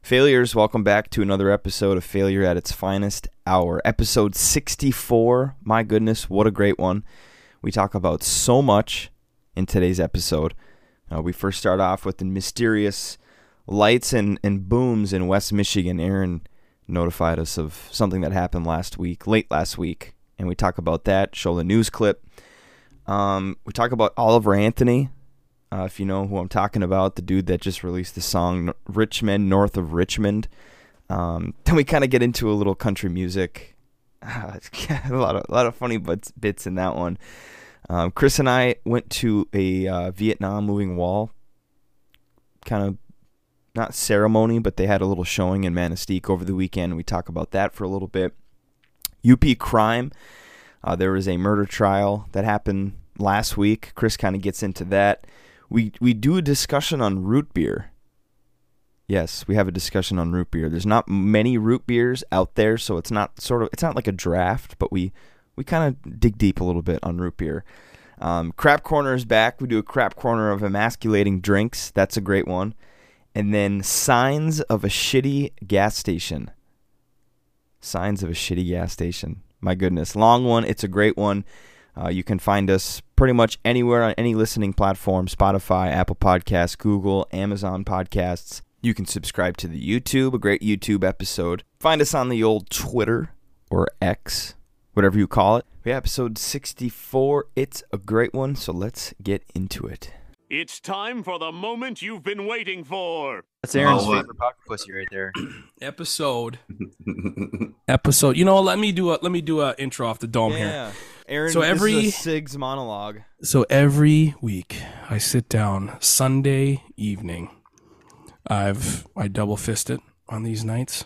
Failures, welcome back to another episode of Failure at its Finest Hour, episode 64. My goodness, what a great one. We talk about so much in today's episode. Uh, we first start off with the mysterious lights and, and booms in West Michigan. Aaron notified us of something that happened last week, late last week, and we talk about that, show the news clip. Um, we talk about Oliver Anthony, uh, if you know who I'm talking about, the dude that just released the song Richmond, North of Richmond. Um, then we kind of get into a little country music. a lot of, a lot of funny bits, bits in that one. Um, Chris and I went to a uh, Vietnam moving wall kind of not ceremony, but they had a little showing in Manistique over the weekend. We talk about that for a little bit. UP crime. Uh, there was a murder trial that happened last week. Chris kind of gets into that. We we do a discussion on root beer. Yes, we have a discussion on root beer. There's not many root beers out there, so it's not sort of it's not like a draft, but we we kind of dig deep a little bit on root beer. Um, crap corner is back. We do a crap corner of emasculating drinks. That's a great one. And then signs of a shitty gas station. Signs of a shitty gas station. My goodness, long one. It's a great one. Uh, you can find us pretty much anywhere on any listening platform Spotify, Apple Podcasts, Google, Amazon Podcasts. You can subscribe to the YouTube, a great YouTube episode. Find us on the old Twitter or X, whatever you call it. We have episode 64. It's a great one, so let's get into it. It's time for the moment you've been waiting for. That's Aaron's Oh, what? favorite pocket pussy right there. episode episode you know let me do a let me do a intro off the dome here Aaron, So so every every- Sig's monologue. so every week i sit down sunday evening i've i double fist it on these nights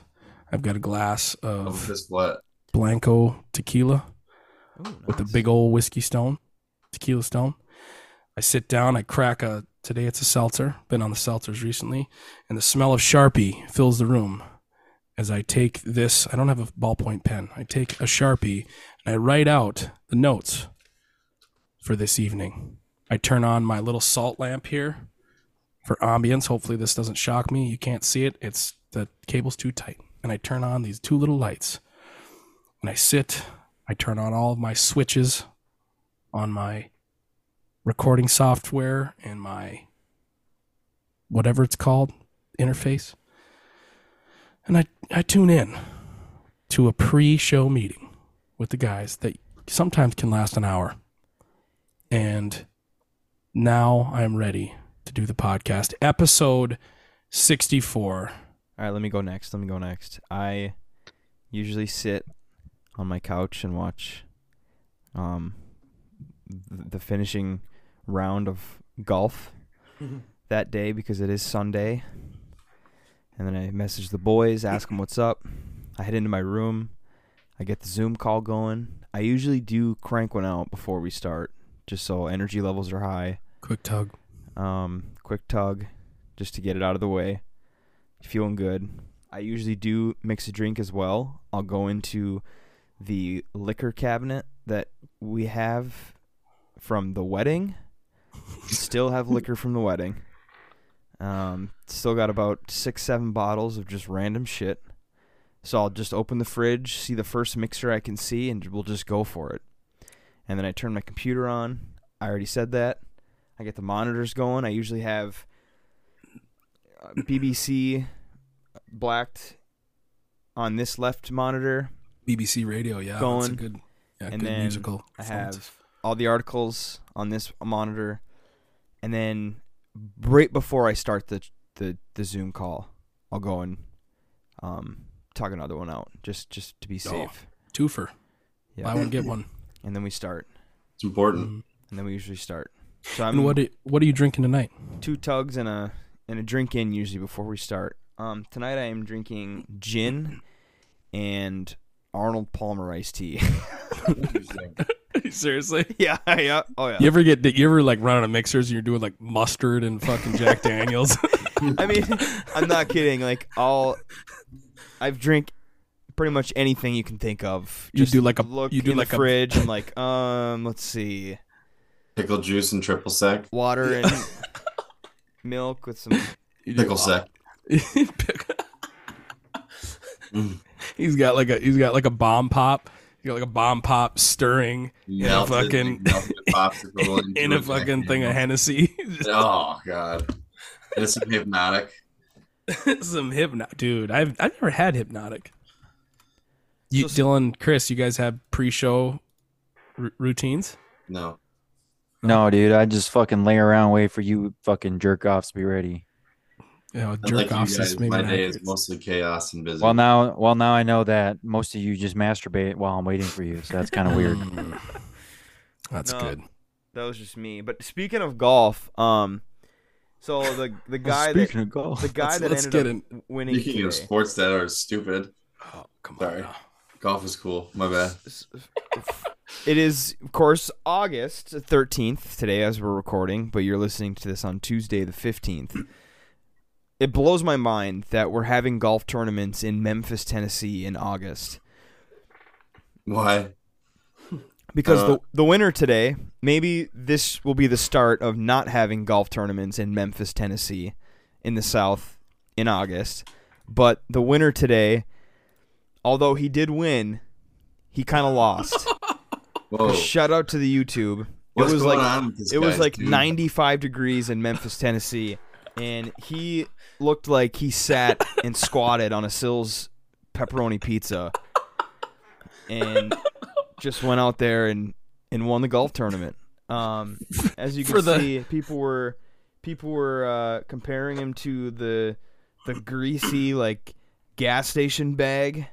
i've got a glass of Just what? blanco tequila Ooh, with a nice. big old whiskey stone, tequila stone. I sit down, I crack a today it's a seltzer, been on the seltzers recently, and the smell of Sharpie fills the room as I take this. I don't have a ballpoint pen. I take a Sharpie and I write out the notes for this evening. I turn on my little salt lamp here for ambience. Hopefully this doesn't shock me. You can't see it. It's the cable's too tight. And I turn on these two little lights. And I sit I turn on all of my switches on my recording software and my whatever it's called interface. And I, I tune in to a pre show meeting with the guys that sometimes can last an hour. And now I'm ready to do the podcast. Episode 64. All right, let me go next. Let me go next. I usually sit on my couch and watch um th- the finishing round of golf that day because it is Sunday. And then I message the boys, ask them what's up. I head into my room. I get the Zoom call going. I usually do crank one out before we start just so energy levels are high Quick tug. um, quick tug just to get it out of the way. Feeling good. I usually do mix a drink as well. I'll go into the liquor cabinet that we have from the wedding. Still have liquor from the wedding. Um, still got about six, seven bottles of just random shit. So I'll just open the fridge, see the first mixer I can see, and we'll just go for it. And then I turn my computer on. I already said that. I get the monitors going. I usually have uh, BBC blacked on this left monitor. BBC Radio, yeah. That's Going. a good, yeah, And good then musical. I performance. have all the articles on this monitor, and then right before I start the the, the Zoom call, I'll go and um, talk another one out just just to be Oh. safe. twofer. Yeah, Buy one get one. and then we start, It's important. and then we usually start. So I'm And what are, what are you drinking tonight? two tugs and a and a drink in usually before we start. Um, tonight I am drinking gin and Arnold Palmer iced tea. Interesting. Seriously? yeah, yeah, oh yeah. You ever get you ever like run out of mixers and you're doing like mustard and fucking Jack Daniels? I mean, I'm not kidding. Like I'll, I've drink pretty much anything you can think of. You do like a- look you do in like the a- fridge and like um, let's see, Pickle juice and triple sec. water and milk with some You do- Pickle sec. Pick- he's got like a he's got like a bomb pop. He got like a bomb pop stirring Melted, fucking- melted popsicle into in a fucking thing of vacuum. Hennessy. Oh god, this is hypnotic. Some hypnotic, dude. I've I've never had hypnotic. You, So- Dylan, Chris, you guys have pre-show r- routines. No, No, dude, I just fucking lay around, wait for you fucking jerk offs to be ready. You know, I'd like jerk you offs is guys, maybe my not day accurate. is mostly chaos and busy. Well now, well now I know that most of you just masturbate while I'm waiting for you, so that's kind of weird. Mm. That's No, good. That was just me. But speaking of golf, um, so the the guy that Speaking of golf, the guy Let's- that let's ended get up winning Speaking of today- sports that are stupid, Oh, come Sorry. on. now. golf is cool. My bad. it is, of course, August 13th today as we're recording, but you're listening to this on Tuesday the 15th. It blows my mind that we're having golf tournaments in Memphis, Tennessee in August. Why? Because Uh, the, the winner today, maybe this will be the start of not having golf tournaments in Memphis, Tennessee in the South in August. But the winner today, although he did win, he kind of lost. Oh, Whoa. Shout out to the YouTube. Oh. What's it was going like on with this it was guy, like dude? 95 degrees in Memphis, Tennessee, and he looked like he sat and squatted on a Sills pepperoni pizza, and just went out there and and won the golf tournament. Um, as you For can the- see, people were people were uh, comparing him to the the greasy like gas station bag,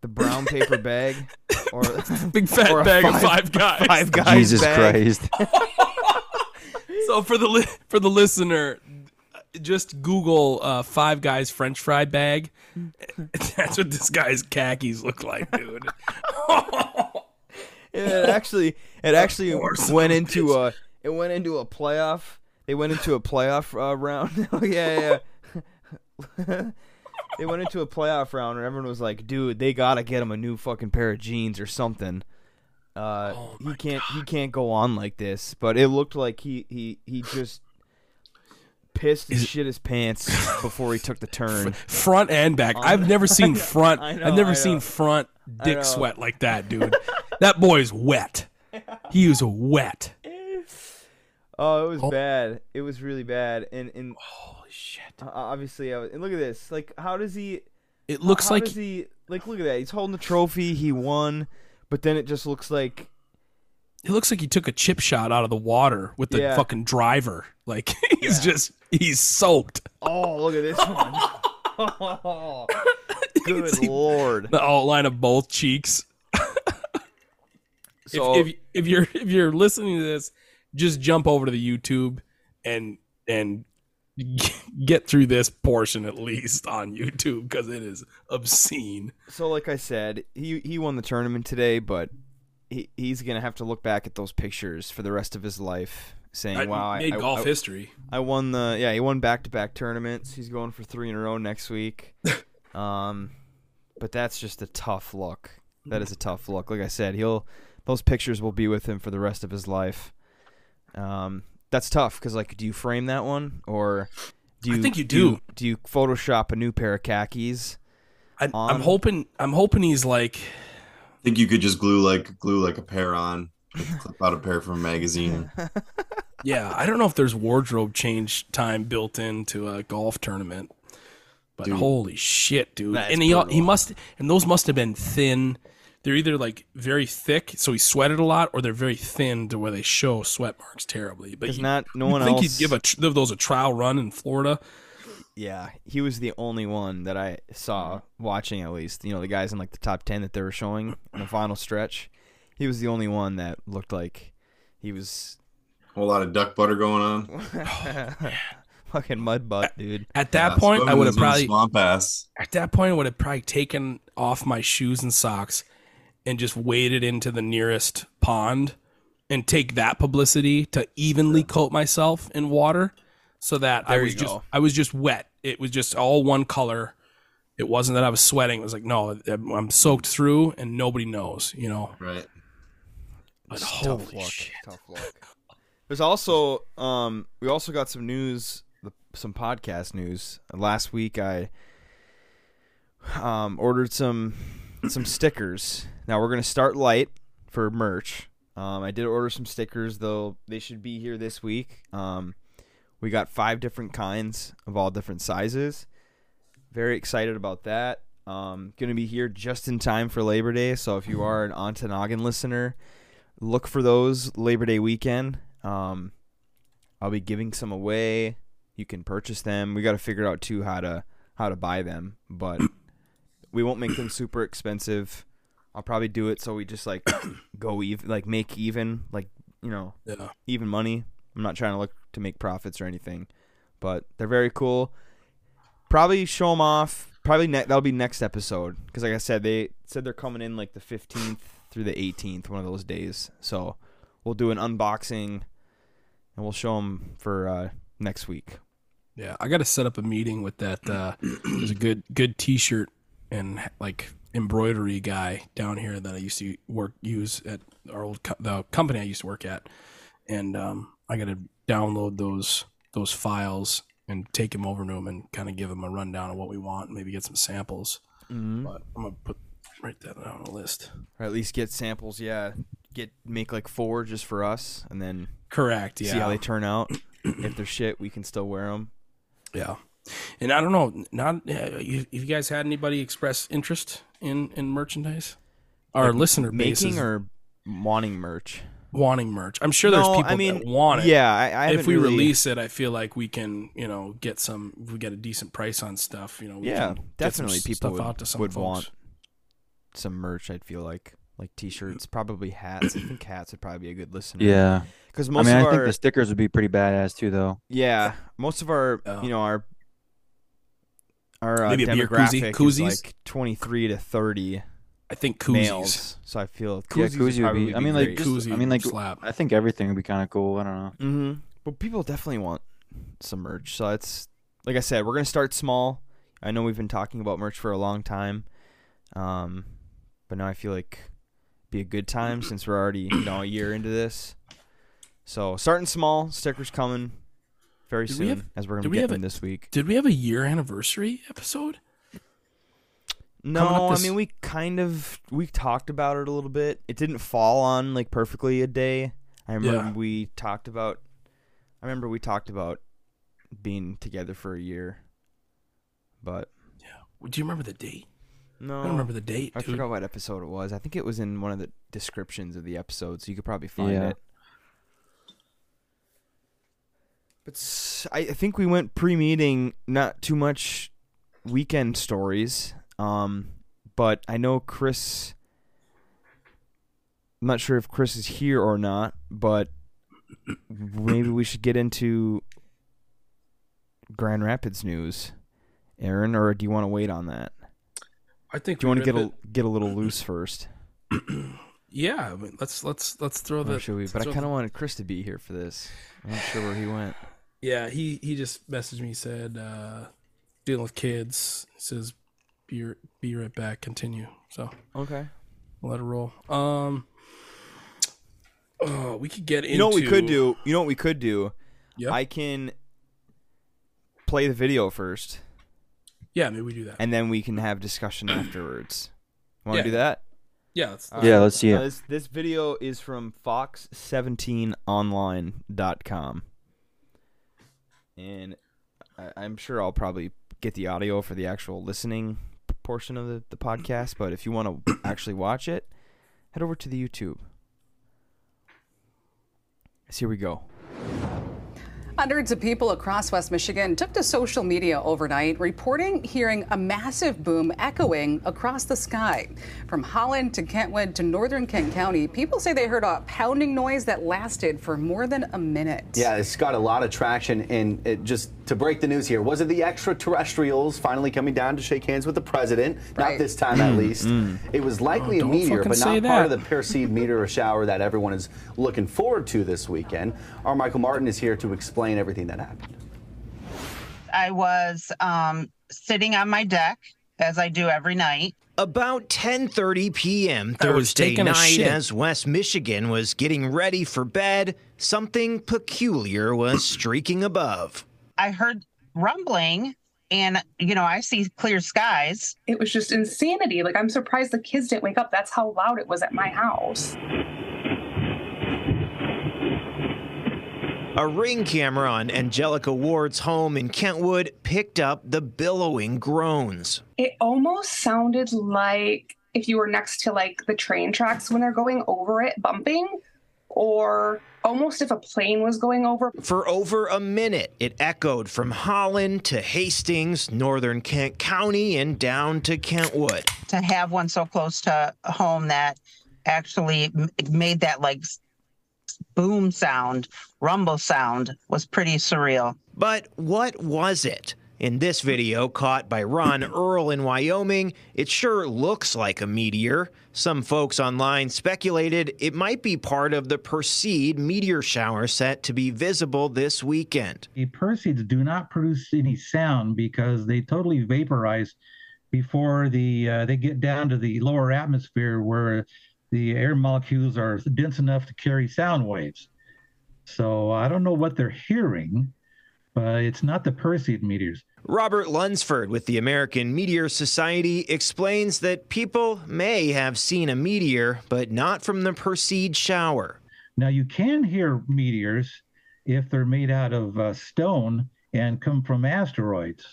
the brown paper bag, or Big fat Or a bag of five- five guys. five guys. Jesus bag. Christ, So for the li- for the listener, just Google uh, Five Guys French fry bag. That's what this guy's khakis look like, dude. Yeah, it actually it actually course. went into a it went into a playoff. They went into a playoff uh, round. oh yeah, yeah. they went into a playoff round, and everyone was like, "Dude, they gotta get him a new fucking pair of jeans or something." Uh, he can't he can't go on like this. But it looked like he he he just pissed and shit his pants before he took the turn. front and back. I've never seen front. I know, I've never I seen know. front know. dick sweat like that, dude. that boy's wet. He was wet. Oh, it was bad. It was really bad. And and holy shit. Obviously, I was, and look at this. Like, how does he? It looks how like does he? Like, look at that. He's holding the trophy. He won, but then it just looks like it looks like he took a chip shot out of the water with the Yeah. fucking driver. Like he's just he's soaked. oh, look at this one. Oh, good lord. The outline of both cheeks. So if, if if you're if you're listening to this, just jump over to the YouTube and and g- get through this portion at least on YouTube because it is obscene. so like I said, he he won the tournament today, but he he's gonna have to look back at those pictures for the rest of his life, saying, I "Wow, I, made I, golf I, history. I won the yeah. He won back to back tournaments. He's going for three in a row next week. um, but that's just a tough look. That Mm-hmm. is a tough look. Like I said, he'll those pictures will be with him for the rest of his life. Um, that's tough because like, do you frame that one or do I you? think you do. Do you Photoshop a new pair of khakis? I, I'm on- hoping I'm hoping he's like I think you could just glue like glue like a pair on, like, clip out a pair from a magazine. yeah. I don't know if there's wardrobe change time built into a golf tournament, but Dude. holy shit, dude! That is And he al- he brutal. must and those must have been thin. They're either like very thick, so he sweated a lot, or they're very thin to where they show sweat marks terribly. But Because you- not no you'd one think else. he'd give a tr- give those a trial run in Florida. yeah, he was the only one that I saw watching at least. You know, the guys in like the top ten that they were showing in the final stretch. He was the only one that looked like he was Whole lot of duck butter going on. fucking mud butt, dude. At that Yeah, point, I swimming would have is in the probably swamp ass. at that point I would have probably taken off my shoes and socks and just waded into the nearest pond and take that publicity to evenly coat myself in water so that I There was you just go. I was just wet. It was just all one color. It wasn't that I was sweating. It was like no, I'm I'm soaked through and nobody knows, you know. Right. But It's holy tough luck. shit. Tough luck. There's also um we also got some news, the- some podcast news. Last week I um, ordered some some stickers. Now we're gonna start light for merch. Um, I did order some stickers though; they should be here this week. Um, we got five different kinds of all different sizes. Very excited about that. Um, gonna be here just in time for Labor Day. So if you are an Ontonagon listener, look for those Labor Day weekend. Um, I'll be giving some away. You can purchase them. We got to figure out too how to how to buy them, but we won't make them super expensive. I'll probably do it so we just like go even, like make even, like you know, Yeah. even money. I'm not trying to look to make profits or anything, but they're very cool. Probably show them off. Probably ne- that'll be next episode because, like I said, they said they're coming in like the 15th through the 18th, one of those days. So we'll do an unboxing and we'll show them for uh, next week. Yeah, I got to set up a meeting with that. Uh, there's a good good T-shirt and like embroidery guy down here that I used to work use at our old co- the company I used to work at, and um, I got to download those those files and take them over to him and kind of give him a rundown of what we want, and maybe get some samples. But I'm gonna put write that down on a list. Or at least get samples. Yeah, get make like four just for us, and then Correct. Yeah. see how they turn out. if they're shit, we can still wear them. Yeah, and I don't know. Not uh, you, have you guys had anybody express interest in in merchandise? Our listener base Making is or wanting merch. wanting merch. I'm sure there's No, people I mean, that want it. Yeah, I, I if haven't we really- release it, I feel like we can, you know, get some. If we get a decent price on stuff, you know, we Yeah, can get some definitely s- people stuff would, out to some would folks. want some merch. I'd feel like like t-shirts, probably hats. I think hats would probably be a good listener. Yeah. because I most mean, of I our think the stickers would be pretty badass too, though. yeah, most of our Yeah. you know our our uh, Oh. Maybe a beer koozie- demographic is koozies? like twenty three to thirty I think koozies, males. So I feel Yeah, koozies would koozie would probably be. I mean, like, great. just, I Koozie mean, like, slap. I think everything would be kind of cool. I don't know. Mm-hmm. But people definitely want some merch. So it's like I said, we're gonna start small. I know we've been talking about merch for a long time, um, but now I feel like it'd be a good time since we're already you know a year into this. So starting small, stickers coming very Did we soon have- as we're gonna did be we getting have them a- this week. Did we have a year anniversary episode? No, up I this- mean we kind of we talked about it a little bit. It didn't fall on like perfectly a day. I remember Yeah. we talked about I remember we talked about being together for a year. But Do you remember the date? no. I don't remember the date, Oh, I dude. forgot what episode it was. I think it was in one of the descriptions of the episode, so you could probably find Yeah. it. But s- I, I think we went pre-meeting, not too much weekend stories. Um, but I know Chris. I'm not sure if Chris is here or not, but maybe we should get into Grand Rapids news, Aaron, or do you want to wait on that? I think. Do you we want to read get a the- get a little loose first? Yeah, I mean, let's let's let's throw Or the. should we? let's But I throw kind the- of wanted Chris to be here for this. I'm not sure where he went. Yeah, he he just messaged me. He said, uh, "Dealing with kids." He says, "Be r- be right back." Continue. So Okay. we'll let it roll. Um, oh, we could get into. You know what we could do? You know what we could do? Yep. I can play the video first, Yeah, maybe we do that. and then we can have discussion afterwards. Want to Yeah. do that? yeah, that's, All Yeah, right. let's see Uh, it. this, this video is from fox17online.com. And I, I'm sure I'll probably get the audio for the actual listening portion of the, the podcast, but if you want to actually watch it, head over to the YouTube. So Here we go. Hundreds of people across West Michigan took to social media overnight, reporting hearing a massive boom echoing across the sky. From Holland to Kentwood to northern Kent County, people say they heard a pounding noise that lasted for more than a minute. Yeah, it's got a lot of traction. And it just to break the news here, was it the extraterrestrials finally coming down to shake hands with the president? Right. Not this time, at least. It was Mm, Oh, likely a don't meteor, fucking but say not part of that. the Perseid meteor shower that everyone is looking forward to this weekend. Our Michael Martin is here to explain everything that happened. I was um, sitting on my deck as I do every night. About 10:30 p.m. I was Thursday taking a night shit. as West Michigan was getting ready for bed, something peculiar was streaking above. I heard rumbling and you know I see clear skies. It was just insanity. Like, I'm surprised the kids didn't wake up. That's how loud it was at my house. A ring camera on Angelica Ward's home in Kentwood picked up the billowing groans. It almost sounded like if you were next to like the train tracks when they're going over it, bumping, or almost if a plane was going over. For over a minute, it echoed from Holland to Hastings, northern Kent County, and down to Kentwood. To have one so close to home that actually m- made that like s- boom sound, rumble sound was pretty surreal. But what was it? In this video, caught by Ron Earl in Wyoming, it sure looks like a meteor. Some folks online speculated it might be part of the Perseid meteor shower set to be visible this weekend. The Perseids do not produce any sound because they totally vaporize before the uh, they get down to the lower atmosphere where the air molecules are dense enough to carry sound waves. So I don't know what they're hearing, but it's not the Perseid meteors. Robert Lunsford with the American Meteor Society explains that people may have seen a meteor, but not from the Perseid shower. Now you can hear meteors if they're made out of uh, stone and come from asteroids.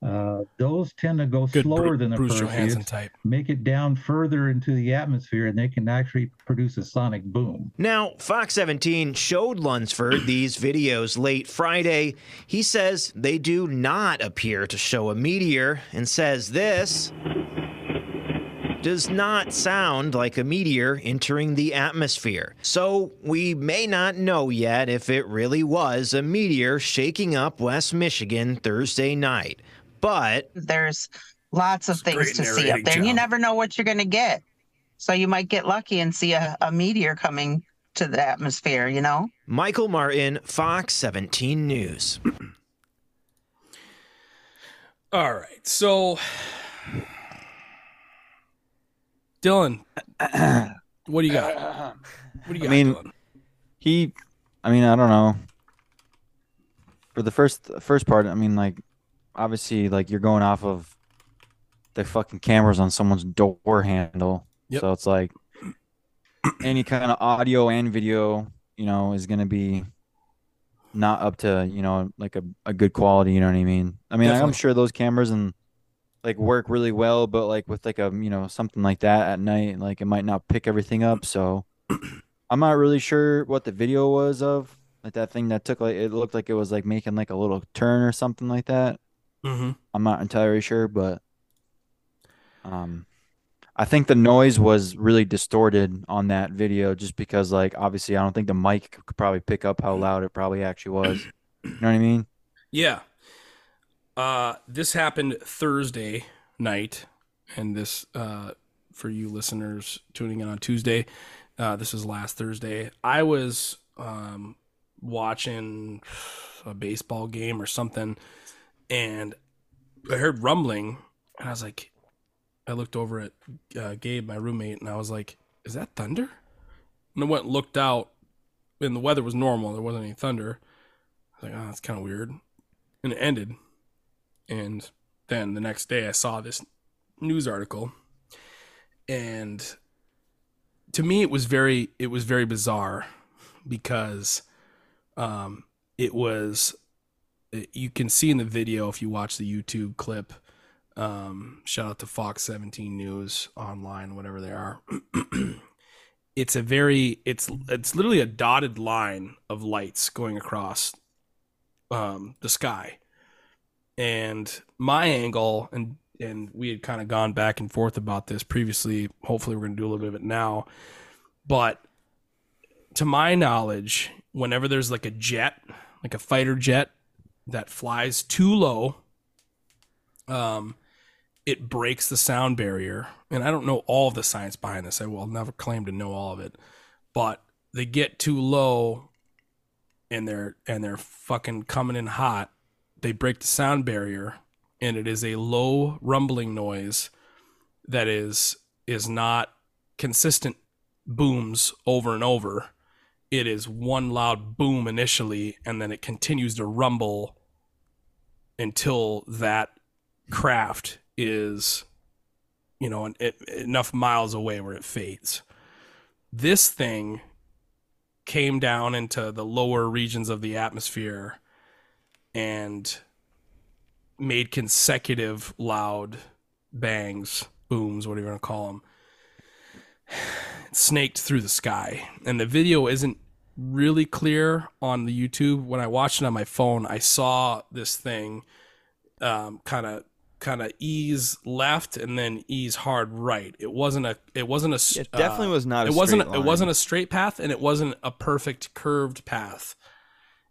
Uh, those tend to go Good Bru- slower than the Bruce Johansson Perseids, type. make it down further into the atmosphere, and they can actually produce a sonic boom. Now, Fox 17 showed Lunsford these videos late Friday. He says they do not appear to show a meteor and says this does not sound like a meteor entering the atmosphere. So, we may not know yet if it really was a meteor shaking up West Michigan Thursday night. But There's lots of great things to see up narrating there, and you job. never know what you're going to get. So you might get lucky and see a, a meteor coming to the atmosphere. You know. Michael Martin, Fox 17 News. All right. So, Dylan, what do you got? What do you got? I mean, Dylan? he i mean i don't know for the first first part i mean like obviously like you're going off of the fucking cameras on someone's door handle Yep. so it's like any kind of audio and video you know is going to be not up to you know like a, a good quality you know what i mean i mean i'm Definitely. sure those cameras and like work really well but like with like a you know something like that at night like it might not pick everything up so i'm not really sure what the video was of like that thing that took like it looked like it was like making like a little turn or something like that Mhm. I'm not entirely sure, but um, I think the noise was really distorted on that video just because, like, obviously, I don't think the mic could probably pick up how loud it probably actually was. You know what I mean? Yeah. Uh, this happened Thursday night, and this uh, for you listeners tuning in on Tuesday. Uh, this is last Thursday. I was um, watching a baseball game or something, and I heard rumbling, and I was like, I looked over at uh, Gabe, my roommate, and I was like, "Is that thunder?" And I went and looked out, and the weather was normal. There wasn't any thunder. I was like, "Oh, that's kind of weird." and it ended. And then the next day, I saw this news article, and to me, it was very it was very bizarre because um, it was it- you can see in the video if you watch the YouTube clip. Um, shout out to Fox 17 News online, whatever they are. it's a very it's it's literally a dotted line of lights going across um, the sky. And my angle, and and we had kind of gone back and forth about this previously. Hopefully, we're going to do a little bit of it now. But to my knowledge, whenever there's like a jet, like a fighter jet that flies too low, um, it breaks the sound barrier. And I don't know all of the science behind this. I will never claim to know all of it, but they get too low and they're and they're fucking coming in hot. They break the sound barrier, and it is a low rumbling noise that is is not consistent booms over and over. It is one loud boom initially, and then it continues to rumble until that craft is, you know, en- e- enough miles away where it fades. This thing came down into the lower regions of the atmosphere and made consecutive loud bangs, booms, whatever you want to call them, snaked through the sky. And the video isn't really clear on the YouTube. When I watched it on my phone, I saw this thing um, kind of kind of ease left and then ease hard right. It wasn't a it wasn't a s- uh, It definitely was not a it wasn't straight it line. wasn't a straight path and it wasn't a perfect curved path.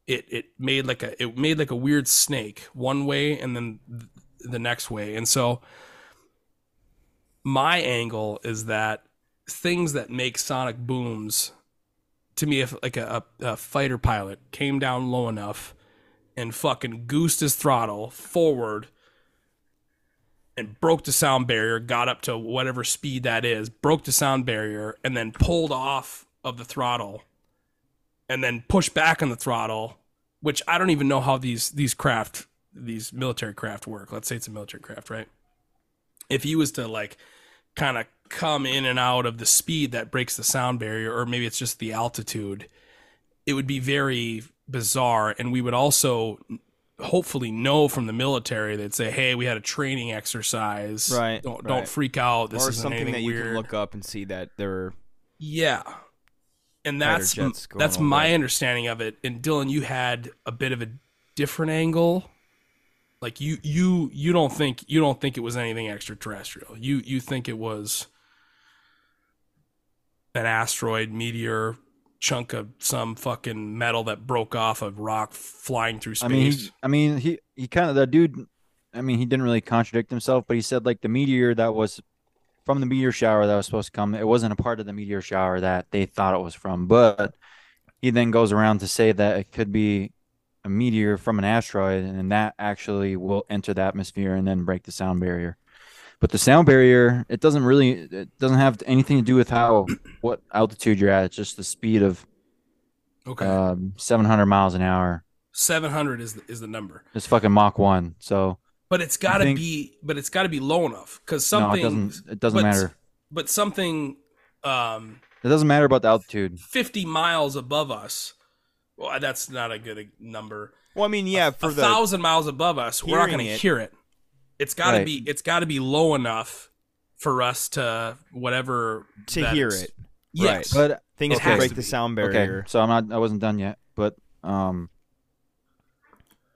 It it made like a it made like a weird snake one way and then th- the next way. And so my angle is that things that make sonic booms to me if like a, a, a fighter pilot came down low enough and fucking goosed his throttle forward and broke the sound barrier, got up to whatever speed that is, broke the sound barrier, and then pulled off of the throttle and then pushed back on the throttle, which I don't even know how these these craft these military craft work. Let's say it's a military craft, right? If he was to like kind of come in and out of the speed that breaks the sound barrier, or maybe it's just the altitude, it would be very bizarre. And we would also hopefully know from the military they'd say, "Hey, we had a training exercise. Right. Don't right. don't freak out. This or isn't something anything that you weird." can look up and see that there are Yeah. And Fighter that's jets going that's over my understanding of it. And Dylan, you had a bit of a different angle. Like you you you don't think you don't think it was anything extraterrestrial. You you think it was an asteroid, meteor, chunk of some fucking metal that broke off a rock flying through space. I mean, he, I mean, he he kind of the dude. I mean, he didn't really contradict himself, but he said like the meteor that was from the meteor shower that was supposed to come. It wasn't a part of the meteor shower that they thought it was from, but he then goes around to say that it could be a meteor from an asteroid, and that actually will enter the atmosphere and then break the sound barrier. But the sound barrier, it doesn't really, it doesn't have anything to do with how what altitude you're at. It's just the speed of Okay. um, 700 miles an hour. Seven hundred is the, is the number. It's fucking Mach one. So But it's got to think- be, but it's got to be low enough because no, something. it doesn't. It doesn't but- matter. But something, um, It doesn't matter about the altitude. 50 miles above us. Well, that's not a good uh, number. Well, I mean, yeah, for a the thousand miles above us, we're not hearing going to it- hear it. It's got to Right. be. It's got to be low enough for us to whatever To that hear it's- it. Yes, Right. But Things It has break to the be. sound Okay, barrier. so I'm not. I wasn't done yet, but um,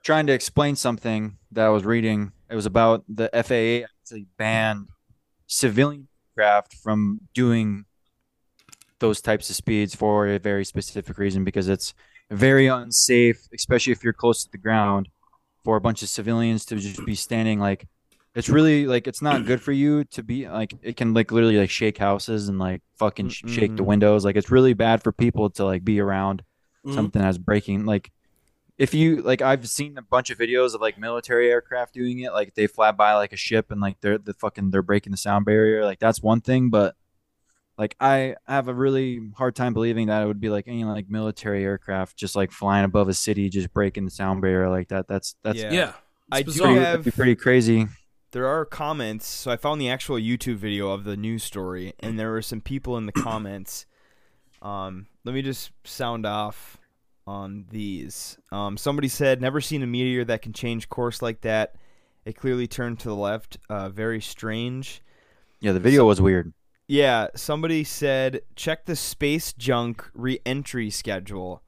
trying to explain something that I was reading. It was about the FAA actually banned civilian craft from doing those types of speeds for a very specific reason because it's very unsafe, especially if you're close to the ground, for a bunch of civilians to just be standing like. It's really like it's not good for you to be like it can like literally like shake houses and like fucking sh- shake the Mhm. windows. Like it's really bad for people to like be around Mhm. something that's breaking. Like if you like, I've seen a bunch of videos of like military aircraft doing it. Like they fly by like a ship and like they're the fucking they're breaking the sound barrier. Like that's one thing, but like I have a really hard time believing that it would be like any like military aircraft just like flying above a city, just breaking the sound barrier like that. That's that's Yeah. Yeah. I do It's pretty, that'd have- be pretty crazy. there are comments. So I found the actual YouTube video of the news story, and there were some people in the comments. Um, let me just sound off on these. Um, somebody said, "Never seen a meteor that can change course like that. It clearly turned to the left. Uh, very strange." Yeah, the video was weird. Yeah, somebody said check the space junk re-entry schedule.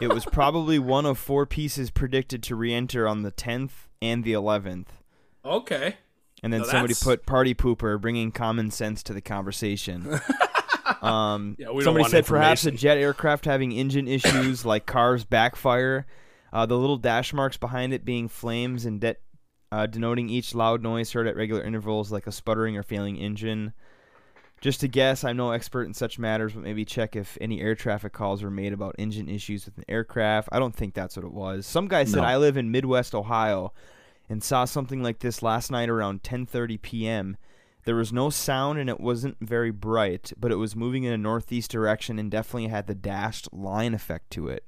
It was probably one of four pieces predicted to re-enter on the 10th and the 11th. Okay. And then No, somebody that's- put party pooper, bringing common sense to the conversation. um, Yeah, we don't somebody want said perhaps a information. jet aircraft having engine issues like cars backfire, uh, the little dash marks behind it being flames and de- uh, denoting each loud noise heard at regular intervals like a sputtering or failing engine. Just a guess, I'm no expert in such matters, but maybe check if any air traffic calls were made about engine issues with an aircraft. I don't think that's what it was. Some guy said No. I live in Midwest Ohio and saw something like this last night around 10:30 p.m. There was no sound and it wasn't very bright, but it was moving in a northeast direction and definitely had the dashed line effect to it.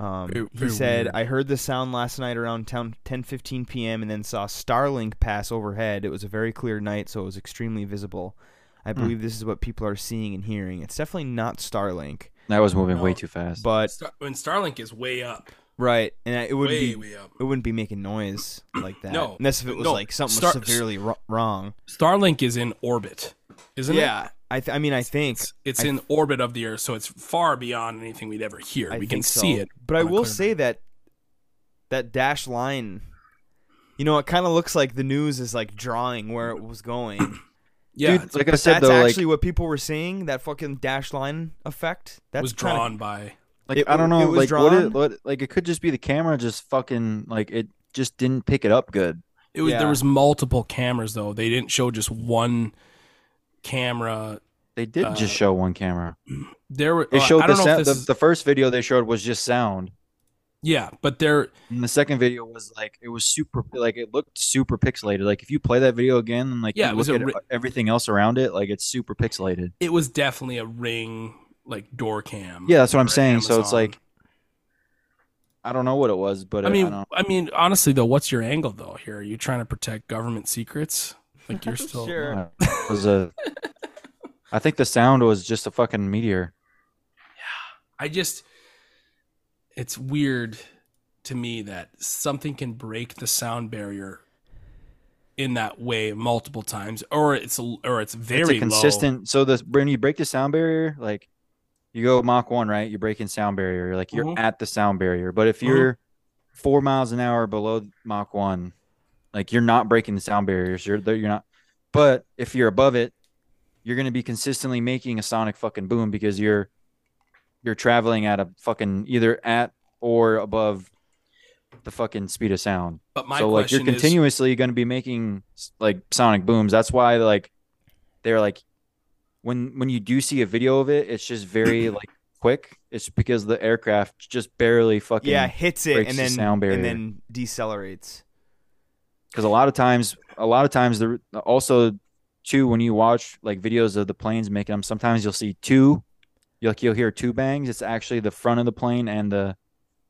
Um, Very- he very said, weird. "I heard the sound last night around 10 10:15 p.m. and then saw Starlink pass overhead. It was a very clear night, so it was extremely visible. I Hmm. believe this is what people are seeing and hearing. It's definitely not Starlink, That was moving way No. too fast. but Star- when Starlink is way up. right, and I- it would Way, be way up. it wouldn't be making noise like that. No, and that's if it was no, like something Star- was severely ro- wrong. Starlink is in orbit, isn't it? yeah, I th- I mean I think It's I in orbit of the Earth, so it's far beyond anything we'd ever hear. I we can think so. see it. But I on a will clear say that that dash line, you know, it kind of looks like the news is like drawing where it was going. Yeah, Dude, it's- like I But said that's though, like- actually what people were saying. That fucking dash line effect. That was drawn by. Like It I don't w- it know, was like what, drawn- it, what, like it could just be the camera just fucking like it just didn't pick it up good. It was Yeah. there was multiple cameras though. They didn't show just one camera. They did Uh, just show one camera. There were. They uh, showed I the, don't know sound, if the, this is- the first video they showed was just sound. yeah, but there. And the second video was like it was super like it looked super pixelated. Like if you play that video again and like Yeah, you it was look a at ri- everything else around it, like it's super pixelated. It was definitely a ring like door cam. Yeah, that's what or I'm an saying. So it's Mm, Amazon. like I don't know what it was, but I it- mean, don't, I mean, honestly though, what's your angle though? Here, are you trying to protect government secrets? Like you're still. Sure. know. it was a. I think the sound was just a fucking meteor. I just it's weird to me that something can break the sound barrier in that way multiple times or it's or it's very it's a low. consistent. So the when you break the sound barrier, like you go Mach one, right? You're breaking sound barrier, like you're Mhm. at the sound barrier. But if Mhm. you're four miles an hour below Mach one, like you're not breaking the sound barriers. You're there. You're not. But if you're above it, you're gonna be consistently making a sonic fucking boom because you're you're traveling at a fucking either at or above the fucking speed of sound But my so like you're question is continuously going to be making s- like sonic booms. That's why like they're like when when you do see a video of it, it's just very like quick. It's because the aircraft just barely fucking yeah, hits it breaks and the then sound barrier. and then decelerates. because a lot of times a lot of times the also too when you watch like videos of the planes making them sometimes you'll see two you'll, like you'll hear two bangs it's actually the front of the plane and the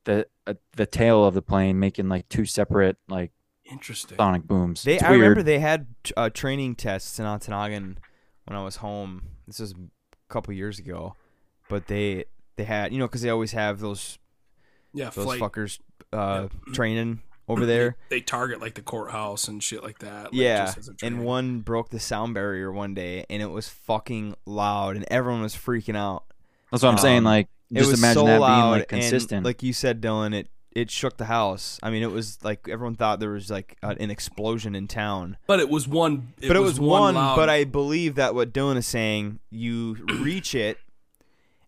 the uh, the tail of the plane making like two separate like interesting. sonic booms They, It's I remember weird. they had uh, training tests in Okanagan when I was home. This was a couple years ago, but they they had you know because they always have those Yeah, those flight fuckers uh, training over there. they target like the courthouse and shit like that. like, yeah, just as a training. and one broke the sound barrier one day, and it was fucking loud, and everyone was freaking out. That's what I'm saying. Um, Like, just it was imagine so that loud, being like and consistent. like you said, Dylan, it it shook the house. I mean, it was like everyone thought there was like a, an explosion in town. but it was one but it was, one. loud- But I believe that what Dylan is saying, you reach it,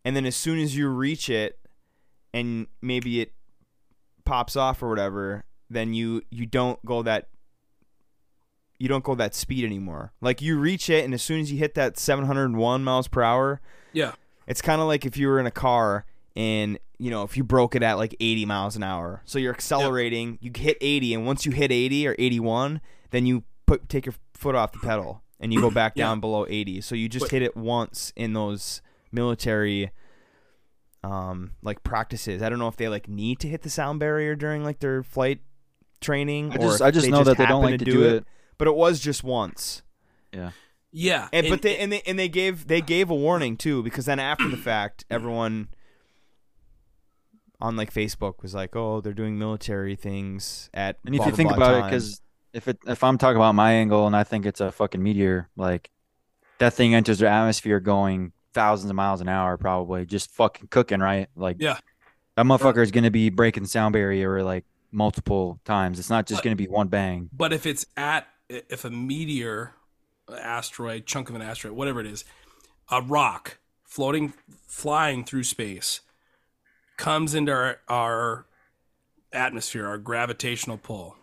and then as soon as you reach it, and maybe it pops off or whatever, then you you don't go that you don't go that speed anymore. Like you reach it, and as soon as you hit that 701 miles per hour, yeah. it's kind of like if you were in a car and you know if you broke it at like 80 miles an hour so you're accelerating you hit 80 and once you hit 80 or 81 then you put take your foot off the pedal and you go back Yeah. down below 80 so you just But- hit it once in those military um like practices i don't know if they like need to hit the sound barrier during like their flight training I or just, if I just they know that they don't happen like to do it. but it was just once Yeah. and, but they and they and they gave they gave a warning too because then after the fact everyone on like Facebook was like, "Oh, they're doing military things at." And if blah, you blah, think blah about it, time." because if it, if I'm talking about my angle and I think it's a fucking meteor, like that thing enters the atmosphere going thousands of miles an hour, probably just fucking cooking, right? Like, Yeah. that motherfucker is gonna be breaking the sound barrier like multiple times. It's not just But- gonna be one bang. But if it's at if a meteor, asteroid, chunk of an asteroid, whatever it is, a rock floating, flying through space, comes into our, our atmosphere, our gravitational pull.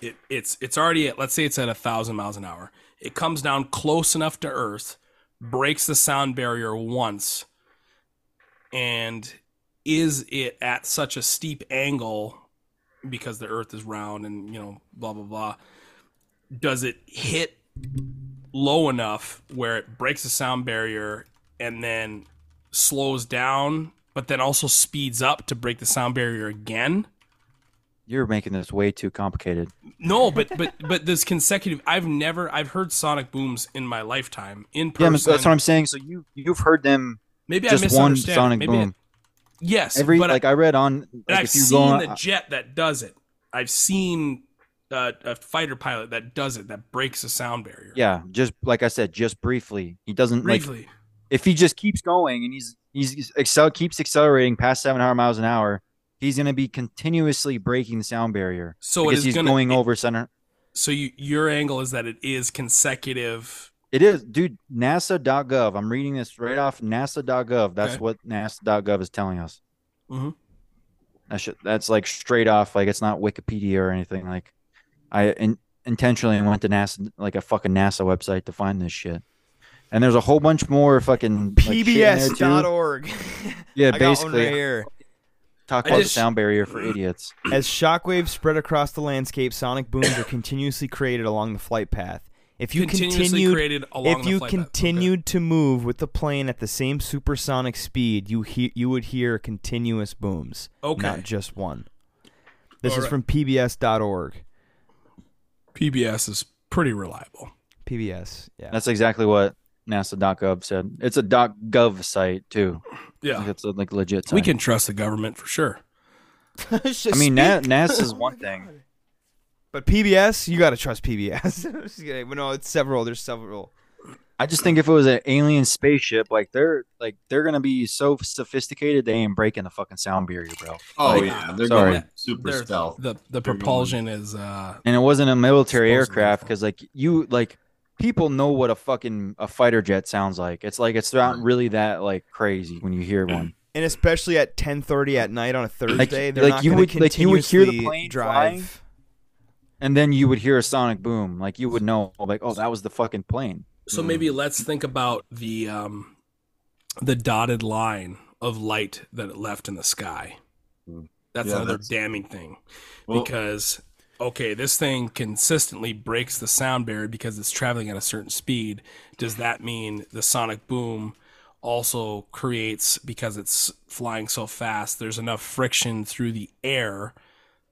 It, it's it's already at let's say it's at a thousand miles an hour. It comes down close enough to Earth, breaks the sound barrier once, and is it at such a steep angle because the earth is round and you know blah blah blah does it hit low enough where it breaks the sound barrier and then slows down but then also speeds up to break the sound barrier again. You're making this way too complicated. No, but but but this consecutive. I've never. I've heard sonic booms in my lifetime in Yeah, person. that's what I'm saying. So you you've heard them. Maybe I just one misunderstand. sonic Maybe I- boom. yes, every but I- like I, read on. and Like, I've if you seen go on- uh, a jet that does it. I've seen uh, a fighter pilot that does it. That breaks a sound barrier. Yeah, just like I said, just briefly. He doesn't Briefly. like if he just keeps going and he's he's excel keeps accelerating past 700 miles an hour, he's going to be continuously breaking the sound barrier. So it because is he's gonna- going over center. So you, your angle is that it is consecutive. It is, dude. NASA.gov. I'm reading this right off NASA.gov. That's Okay. what NASA.gov is telling us. Mm-hmm. Mhm. That should, that's like straight off. Like it's not Wikipedia or anything. Like I in, intentionally went to NASA, like a fucking NASA website to find this shit. And there's a whole bunch more fucking like, shit in there, too. PBS.org. Yeah, I got one basically. right here. Talk I about just- the sound barrier for idiots. As shockwaves spread across the landscape, sonic booms are continuously created along the flight path. If you Continuously continued, created along if the you flight path, okay. continued to move with the plane at the same supersonic speed, you he- you would hear continuous booms, Okay. not just one. This is Alright. from PBS.org. PBS is pretty reliable. PBS, yeah. That's exactly what NASA.gov said. It's a .gov site too. Yeah. Like, it's a like legit. Site. We can trust the government for sure. I mean, Na- NASA's one thing. But PBS, you gotta trust PBS. Just kidding. But no, it's several. There's several. I just think if it was an alien spaceship, like they're like they're gonna be so sophisticated, they ain't breaking the fucking sound barrier, bro. Oh Like, yeah, they're sorry. going super They're- stealth. The the propulsion is uh And it wasn't a military aircraft because like you like people know what a fucking a fighter jet sounds like. It's like it's not really that like crazy when you hear one. And especially at 10:30 at night on a Thursday, they're like not you gonna would- like, you would hear the continuously plane drive. flying. And then you would hear a sonic boom, like you would know, like oh that was the fucking plane. so maybe let's think about the um the dotted line of light that it left in the sky. Hmm. That's Yeah, another that's- damning thing. Well- because okay, this thing consistently breaks the sound barrier because it's traveling at a certain speed. Does that mean the sonic boom also creates because it's flying so fast there's enough friction through the air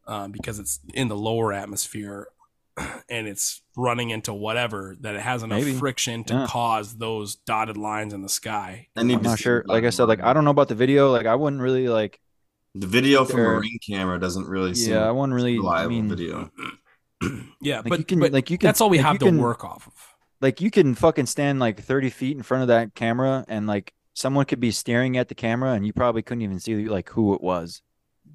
um, because it's in the lower atmosphere and it's running into whatever that it has enough Maybe. friction to Yeah. cause those dotted lines in the sky I need I'm to not see sure. the Like I dotted said, like line. I don't know about the video. Like I wouldn't really like. The video from a Sure. ring camera doesn't really seem Yeah, I wouldn't really. I reliable mean, uh, video. yeah Like, but, you can- but like, you can- that's all we like, have you to can- work off of like you can fucking stand like 30 feet in front of that camera and like someone could be staring at the camera and you probably couldn't even see like who it was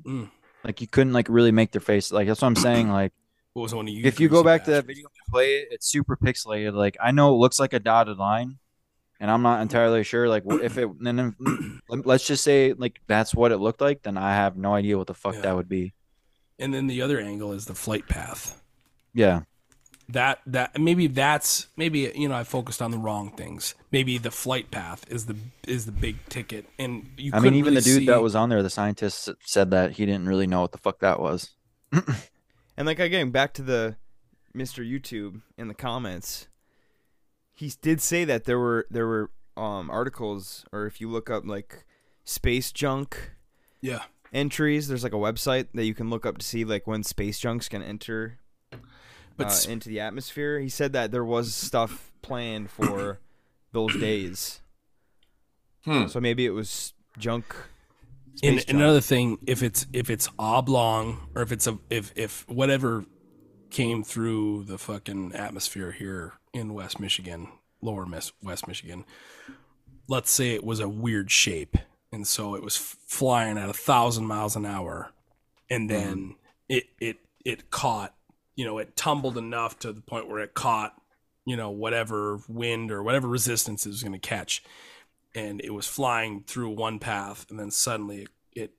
Mm. like you couldn't like really make their face like that's what i'm saying like what was the one you if you go used back to that Sebastian? video and play it it's super pixelated like i know it looks like a dotted line and i'm not entirely sure like what- if it and then let- let's just say like that's what it looked like then i have no idea what the fuck Yeah. that would be and then the other angle is the flight path yeah that that maybe that's maybe you know I focused on the wrong things. Maybe the flight path is the is the big ticket, and you. i mean couldn't even the really dude that see- was on there the scientist s- said that he didn't really know what the fuck that was And like again, back to the Mr. YouTube in the comments, he did say that there were there were um, articles, or if you look up like space junk yeah. entries, there's like a website that you can look up to see like when space junk's gonna enter But uh, s- into the atmosphere. He said that there was stuff planned for those days, Hmm. so maybe it was junk. And, space and junk. another thing, if it's if it's oblong or if it's a if if whatever came through the fucking atmosphere here in West Michigan, lower Miss West Michigan, let's say it was a weird shape, and so it was f- flying at a thousand miles an hour, and then it it it caught, you know, it tumbled enough to the point where it caught, you know, whatever wind or whatever resistance it was going to catch, and it was flying through one path and then suddenly it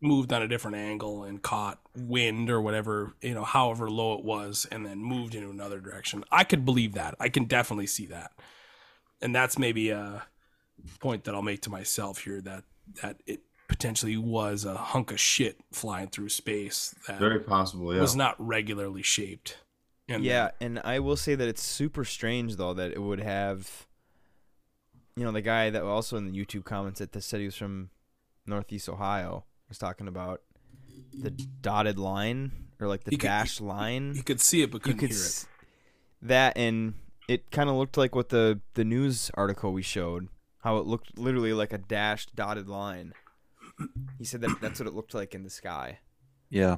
moved on a different angle and caught wind or whatever you know however low it was and then moved into another direction i could believe that i can definitely see that and that's maybe a point that i'll make to myself here that that it potentially was a hunk of shit flying through space that Very possible. Yeah. was not regularly shaped and yeah, and I will say that it's super strange though that it would have, you know, the guy that also in the YouTube comments that this said he was from Northeast Ohio was talking about the dotted line or like the You could- dash line. You could see it, but couldn't could hear s- it. that and it kind of looked like what the the news article we showed how it looked literally like a dashed dotted line he said that that's what it looked like in the sky Yeah.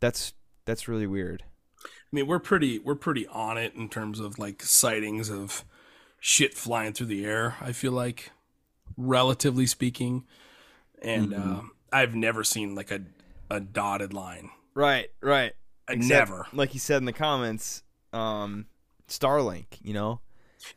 that's that's really weird I mean, we're pretty we're pretty on it in terms of like sightings of shit flying through the air. I feel like, relatively speaking, and Mm-hmm. uh, I've never seen like a a dotted line. right right never. like he said in the comments um starlink you know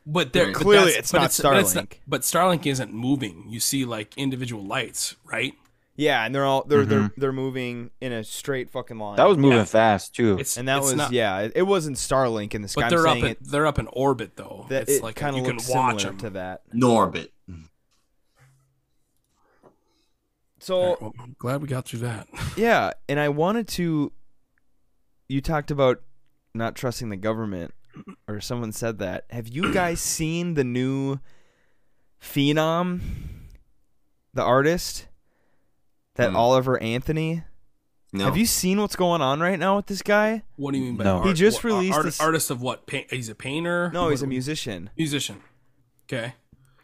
But they're but clearly it's that's- but not but starlink it's not- But Starlink isn't moving. You see like individual lights, right? yeah and they're all they're they're Mm-hmm. they're moving in a straight fucking line That was moving fast too. It's- and that it's was not- yeah it, it wasn't starlink in the sky But I'm they're up saying in, it, they're up in orbit though. that it's it like kind you of can looks watch similar them. to that Norbit. so Well, I'm glad we got through that. Yeah, and I wanted to. You talked about not trusting the government, or someone said that. Have you guys seen the new Phenom, the artist, that Hmm. Oliver Anthony? No. Have you seen what's going on right now with this guy? What do you mean by No. art? He just what- released art- this- artist of what? Pain, he's a painter. No, he's a What- musician. musician. Okay.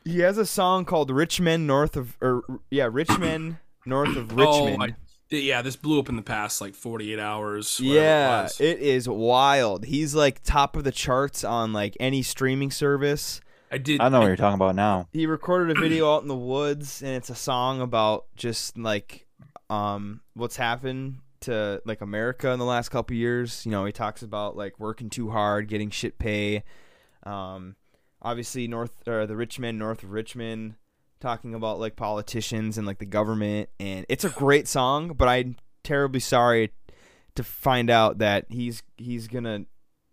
He has a song called "Rich Men North of," or yeah, "Rich Men North of Richmond." Oh, I, th- yeah, this blew up in the past like 48 hours. whatever it Yeah, was. it is wild. He's like top of the charts on like any streaming service. I did. I know what you're talking about now. he recorded a video out in the woods and it's a song about just like um what's happened to like America in the last couple years. You know, he talks about like working too hard, getting shit pay. Um obviously north or the Richmond, north of Richmond talking about like politicians and like the government and it's a great song, but I'm terribly sorry to find out that he's he's going to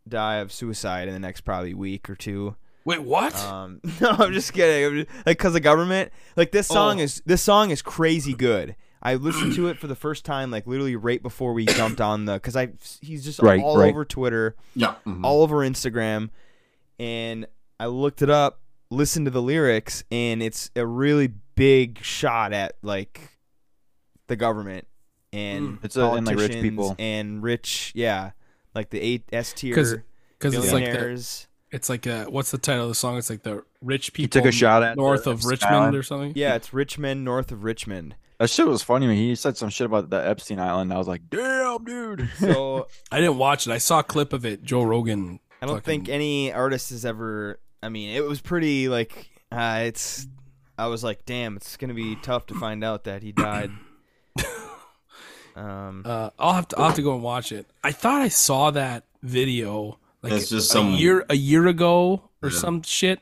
die of suicide in the next probably week or two. Wait, what? Um, no, I'm just kidding. I'm just, like, cause the government, like this song Oh. is this song is crazy good. I listened to it for the first time, like literally right before we jumped on the, cause I he's just Right, all right. over Twitter, Yeah. mhm. all over Instagram, and I looked it up, listened to the lyrics, and it's a really big shot at like the government and It's, uh, and, like, rich politicians people. and rich, yeah, like the eight S Cause- tier 'cause it's like the- billionaires. It's like a, what's the title of the song? It's like the rich people. took a shot at north the of skyline. Richmond or something. yeah, it's Richmond north of Richmond. That shit was funny. when He said some shit about the Epstein Island. I was like, damn, dude. So I didn't watch it. I saw a clip of it. Joe Rogan. I don't think fucking- any artist has ever. I mean, it was pretty like uh, it's. I was like, damn, it's gonna be tough to find out that he died. um, Uh, I'll have to I'll have to go and watch it. I thought I saw that video like That's just a some- year a year ago or Yeah. some shit.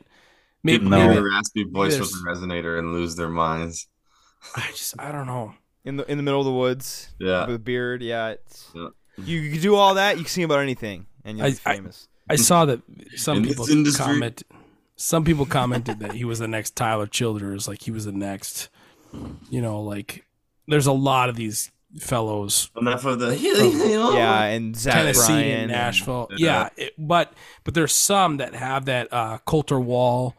Maybe, People maybe hear a raspy voice with Yes. a resonator and lose their minds. I just I don't know. in the in the middle of the woods, Yeah. with a beard, yeah. It's, Yeah. You, you could do all that. You can sing about anything, and you'll I- be I- famous. I saw that some In this people industry- comment. Some people commented that he was the next Tyler Childers, like he was the next, you know, like there's a lot of these fellows, Enough of the. Yeah. Oh, yeah, and Zach Tennessee Bryan and Nashville. and- yeah, it- but but there's some that have that uh, Coulter Wall.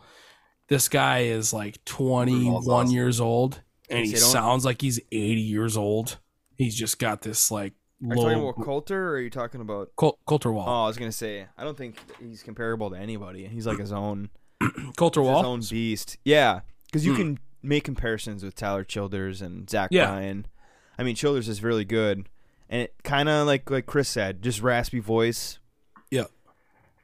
This guy is like 21 Wall's awesome. years old, and Yes, he they don't- sounds like he's 80 years old. He's just got this like Are you talking low about Coulter, or are you talking about? Col- Coulter Wall. Oh, I was gonna say, I don't think he's comparable to anybody. He's like his own. Coulter Um, his Wall. own beast. Yeah, because you can make comparisons with Tyler Childers and Zach Hmm. Yeah. Bryan. I mean, Childers is really good, and it kind of like like Chris said, just raspy voice. Yeah.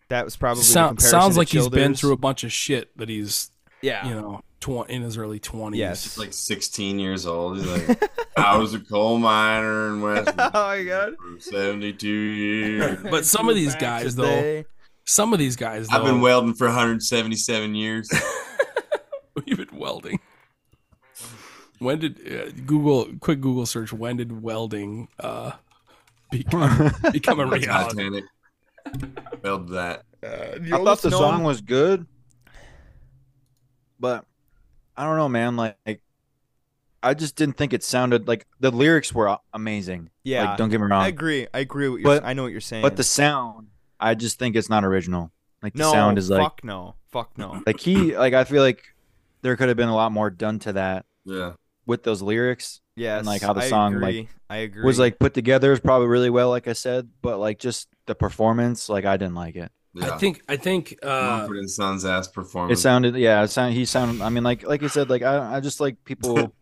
That was probably the Sound, comparison sounds to like he's been Childers. through a bunch of shit that he's yeah. you know, tw- in his early 20s. Yes. Like 16 years old. He's like, I was a coal miner in West oh my god. for 72 years. But some of these guys, though, Today- some of these guys, though, I've Oh. been welding for 177 years. you've been welding. When did uh, Google, quick Google search, when did welding uh, become, become a reality? Titanic. Weld that. I thought the song was good, but I don't know, man. Like, like, I just didn't think it sounded like the lyrics were a- amazing. Yeah. like, don't get me I wrong, agree. I agree. What you're, But- I know what you're saying. but the sound, I just think it's not original. Like the no, sound is fuck like, no, fuck no. like he, like I feel like there could have been a lot more done to that. Yeah. with those lyrics. Yes, and like how the I song agree. like I agree. was like put together is probably really well, like I said, but like just the performance, like I didn't like it. Yeah. I think I think uh, Mumford and Sons ass It performance. sounded yeah, it sound he sounded I mean like like you said, like I I just like people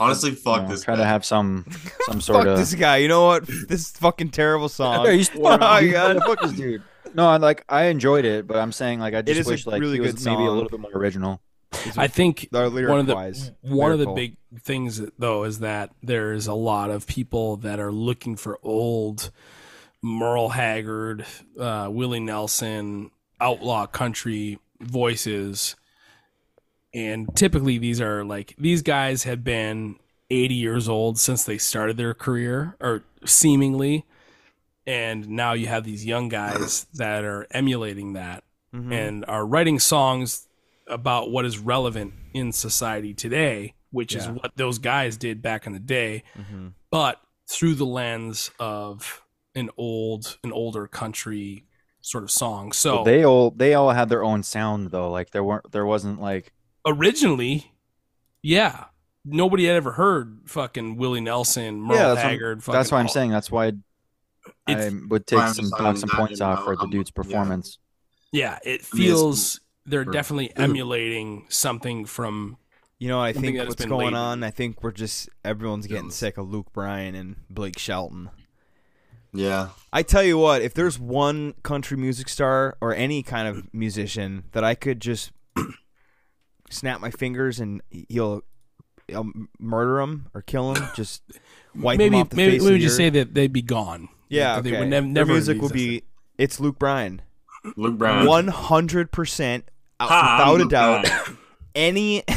Honestly, fuck you know, this try to have some some fuck sort of this guy. You know what? This fucking terrible song. Yeah, he's- oh my he's- god. fuck this dude. No, I like I enjoyed it, but I'm saying like I just is a wish like really he was good maybe a song. little bit more original. I think Our one of the lyric-wise, one of the lyrical. big things though is that there is a lot of people that are looking for old Merle Haggard, uh, Willie Nelson, outlaw country voices, and typically these are like these guys have been 80 years old since they started their career, or seemingly, and now you have these young guys that are emulating that Mm-hmm. Mhm. and are writing songs about what is relevant in society today, which is Yeah. what those guys did back in the day, Mm-hmm. Mhm. but through the lens of an old, an older country sort of song. So But they all they all had their own sound though. Like there weren't there wasn't like originally, yeah, nobody had ever heard fucking Willie Nelson, Merle yeah, that's, Haggard. what, I'm- that's fucking why I'm all- saying that's why I It's- would take I'm some just- knock some I'm not points in- off for the um, I'm- dude's performance. Yeah, I it mean, it's- feels they're Sure. definitely emulating something from You know, I Something think that has what's been going laid- on. I think we're just everyone's getting sick of Luke Bryan and Blake Shelton. Yeah. I tell you what, if there's one country music star or any kind of musician that I could just snap my fingers and he'll, he'll murder him or kill him, just wipe maybe him off the maybe face we of would the just say earth. that they'd be gone. yeah, Like, okay. they would nev- Their never music will exist. be it's Luke Bryan, Luke Bryan. one hundred percent, uh, Ha, I'm without a Luke doubt. Bryan. any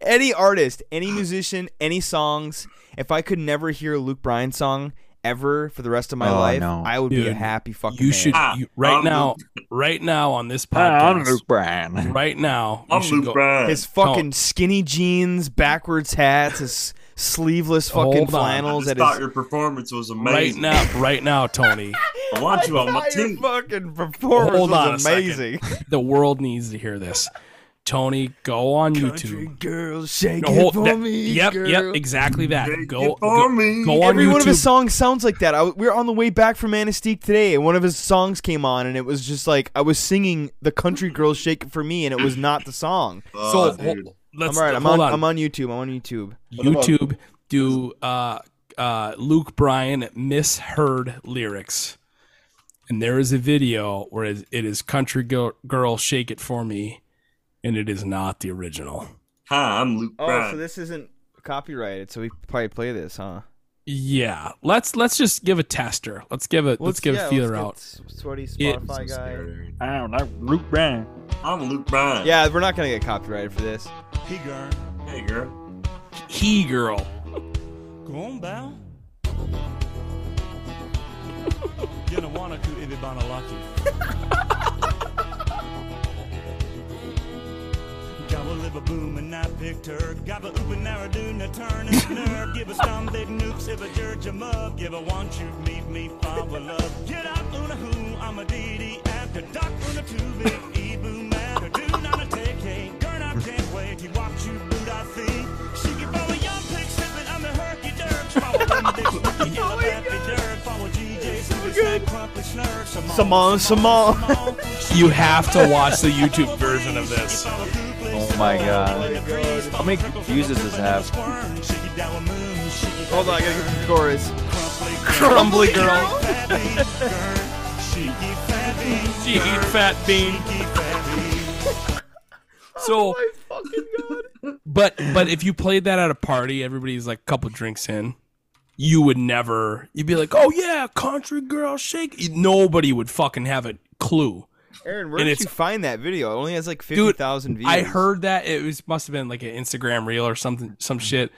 any artist, any musician, any songs, if I could never hear a Luke Bryan song ever for the rest of my Oh, life, no. I would be a Dude, happy fucking You man. should Ah, you, right I'm Ah, now, right now on this podcast, Bryan. right now. you I'm should Luke go- Bryan. his fucking skinny jeans, backwards hats, his sleeveless Hold fucking on. I flannels just at thought his your performance was Right amazing. now, right now, Tony, I want you on my Your team. fucking performance Hold on a was second. amazing. the world needs to hear this. Tony, go on YouTube. girls shake No, hold- that- yep, yep, exactly that. Shake Go, it for go, me. go on Every YouTube. one of his songs sounds like that. I, we were on the way back from Anistique today, and one of his songs came on, and it was just like I was singing "The Country Girls Shake It for Me," and it was not the song. Oh, so, dude. ho- let's I'm all right. I'm hold on, on. I'm on YouTube. I'm on YouTube. YouTube. Do uh, uh, Luke Bryan misheard lyrics, and there is a video where it it is "Country Girl, Girl Shake It for Me," and it is not the original. Hi, I'm Luke Oh, Bryan. so this isn't copyrighted, so we probably play this, huh? Yeah, let's let's just give a tester. Let's give a let's, give a feeler out. Sweaty Yeah. Spotify guy. I don't know, Luke Bryan. I'm Luke Bryan. Yeah, we're not gonna get copyrighted for this. Hey, girl. Hey, girl. He girl. Go on down. Gonna wanna ku ibi bana laki. Gobble liba boom and I picked her. Gobble oop and naraduna turn and nerve. Give a stom big nukes if a Georgia mug. Give a one shoot meet me follow love. Get up una who I'm a DD after doc una two big e boom matter. Do not a take hey. Girl I can't wait to watch you boot I think. She can follow young pig sipping on the herky dirt. Follow them dicks with the yellow happy dirt. Follow GJ super snack crumpet slurp. Simone, Simone. You have to watch the YouTube version of this. Oh my god. How many views does this have? Hold on, I gotta get the chorus. Crumbly girl. She eat fat bean. So, but but if you played that at a party, everybody's like a couple drinks in, you would never. You'd be like, "Oh yeah, country girl shake." it." Nobody would fucking have a clue. Aaron, where And did it's- you find that video? It only has like fifty Dude, thousand views. I heard that it was must have been like an Instagram reel or something, some shit.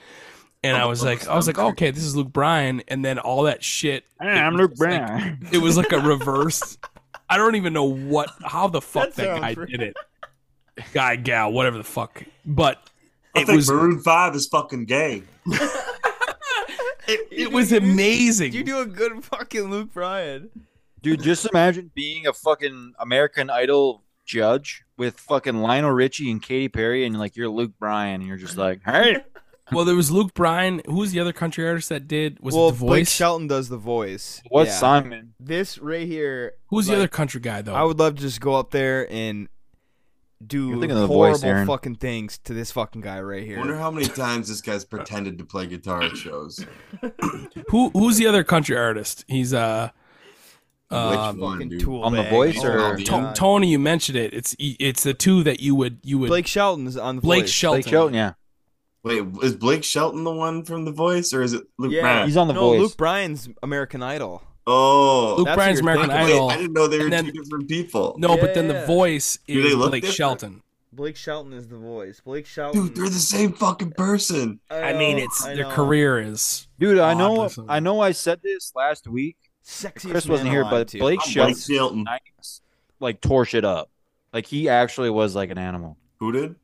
And I was like, I was like, okay, this is Luke Bryan, and then all that shit. it was just like- it was like a reverse. I don't even know what, how the fuck That that, guy sounds right. did it. Guy, gal, whatever the fuck. But I it think was Maroon 5 is fucking gay. it was amazing. You do a good fucking Luke Bryan. Dude, just imagine being a fucking American Idol judge with fucking Lionel Richie and Katy Perry, and like you're Luke Bryan, and you're just like, hey, Well, there was Luke Bryan. Who was the other country artist that did? Was well, it The Blake Voice? Shelton does the voice. What's Yeah. Simon? This right here. Who's the like, other country guy though? I would love to just go up there and do You're thinking of The horrible Voice, Aaron. fucking things to this fucking guy right here. Wonder how many times this guy's pretended to play guitar at shows. Who Who's the other country artist? He's uh, uh Which one, dude? tool On The bag. Voice or- Oh, To- Ton- God. Tony. You mentioned it. It's e, it's the two that you would you would Blake Shelton's on the Blake voice. Shelton. Blake Shelton, yeah. Wait, is Blake Shelton the one from The Voice, or is it Luke Yeah. Bryan? He's on The no, Voice. Luke Bryan's American Idol. Oh, Luke That's Bryan's what you're American thinking. Wait, Idol. I didn't know they were And then- two different people. No, but then Yeah. the voice Do they is look Blake different? Shelton. Blake Shelton is the voice. Blake Shelton. Dude, they're the same fucking person. I mean, it's I their know. career is Dude, I Oh, Odd know listen. I know I said this last week. Sexiest Chris wasn't man here, alive, but too. Blake I'm Blake Shelton. Shelton like tore shit up. Like he actually was like an animal. Who did?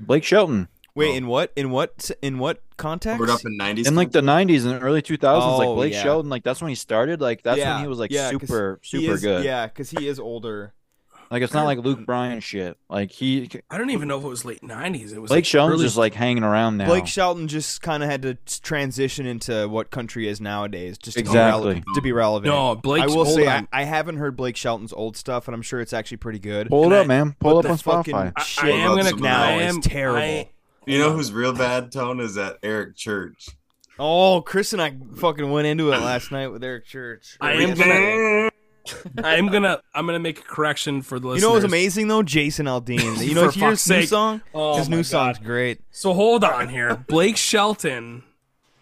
Blake Shelton. Wait, in what? In what? In what context? Covered up in nineties. In like the nineties and early two thousands, Oh, like Blake yeah. Shelton, like that's when he started. Like that's Yeah, when he was like yeah, 'cause super, He super is- good. Yeah, because he is older. Like it's not like Luke Bryan shit. Like he I don't even know if it was late nineties. It was Blake Shelton's early- just like hanging around now. Blake Shelton just kind of had to s- transition into what country is nowadays, just to be Exactly. rele- to be relevant. no Blake. I will hold say on. I, I haven't heard Blake Shelton's old stuff, and I'm sure it's actually pretty good. Pull it Can up, I- man. Pull but up the on fucking Spotify. I- shit I am gonna. now I now am is terrible. I- You know who's real bad tone is that Eric Church. Oh, Chris and I fucking went into it last night with Eric Church. I am gonna. I am gonna. I'm gonna make a correction for the You listeners. know what was amazing though? Jason Aldean. You know For if you hear fuck's his new sake. song? Oh his my new song's God. great. So hold on here. Blake Shelton,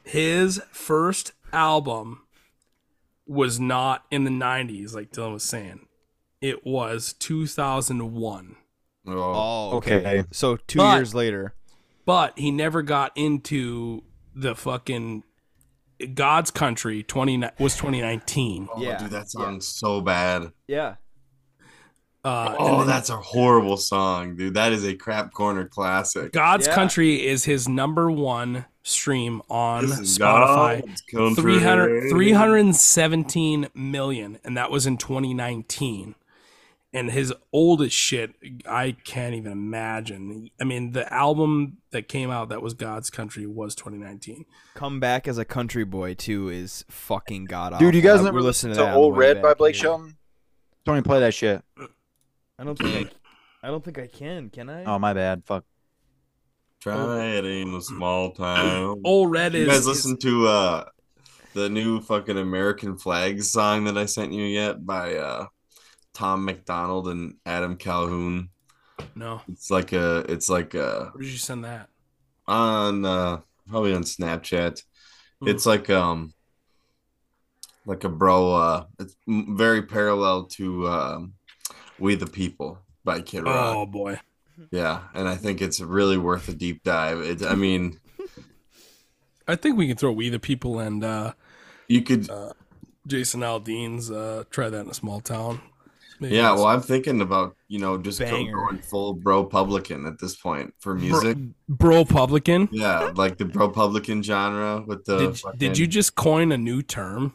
his first album was not in the 90s, like Dylan was saying. It was 2001. Oh, Oh, okay. okay. So two But- years later, But he never got into the fucking God's Country 20 was 2019. oh, yeah, dude, that song's so bad. yeah. Uh, and Oh, then that's a horrible song, dude. That is a crap corner classic. God's yeah. Country is his number one stream on This is Spotify. God's country. 300, 317 million and that was in 2019 and his oldest shit i can't even imagine i mean the album that came out that was god's country was 2019 Come back as a country boy too is fucking god Dude, you guys awful. never We're listening listened to, that on the Old way Red by back Blake here. Shelton? Tony, play that shit. I don't think I, I don't think I can. Can I? Oh my bad. Fuck. Try it in a small town. old red you is, guys is- listen to uh the new fucking American flag song that I sent you yet by uh Tom McDonald and Adam Calhoun. no It's like a it's like a where did you send that on uh probably on Snapchat. Hmm. It's like um like a bro uh it's m- very parallel to um We the People by Kid Rock. oh boy Yeah, and I think it's really worth a deep dive. It, I mean, i think we can throw we the people and uh you could jason aldean's uh try that in a small town Maybe Yeah, that's- well, I'm thinking about you know just go- Banger. going full bro publican at this point for music. bro publican Yeah, like the bro publican genre with the. did, did you fucking- just coin a new term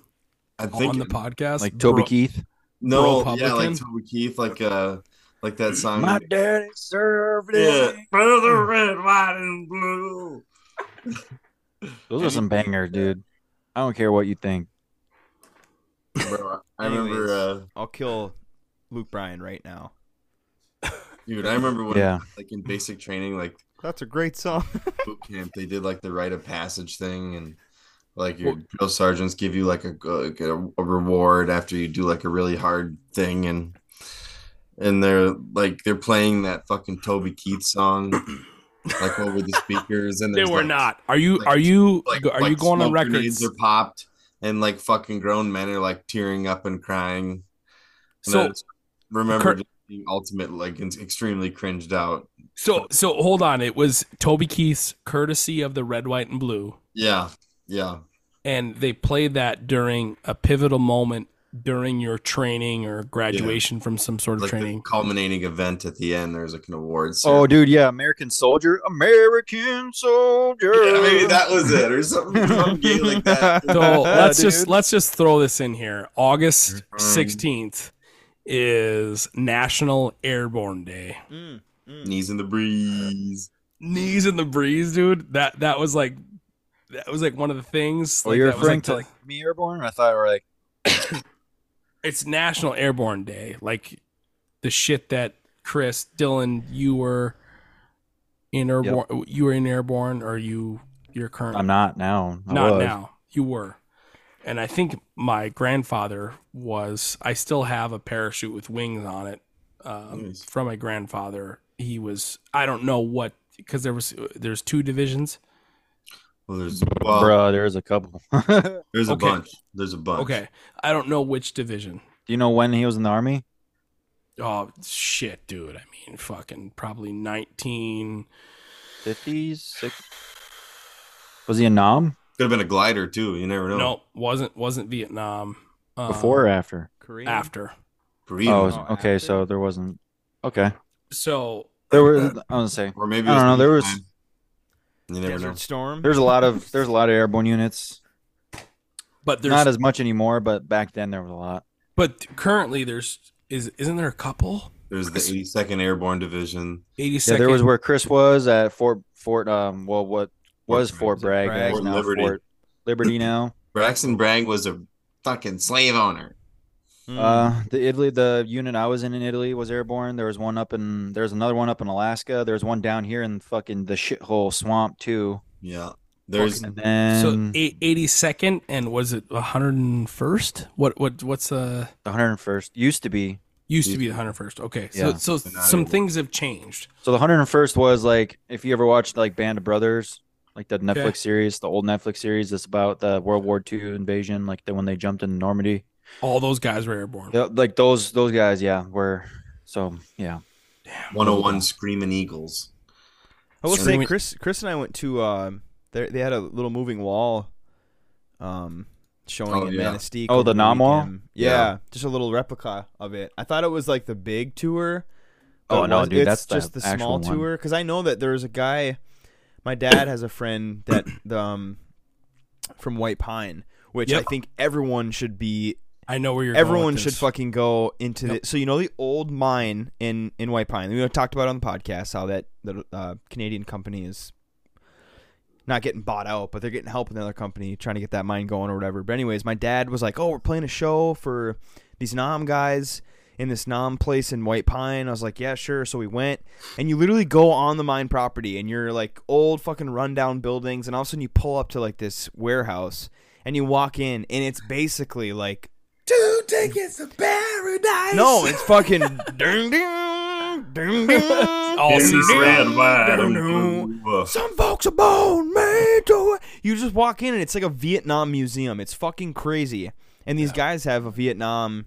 I think on the podcast Like Toby Bro- Keith. no, Bro yeah, like Publican? Toby Keith, like uh, like that song. My daddy served yeah, it. for the red, white, and blue. Those are some bangers, dude. I don't care what you think. Bro, I remember, uh, I'll kill Luke Bryan right now. dude, I remember when, Yeah. like in basic training, like That's a great song. boot camp, they did like the rite of passage thing, and like your drill sergeants give you like a, like a a reward after you do like a really hard thing, and and they're like they're playing that fucking Toby Keith song like over the speakers, and they there's, were like- not. Are you like- are you Like, are you like going on smoke grenades records? Are popped, and like fucking grown men are like tearing up and crying. And I So just remember Kurt- just being ultimate like it's extremely cringed out. so so hold on. It was Toby Keith's courtesy of the red, white, and blue, Yeah, yeah. and they played that during a pivotal moment during your training or graduation from some sort of Like the training. culminating event at the end, there's like an award. Oh, ceremony. dude, yeah, American Soldier, American Soldier. Yeah, maybe that was it, or something some gay like that. So let's just dude. let's just throw this in here. August fine. sixteenth is National Airborne Day. Knees in the breeze. knees in the breeze, dude. That that was like that was like one of the things. Oh, like, you're that was, referring like, to like me airborne? I thought we were like it's National Airborne Day. Like the shit that Chris, Dylan, you were in airborne. You were in airborne, or you you're current. I'm not now. I Not was. now. You were, and I think my grandfather was. I still have a parachute with wings on it um, from my grandfather. He was. I don't know what because there was there's two divisions. Well, there's Bruh, there's a couple. There's a Okay. bunch. There's a bunch. Okay, I don't know which division. Do you know when he was in the army? Oh shit, dude. I mean, fucking probably nineteen fifties, six. Was he in Nam? Could have been a glider too. You never know. No, wasn't wasn't Vietnam. Um, Before or after? Korea. After. Korea. Oh, okay. So there wasn't. Okay. So There were. I was gonna say. Or maybe I it was don't know. There was. nighttime. You never know. Desert Storm. There's a lot of. There's a lot of airborne units. But there's not as much anymore. But back then there was a lot. But currently, there's is isn't there a couple? There's the 82nd Airborne Division. Eighty Yeah, second. there was where Chris was at Fort Fort. Um. Well, what was Fort Bragg? Bragg. that's Fort now Liberty. Fort Liberty now. Braxton Bragg was a fucking slave owner. Hmm. Uh, the Italy, the unit I was in in Italy was airborne. There was one up in, there's another one up in Alaska. There's one down here in fucking the shithole swamp too. Yeah. There's And then so eighty second, and was it hundred and first? What what what's uh the 101st used to be. used to be the hundred first? Okay, so Yeah. so not some anymore. things have changed. So the 101st was like, if you ever watched like Band of Brothers, like the Netflix series, the old Netflix series, that's about the World War II invasion, like the when they jumped into Normandy. All those guys were airborne. Yeah, Like those, those guys, yeah, were. So yeah, 101 Screaming Eagles. I will So say, we- Chris, Chris and I went to. Um, there they had a little moving wall, um, showing Oh, in yeah. Manistee. Oh, over the Nam Wall? weekend. Yeah, Yeah. just a little replica of it. I thought it was like the big tour. Oh, but it no, was- dude, it's that's the just the, small actual one. tour. Because I know that there was a guy. My dad has a friend that um, from White Pine, which Yep. I think everyone should be I know where you're. going with everyone should this. fucking go into Yep. the so you know the old mine in in white pine we talked about it on the podcast how that the uh, canadian company is not getting bought out but they're getting help with another company trying to get that mine going or whatever but anyways my dad was like oh we're playing a show for these nom guys in this nom place in white pine i was like yeah sure so we went and you literally go on the mine property and you're like old fucking rundown buildings and all of a sudden you pull up to like this warehouse and you walk in and it's basically like Two tickets to paradise. no, it's fucking ding ding ding ding. All season. round. Some folks are born made to. it. You just walk in and it's like a Vietnam museum. It's fucking crazy. And these guys have a Vietnam,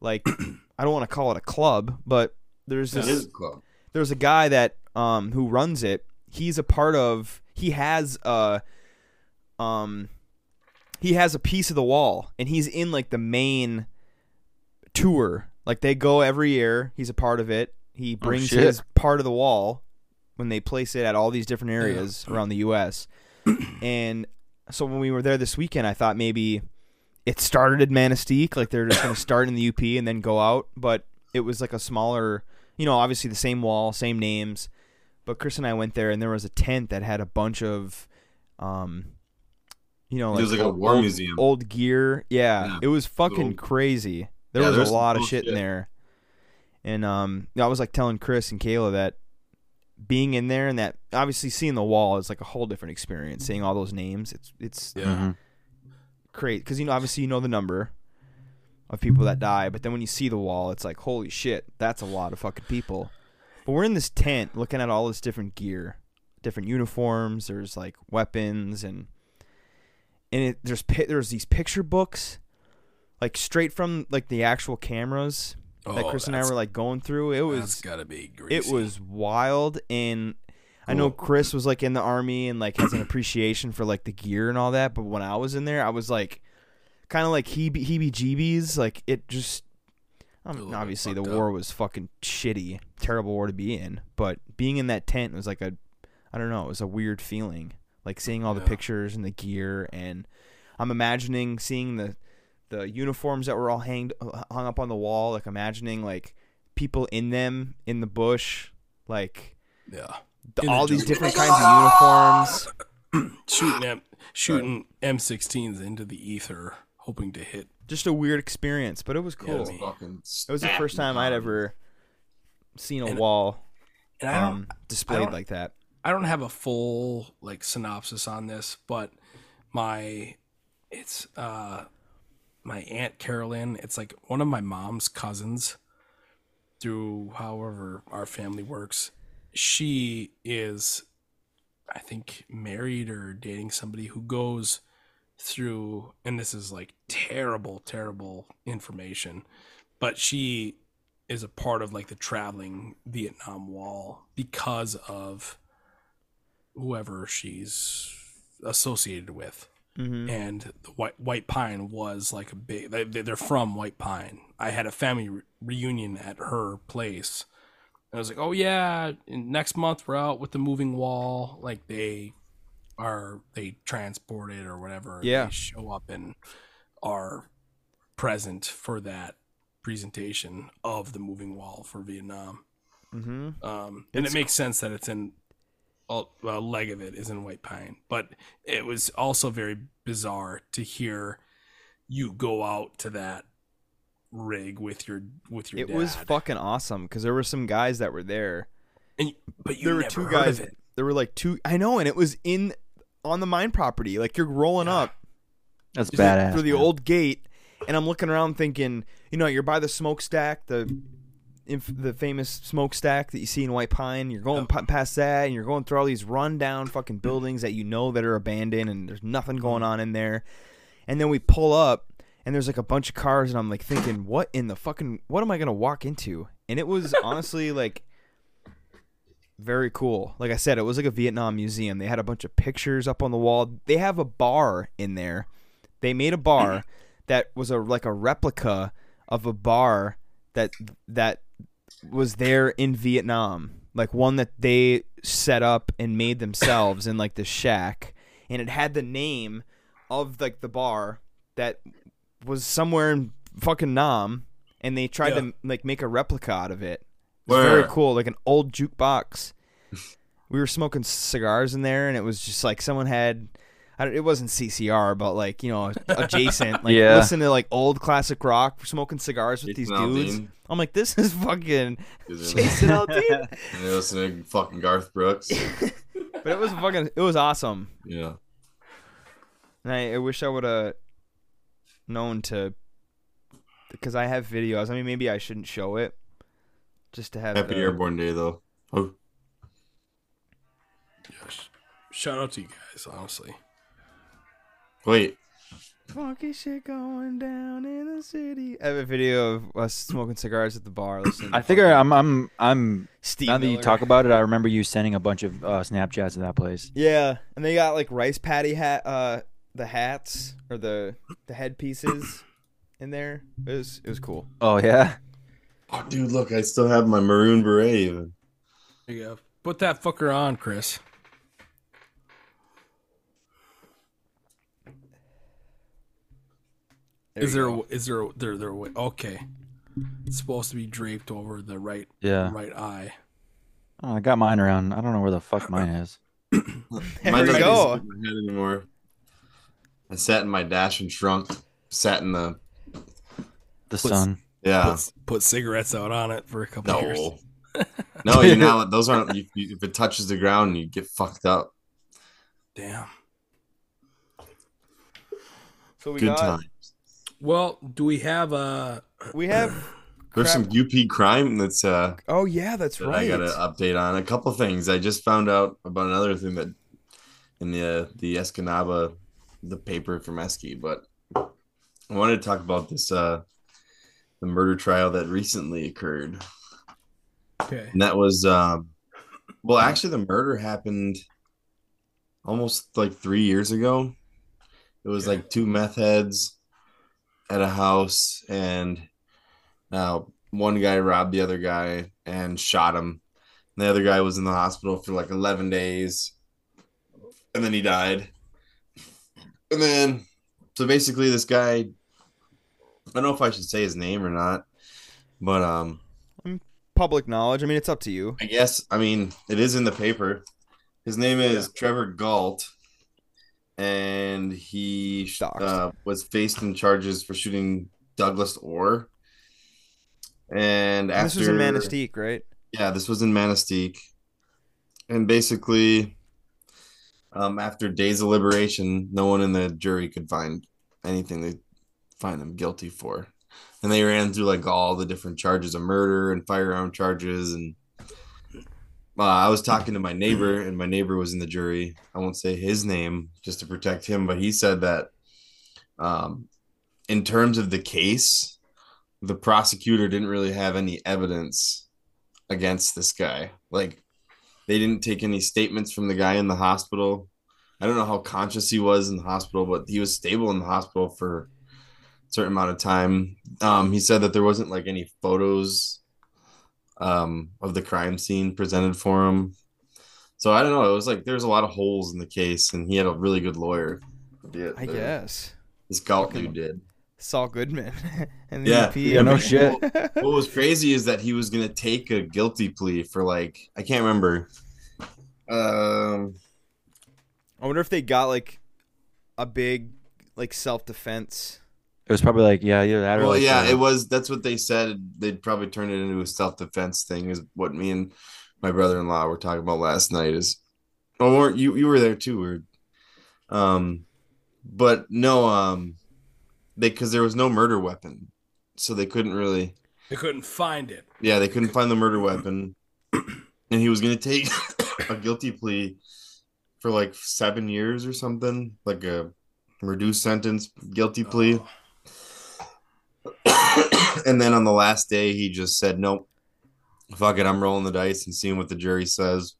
like I don't want to call it a club, but there's It this is a club. there's a guy that um who runs it. He's a part of he has a um he has a piece of the wall and he's in like the main tour. Like they go every year. He's a part of it. He brings shit. his part of the wall when they place it at all these different areas around the US. and so when we were there this weekend, I thought maybe it started at Manistique, like they're just going to start in the UP and then go out, but it was like a smaller, you know, obviously the same wall, same names. But Chris and I went there, and there was a tent that had a bunch of, um, you know, It like, was like oh, a old- war old- museum. old gear. Yeah, Yeah, it was fucking old- crazy. There Yeah, was there's a some lot of cool shit in shit. there, and um, I was like telling Chris and Kayla that being in there and that obviously seeing the wall is like a whole different experience. Seeing all those names, it's it's Mhm. crazy because you know obviously you know the number of people that die, but then when you see the wall, it's like holy shit, that's a lot of fucking people. But we're in this tent looking at all this different gear, different uniforms. There's like weapons and and it, there's pi- there's these picture books, like straight from like the actual cameras that Oh, Chris and I that's- were like going through. It That's was gotta be. it Greasy. was wild and I know Chris was like in the army and like has an appreciation for like the gear and all that, but when I was in there, I was like kind of like heebie heebie jeebies. Like it just, I mean, little bit obviously the fucked war was fucking shitty, terrible war to be in. But being in that tent was like a, I don't know, it was a weird feeling. Like seeing all the Yeah. pictures and the gear, and I'm imagining seeing the the uniforms that were all hanged hung up on the wall. Like imagining like people in them in the bush, like Yeah. the, all these different kinds of uniforms. shooting M- shooting M16s into the ether, hoping to hit. Just a weird experience, but it was cool. Enemy. It was the first time I'd ever seen a wall and I don't- um, displayed don't- like that. I don't have a full like synopsis on this, but my it's uh my aunt Carolyn, it's like one of my mom's cousins through however our family works. She is I think married or dating somebody who goes through and this is like terrible terrible information, but she is a part of like the traveling Vietnam wall because of whoever she's associated with. Mhm. And the white White Pine was like a big. They, they- they're from White Pine. I had a family re- reunion at her place. And I was like, oh yeah, and next month we're out with the moving wall. Like they are they transport it or whatever. Yeah. They show up and are present for that presentation of the moving wall for Vietnam. Mm-hmm. Um, and It's- it makes sense that it's in a a leg of it is in White Pine, but it was also very bizarre to hear you go out to that rig with your with your It dad. was fucking awesome because there were some guys that were there. And but you there were never two heard of guys. it. There were like two. I know, and it was in on the mine property. Like you're rolling up. That's Just, like, badass, Through the man. old gate, and I'm looking around thinking, you know, you're by the smokestack, the inf- the famous smokestack that you see in White Pine. You're going pa- past that, and you're going through all these rundown fucking buildings that you know that are abandoned, and there's nothing going on in there. And then we pull up, and there's like a bunch of cars, and I'm like thinking, what in the fucking, what am I gonna walk into? And it was honestly like very cool. Like I said, it was like a Vietnam museum. They had a bunch of pictures up on the wall. They have a bar in there. They made a bar that was a like a replica of a bar that that was there in Vietnam. Like one that they set up and made themselves in like the shack and it had the name of like the bar that was somewhere in fucking Nam and they tried Yeah. to like make a replica out of it. It was Where? very cool, like an old jukebox. we were smoking cigars in there, and it was just like someone had. I don't, it wasn't CCR, but like you know, adjacent. Like Yeah. listen to like old classic rock, smoking cigars with these Jason dudes. Aldean. I'm like, this is fucking Is it- Jason Aldean. And they listen to fucking Garth Brooks. but it was fucking, it was awesome, Yeah. and I, I wish I would have known to, because I have videos. I mean, maybe I shouldn't show it, just to have. Happy it, uh, Airborne Day though. Oh, Shout out to you guys, honestly. wait. Funky shit going down in the city. I have a video of us smoking cigars at the bar. Listening to I think I, I'm I'm I'm Steve now that you Miller. talk about it, I remember you sending a bunch of uh, Snapchats to that place. Yeah, and they got like rice patty hat, uh, the hats or the the headpieces in there. It was it was cool. Oh yeah, Oh, dude, look, I still have my maroon beret. Even. There you go. Put that fucker on, Chris. There is you there go. a- is there a- there there a way? Okay, it's supposed to be draped over the right yeah. right eye. Oh, I got mine around. I don't know where the fuck mine is. There Mine you doesn't go. sit in my head anymore. I sat in my dash and shrunk. Sat in the The What's- sun. yeah. Put, put cigarettes out on it for a couple years. No, no, you're not. Those aren't. You, you, if it touches the ground, you get fucked up. Damn. So we Good got time. Well, do we have a? we have. There's some crap- UP crime that's uh Oh yeah, that's that right. I got an update on. A couple things. I just found out about another thing that in the the Escanaba, the paper from Esky, but I wanted to talk about this uh the murder trial that recently occurred. Okay. And that was um well actually the murder happened almost like three years ago. It was Okay. like two meth heads at a house and uh one guy robbed the other guy and shot him. And the other guy was in the hospital for like eleven days and then he died. And then so basically this guy I don't know if I should say his name or not, but um public knowledge. I mean, it's up to you. I guess. I mean, it is in the paper. His name is Trevor Galt, and he sh- uh, was faced in charges for shooting Douglas Orr. And after And this was in Manistique, right? yeah, this was in Manistique. And basically, um, after days of liberation, no one in the jury could find anything they find him guilty for. And they ran through like all the different charges of murder and firearm charges. And uh, I was talking to my neighbor, and my neighbor was in the jury. I won't say his name just to protect him, but he said that um, in terms of the case, the prosecutor didn't really have any evidence against this guy. Like they didn't take any statements from the guy in the hospital. I don't know how conscious he was in the hospital, but he was stable in the hospital for a certain amount of time. Um, he said that there wasn't like any photos um, of the crime scene presented for him. So I don't know. It was like there's a lot of holes in the case, and he had a really good lawyer. uh, I guess. this Galt dude did. Saul Goodman. and E Yeah, MVP. Yeah, no shit. what was crazy is that he was gonna take a guilty plea for like I can't remember. Um, I wonder if they got like a big like self defense. It was probably like yeah, either that or well, like, yeah, uh, it was. That's what they said. They'd probably turn it into a self defense thing. Is what me and my brother in law were talking about last night. Is oh, weren't you? You were there too. Weird. Um, but no, um, they because there was no murder weapon, so they couldn't really. They couldn't find it. Yeah, they couldn't find the murder weapon, and he was gonna take a guilty plea for like seven years or something, like a reduced sentence guilty plea. Oh. and then on the last day, he just said, "Nope, fuck it, I'm rolling the dice and seeing what the jury says."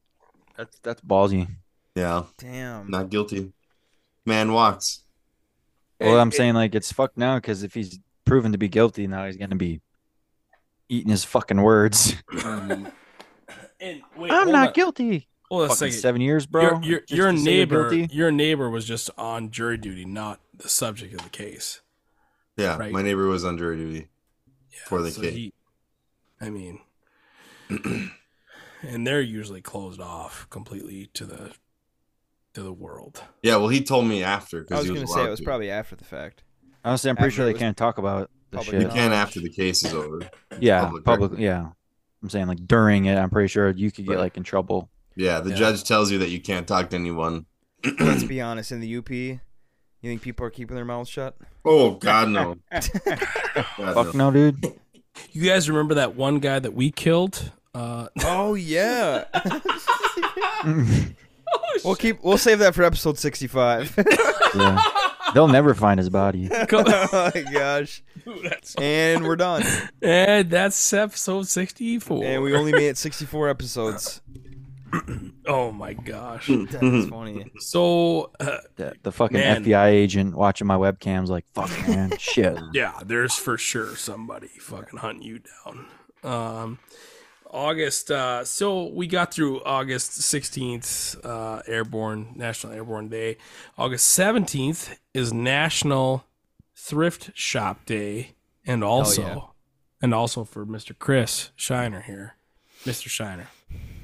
That's that's ballsy. Yeah, Damn. not guilty. Man walks. Well, I'm saying like it's fucked now because if he's proven to be guilty, now he's gonna be eating his fucking words. And Um, I'm not guilty. Hold on a Fucking second. seven years, bro. Your, your, Just your to say you're neighbor, guilty? your neighbor was just on jury duty, not the subject of the case. Yeah, Right. my neighbor was on jury duty for the So kid. he, I mean, and they're usually closed off completely to the to the world. yeah, well, he told me after I because was he was gonna say allowed it was to. probably after the fact. Honestly, I'm pretty After sure it they was can't talk about the public shit. You can after the case is over. Yeah, public public. record. Yeah, I'm saying like during it, I'm pretty sure you could get Right. like in trouble. Yeah, the Yeah. judge tells you that you can't talk to anyone. Let's be honest. In the UP, you think people are keeping their mouths shut? Oh God, no. God, Fuck no, dude. You guys remember that one guy that we killed? Uh, Oh yeah. Oh, we'll keep. We'll save that for episode sixty-five. Yeah. They'll never find his body. oh my gosh. And we're done. and that's episode sixty-four. And we only made it sixty-four episodes. oh my gosh! That's funny. So uh, The, the fucking Man. FBI agent watching my webcams, like fuck, man, shit. yeah, there's for sure somebody fucking hunting you down. Um, August. Uh, so we got through August 16th, uh, Airborne National Airborne Day. August 17th is National Thrift Shop Day, and also, yeah. and also for Mr. Chris Shiner here, Mr. Shiner.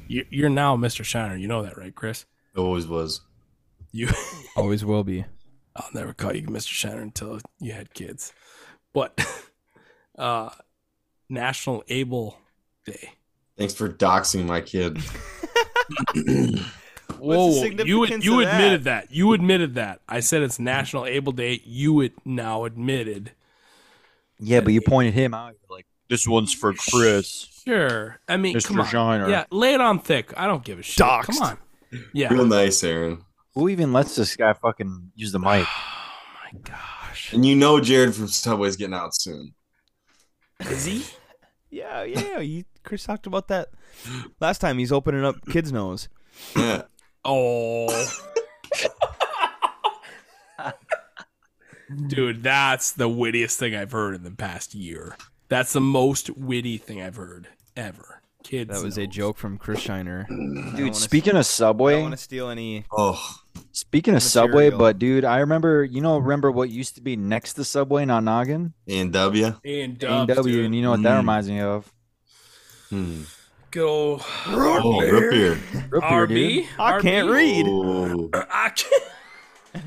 You- You're now Mr. Shiner. You know that, right, Chris? It always was. You. Always will be. I'll never call you Mr. Shannon until you had kids. But uh National Able Day. Thanks for doxing my kid. Whoa, you significance you of that? admitted that? You admitted that. I said it's National Able Day. You it now admitted. Yeah, but you pointed him out. you're Like this one's for Chris. Sure. I mean, Mr. come on. Shiner. Yeah, lay it on thick. I don't give a shit. Come on. Real Yeah. nice, Aaron. Who even lets this guy fucking use the mic? My gosh. And you know Jared from Subway's getting out soon. Is he? Yeah, yeah. You, Chris talked about that last time. He's opening up kids' nose. Yeah. Oh. Dude, that's the wittiest thing I've heard in the past year. That's the most witty thing I've heard ever. Kids. That was a know. joke from Chris Shiner. Dude, speaking of I don't Subway, want to steal any. Oh, speaking of Subway, material. but dude, I remember, you know, remember what used to be next to Subway, not Noggin? and W. And A&W, dubs, dude. E. and you know what that Mm. reminds me of? Hmm. Good old Oh, rip ear. RB. I can't read. I can't. Oh.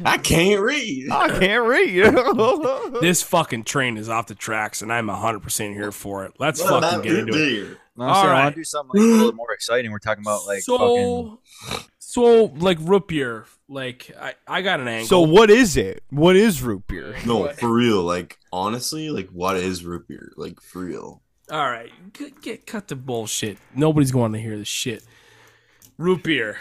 I can't read. Oh, I can't read. this fucking train is off the tracks, and I'm 100% here for it. Let's Well, fucking that get into it. dear. No, All I'm saying I right. want to do something like, a little more exciting. We're talking about like fucking. So, so like root beer, like I, I got an angle. So what is it? What is root beer? No, for real. Like honestly, like what is root beer? Like for real. All right, get, get cut the bullshit. Nobody's going to hear this shit. Root beer.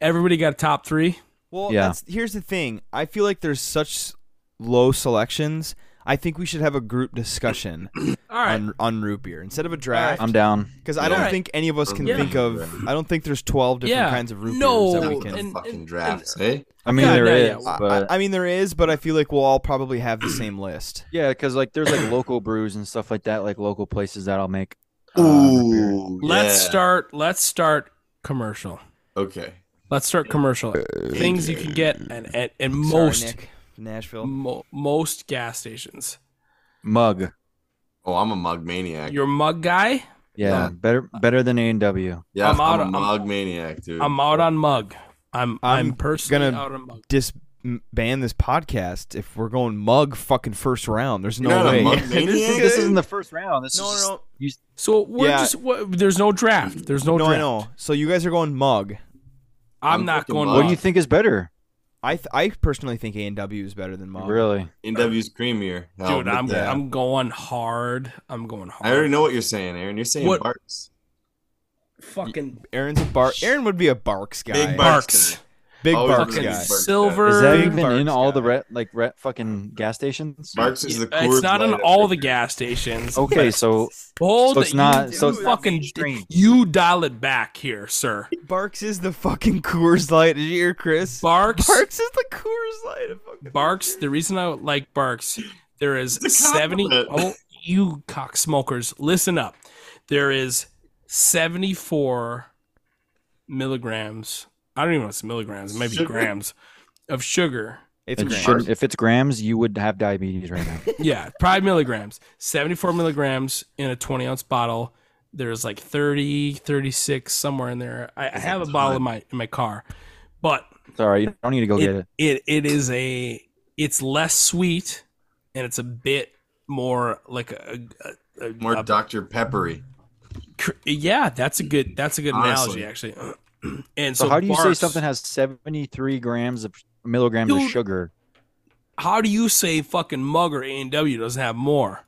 Everybody got a top three. Well, Yeah. that's, here's the thing. I feel like there's such low selections. I think we should have a group discussion All right, on on root beer instead of a draft. I'm down. Because I don't Alright. think any of us can Yeah. think of. I don't think there's 12 different Yeah. kinds of root No. beers that we can. Not the Oh, and- fucking and- drafts, and- eh? I mean, Yeah, there yeah, is, yeah. I- but I, I mean, there is, but I feel like we'll all probably have the same list. yeah, because like there's like local brews and stuff like that, like local places that I'll make. uh, root beer. Ooh. let's yeah. start. Let's start commercial. Okay. Let's start commercial. Things you can get at, at, at most Nick, Nashville. mo- most gas stations. mug. Oh, I'm a mug maniac. Your mug guy. Yeah, better better than A and W. yeah, I'm, I'm out a of- I'm- mug maniac, dude. I'm out on mug. I'm I'm, I'm personally gonna- out on mug. Disband this podcast if we're going mug fucking first round. There's no You're not a way. mug This, maniac? is, this isn't the first round. This is no, So we're Yeah. just what, there's no draft. There's no, no, draft. I know. So you guys are going mug. I'm, I'm not thinking going. mug. What do mug. you think is better? I th- I personally think A and W is better than mug. Really? NW's creamier. I'll Dude, admit I'm that. I'm going hard. I'm going hard. I already know what you're saying, Aaron. You're saying What- Barks. Fucking Aaron's a bar. Aaron would be a barks guy. Big Barks. barks. Big Always barks gonna Fucking be guy. Barks. silver. Is that Big even in Barks all the guy. red like red fucking gas stations? Barks is the coolest. It's not in all the gas stations. Okay, so Hold So it's it, you- not- so you it's not fucking mainstream. you dial it back here, sir. Barks is the fucking Coors Light. Did you hear Chris? Barks, Barks is the Coors Light. of fucking- Barks. The reason I like Barks, there is It's a seventy. Oh, compliment. you cocksmokers, listen up. There is seventy-four milligrams. I don't even know if it's milligrams. It might be Sugar? grams of sugar. It's it Grant. shouldn't- if it's grams, you would have diabetes right now. Yeah, probably milligrams. Seventy-four milligrams in a twenty-ounce bottle. There's like 30, 36, somewhere in there. I, I have a bottle in my in my car, but Sorry, you don't need to go get it, it. it it is a it's less sweet and it's a bit more like a, a, a- More a- Dr. Peppery. cr- yeah that's a good that's a good Honestly. analogy actually and So, so, how do you say Barks- something has seventy three grams of milligrams of Dude. sugar? how do you say fucking mug or A&W doesn't have more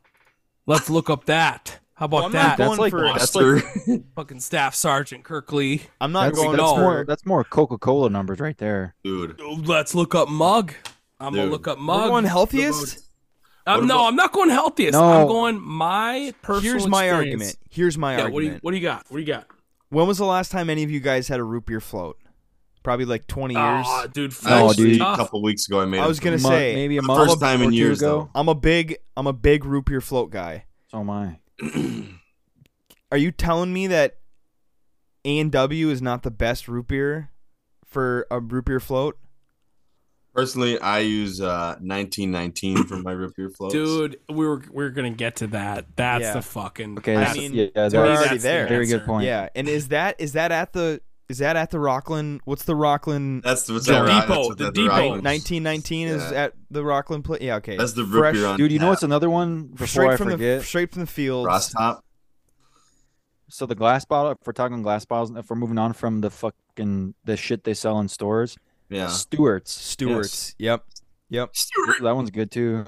let's look up that how about I'm not that That's going like for. That's Buster. fucking staff sergeant Kirkley I'm not That's, going that's no. for. more that's more Coca Cola numbers right there. Dude. let's look up mug I'm gonna Dude. look up We're going mug. healthiest. Um, What no, about- I'm not going healthiest. I'm No. going my personal. Here's my experience. argument. Here's my Yeah, argument. what do you what do you got? What do you got? When was the last time any of you guys had a root beer float? Probably like 20 years. Ah, dude, No, float's dude. Actually, A tough. couple weeks ago, I made. I a- was gonna Mo- say maybe a the month first time in or two years, ago. I'm a big I'm a big root beer float guy. So am I. Are you telling me that A and W is not the best root beer for a root beer float? Personally, I use uh, 1919 for my root beer floats. Dude, we were we are gonna get to that. That's Yeah. the fucking. Okay, that's- I mean, yeah, that's we're that's already the there. very good answer. point. Yeah, and is that is that at the is that at the Rockland? What's the Rockland? That's what's The that right? depot, That's what the that depot. right is. 1919 is Yeah. at the Rockland place. Yeah, okay. That's the root Fresh, beer on Dude, you know tap. what's another one straight before I from forget? the straight from the fields. Ross top. So the glass bottle, if we're talking glass bottles, if we're moving on from the fucking the shit they sell in stores, Yeah. Stewart's. Stewart's. Yep. Yep. That one's good too.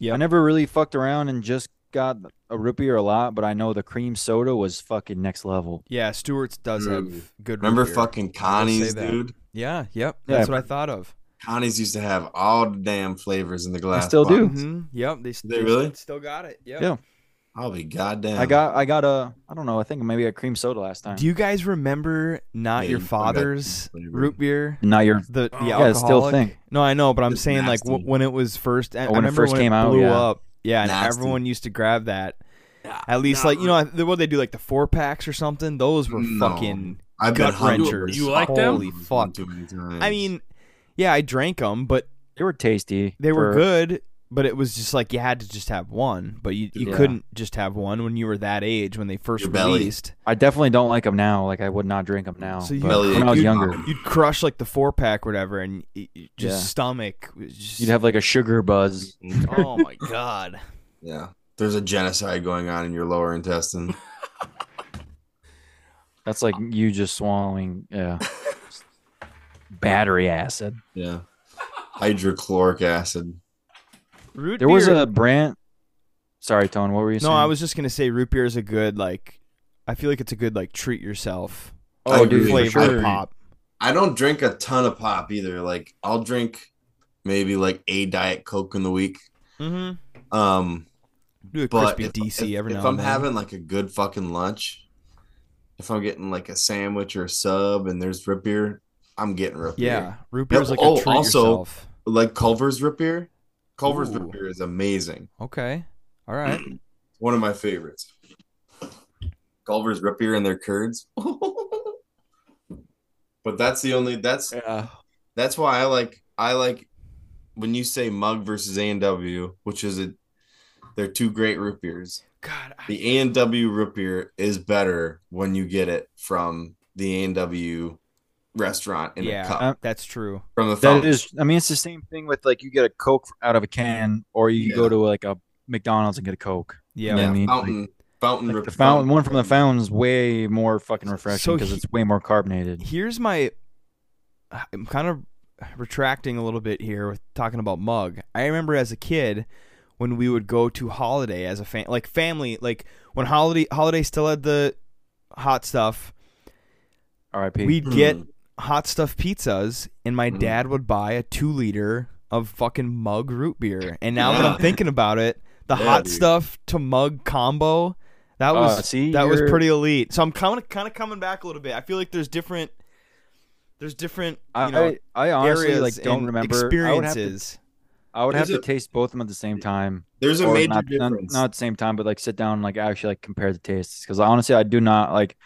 Yep. I never really fucked around and just got a root beer a lot, but I know the cream soda was fucking next level. Yeah, Stewart's does Mm. Dude. have good. root Remember beer. fucking I will say Connie's, that. dude? Yeah, yep. Yeah. That's what I thought of. Connie's used to have all the damn flavors in the glass. still do. bottles. hmm Yep, they, They really? still got it. Yep. Yeah. Mm-hmm. I'll be goddamn. I got I got a I don't know, I think maybe a cream soda last time. Do you guys remember not Yeah, your you still got father's some flavor. root beer? not your The the Yeah, it's still a alcoholic? thing. No, I know, but I'm It's saying like w- nasty. when it was first. I, I when it remember first when came it out, blew yeah. up. Yeah, and Nasty. everyone used to grab that. Yeah, At least nah, like you know I- the- what they do like the four packs or something. Those were No. fucking. I've been gut hunting wrenchers. You like them? Holy fuck. Too many times. I mean, yeah, I drank them, but they were tasty. they were for- good. but it was just like you had to just have one, but you, you Yeah. couldn't just have one when you were that age when they first released. I definitely don't like them now. Like I would not drink them now. So you but when I was you'd- younger, you'd crush like the four pack or whatever, and y- y- just Yeah. stomach. was Just, you'd have like a sugar buzz. oh my god! Yeah. There's a genocide going on in your lower intestine. That's like you just swallowing yeah. battery acid. Yeah. Hydrochloric acid. Root There was beer- a brand. Sorry, Tone. What were you no. saying? I was just gonna say root beer is a good like. I feel like it's a good like treat yourself. Oh, I dude, agree. flavor I- pop. I don't drink a ton of pop either. Like I'll drink maybe like a diet coke in the week. Mm-hmm. Um, Do a but crispy if, DC if- every if now I'm and then. having like a good fucking lunch, if I'm getting like a sandwich or a sub and there's root beer, I'm getting root beer. Oh, Yeah, root beer's like a treat yourself. like Culver's root beer. Culver's Ooh. root beer is amazing. Okay, all right. One of my favorites. Culver's root beer and their curds. but that's the only that's that's why I like I like when you say mug versus A and W, which is a they're two great root beers. God, the A and W root beer is better when you get it from the A and W restaurant in a yeah, cup. that's true. from the Uh, That fountain. is. I mean, it's the same thing with like you get a Coke out of a can, or you go to like a McDonald's and get a Coke. You Yeah, know what I Yeah, mean? Like, fountain fountain root the fountain one from the fountain's way more fucking refreshing So because he- it's way more carbonated. here's my I'm kind of retracting a little bit here with talking about mug. I remember as a kid when we would go to holiday as a fan like family like when holiday holiday still had the hot stuff R.I.P. we'd get Mm. hot stuff pizzas and my dad would buy a 2 liter of fucking mug root beer and now that Yeah. I'm thinking about it the Yeah, hot dude. Oh, stuff to mug combo that Uh, was see, that was you're- pretty elite so I'm kind of kind of coming back a little bit I feel like there's different there's different you know I, I honestly areas like don't and remember I would have to, experiences. I would have There's to taste both of them at the same time. There's a or major not, not, difference. not at the same time, but like sit down and like actually like compare the tastes because honestly, I do not like.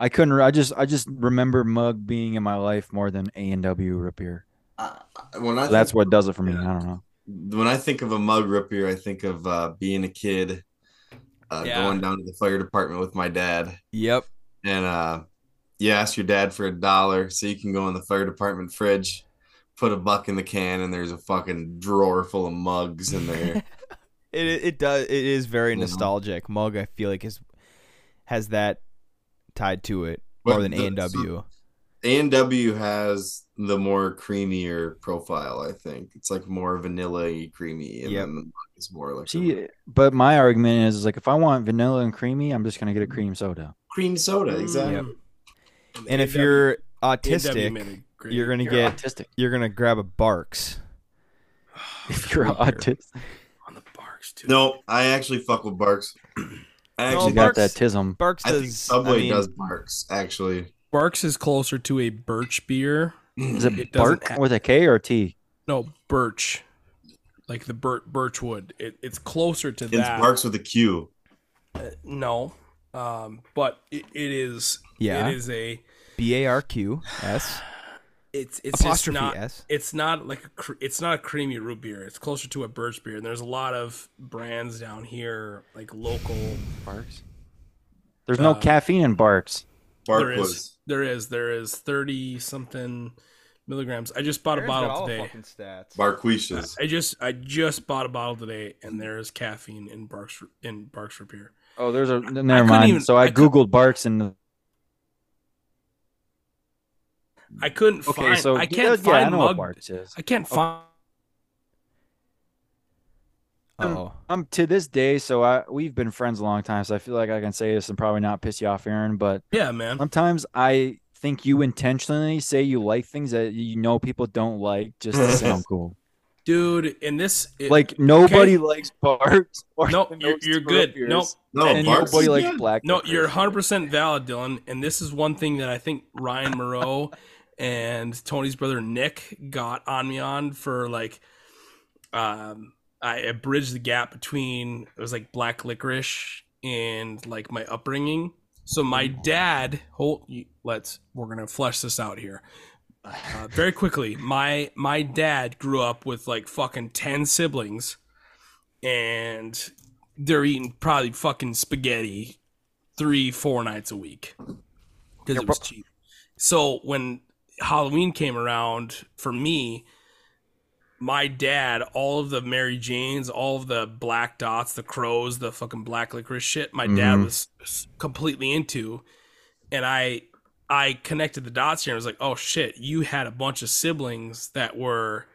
I couldn't. re- I just. I just remember mug being in my life more than A and W root beer. I- I- Uh, when I So that's think, what does it for me. I don't know. when I think of a mug root beer, I think of uh, being a kid, uh, Yeah. going down to the fire department with my dad, Yep. and uh, you ask your dad for a dollar so you can go in the fire department fridge, put a buck in the can, and there's a fucking drawer full of mugs in there. It it does it is very You know. nostalgic. Mug I feel like is has that tied to it But more than the- A and W. A and W has the more creamier profile, I think. It's like more vanilla creamy, and Yep. then the mug is more like a See, but my argument is, is like if I want vanilla and creamy, I'm just gonna get a cream soda. cream soda, exactly. And if AW you're made a autistic, great- you're gonna You're get autistic. you're gonna grab a Barks. If you're Root beer. autistic, on the barks too. No, I actually fuck with Barks. I No, actually you got Barks- that tism. Barks I does think Subway I mean, does Barks actually. Barks is closer to a birch beer. Is It it doesn't bark ha- with a K or a T? No, birch. Like the bir- birch wood. It, it's closer to It's that. Barks with a Q. No. Um, but it, it is Yeah. it is a B A R Q S it's it's just apostrophe not S. it's not like a cr- it's not a creamy root beer. It's closer to a birch beer. And there's a lot of brands down here like local Barks. There's no Uh, caffeine in barks. there Bark is was there is there is 30 something milligrams. I just bought a bottle today. stats. Barquishes. I just I just bought a bottle today, and there is caffeine in Barks in Barks root beer. Oh, there's a never couldn't mind. even- so I, I cou- googled barks and I couldn't okay, find. so I yeah, can't yeah, find I know what mug. barks is. I can't find. Oh, I'm to this day, so I we've been friends a long time, so I feel like I can say this and probably not piss you off, Aaron. But Yeah, man. sometimes I think you intentionally say you like things that you know people don't like just to sound cool. dude. And this it- Like nobody likes barks. Or No, you're- you're good. Nope. No, And Barks nobody is likes good. black. No, you're licorice. 100 percent valid, Dylan. And this is one thing that I think Ryan Moreau and Tony's brother Nick got on me on for like, um, I bridged the gap between it was like black licorice and like my upbringing. So my Mm-hmm. dad, hold, you- let's we're gonna flesh this out here. Uh, very quickly, my my dad grew up with like fucking ten siblings, and they're eating probably fucking spaghetti three, four nights a week because it was cheap. So when Halloween came around for me, my dad, all of the Mary Janes, all of the black dots, the crows, the fucking black licorice shit, my dad Mhm. was s- completely into, and I I connected the dots here. and was like, oh shit, you had a bunch of siblings that were,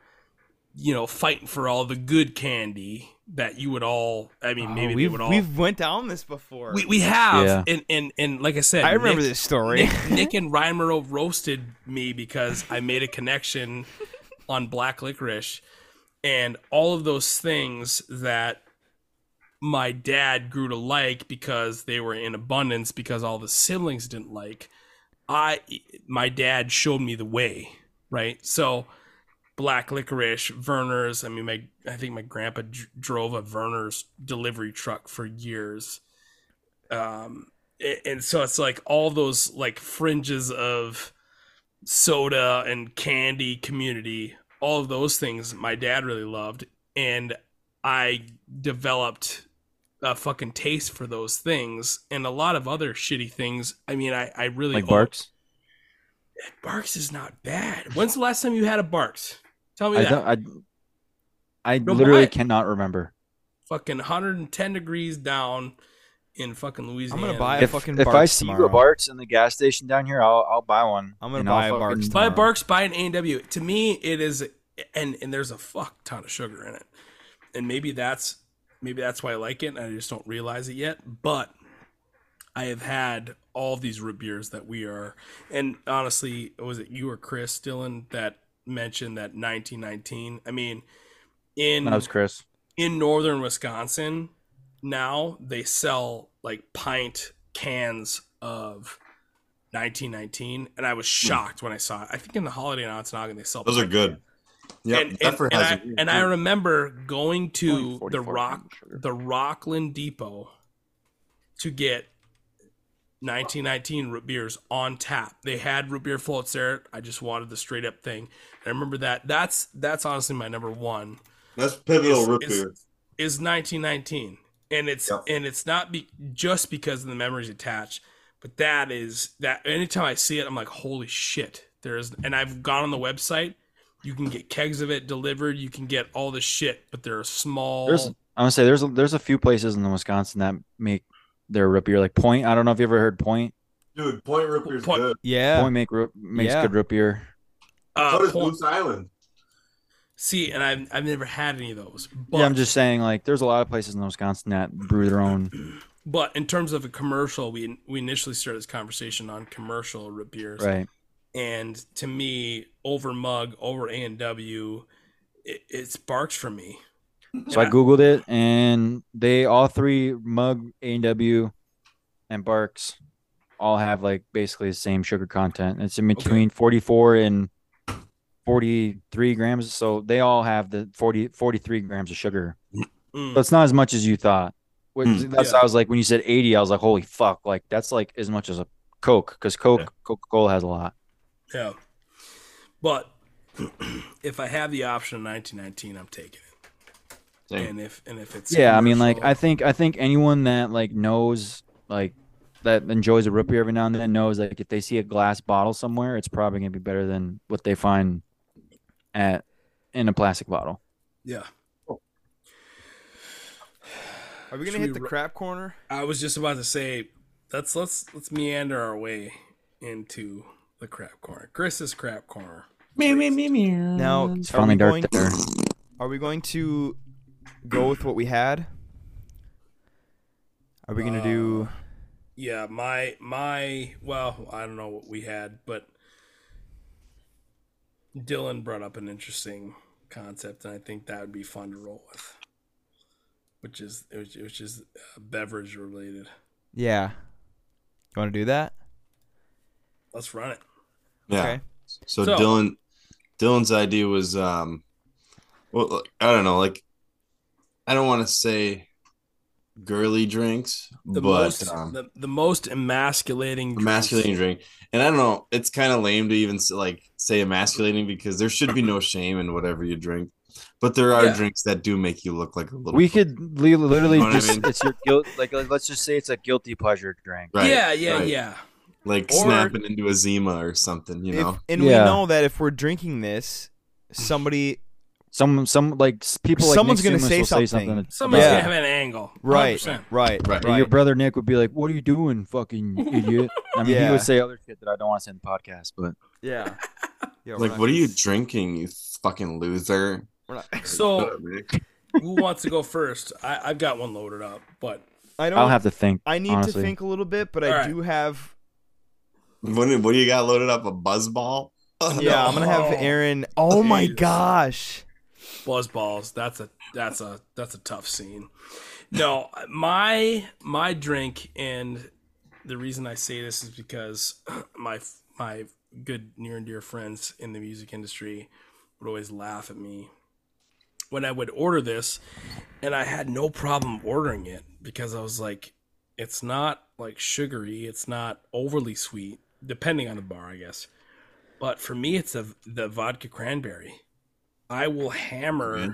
you know, fighting for all the good candy that you would all. I mean, maybe they Oh, we've, would all. we've went down this before. We, we have and, and and like I said, I remember this story. Nick, Nick and Rymero roasted me because I made a connection on black licorice, and all of those things that my dad grew to like because they were in abundance because all the siblings didn't like. I my dad showed me the way, right? So black licorice, Verner's. I mean, my I think my grandpa d- drove a Verner's delivery truck for years, um, a- and so it's like all those like fringes of soda and candy community. All of those things my dad really loved, and I developed a fucking taste for those things and a lot of other shitty things. I mean, I I really like owe- Barks. Barks is not bad. When's the last time you had a Barks? Tell me I, that. don't, I, I oh, No, literally why? cannot remember. fucking 110 degrees down in fucking Louisiana. if, if I see a Barks in the gas station down here, I'll I'll buy one. I'm gonna buy a Barks buy a Barks, buy an A&W. To me, it is, and and there's a fuck ton of sugar in it, and maybe that's maybe that's why I like it, and I just don't realize it yet. But I have had all these root beers that we are, and honestly, was it you or Chris Dylan that mentioned that 1919? I mean, in That was Chris. in northern Wisconsin now they sell like pint cans of 1919 and I was shocked when I saw it. I think in the Holiday Inn on Ontonagon they sell Hmm. Those are pint good. Yeah, and, and, and I, and I remember going to the rock the Rockland Depot to get 1919 root beers on tap. They had root beer floats there. I just wanted the straight up thing. And I remember that. That's that's honestly my number one. That's pivotal is, root is- beer. Is 1919, and it's and it's not be, just because of the memories attached, but that is that. Anytime I see it, I'm like, holy shit! There is, and I've gone on the website. You can get kegs of it delivered. You can get all this shit, but they're small. There's I'm gonna say there's a, there's a few places in Wisconsin that make their root beer like Point. I don't know if you ever heard Point. Dude, Point Root Beer's good. Yeah, Point make root, makes Yeah. good root beer. Uh, so does Point- Goose Island. See, and I've I've never had any of those. But yeah, I'm just saying like there's a lot of places in Wisconsin that brew their own. But in terms of a commercial, we we initially started this conversation on commercial root beers, Right. And to me, over mug, over A and W, it, it sparks for me. So I googled it, and they all three Mug, A and W, and Barks all have like basically the same sugar content. It's in between 44 and 43 grams, so they all have the 40 43 grams of sugar. Mm. So it's not as much as you thought. Which, Mm. That's Yeah. I was like when you said 80, I was like, holy fuck! Like that's like as much as a Coke because Coke Coca Cola has a lot. Yeah. But if I have the option of 1919, I'm taking it. Same. And if and if it's yeah i mean like commercial- i think i think anyone that like knows like that enjoys a root beer every now and then knows like if they see a glass bottle somewhere it's probably going to be better than what they find at in a plastic bottle yeah. Are we gonna hit the crap corner? I was just about to say let's let's let's meander our way into the crap corner. Chris's crap corner. Me, me, me, me. Now, It's Um, are we, finally dark going there. to, are we going to go with what we had? Are we going to do. Uh, Yeah, my my well, I don't know what we had, but Dylan brought up an interesting concept, and I think that would be fun to roll with, which is which, which is uh, beverage related. Yeah. You want to do that? Let's run it. Yeah. Okay. So, So- Dylan, Dylan's idea was, um, well, like, I don't know, like, I don't want to say girly drinks, The but most um, the, the most emasculating drink- emasculating drink. And I don't know, it's kind of lame to even s- like say emasculating because there should be no shame in whatever you drink. But there are Yeah. drinks that do make you look like a little. We could li- literally You know what I just mean? it's your guilt like like, let's just say it's a guilty pleasure drink. Right, Yeah, yeah, right. yeah. Like Or- snapping into a Zima or something, you If- know. and Yeah. we know that if we're drinking this, somebody Some some like s- people like Someone's going gonna to say Say something. something Somebody's Yeah. gonna have an angle. right, 100%. right, Right. right, And your brother Nick would be like, "What are you doing, fucking idiot?" I mean, he Yeah. would say other shit that I don't want to say in the podcast, but yeah. yeah we're Like, not what are gonna- you drinking, you fucking loser? We're not, So, Nick. who wants to go first? I, I've got one loaded up, but I don't. I'll have to think. I need honestly. to think a little bit, but I All right. do have. What, do- what do you got loaded up? A buzz ball? Yeah, I'm gonna have Oh. Aaron. Oh my Jesus. gosh. buzz balls. That's a that's a that's a tough scene. No, my my drink, and the reason I say this is because my my good near and dear friends in the music industry would always laugh at me when I would order this, and I had no problem ordering it because I was like, it's not like sugary, it's not overly sweet, depending on the bar, I guess. But for me, it's a, the vodka cranberry. I will hammer. Okay.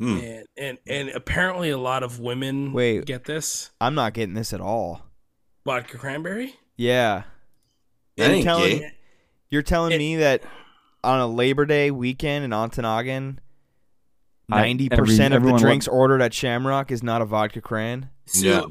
Hmm. And, and and apparently a lot of women Wait. get this I'm not getting this at all. vodka cranberry. Yeah. That ain't telling- gay. You're telling It- me that on a Labor Day weekend in Ontonagon, I- ninety every- percent of the everyone lo- drinks ordered at Shamrock is not a vodka cran. So Yeah. uh,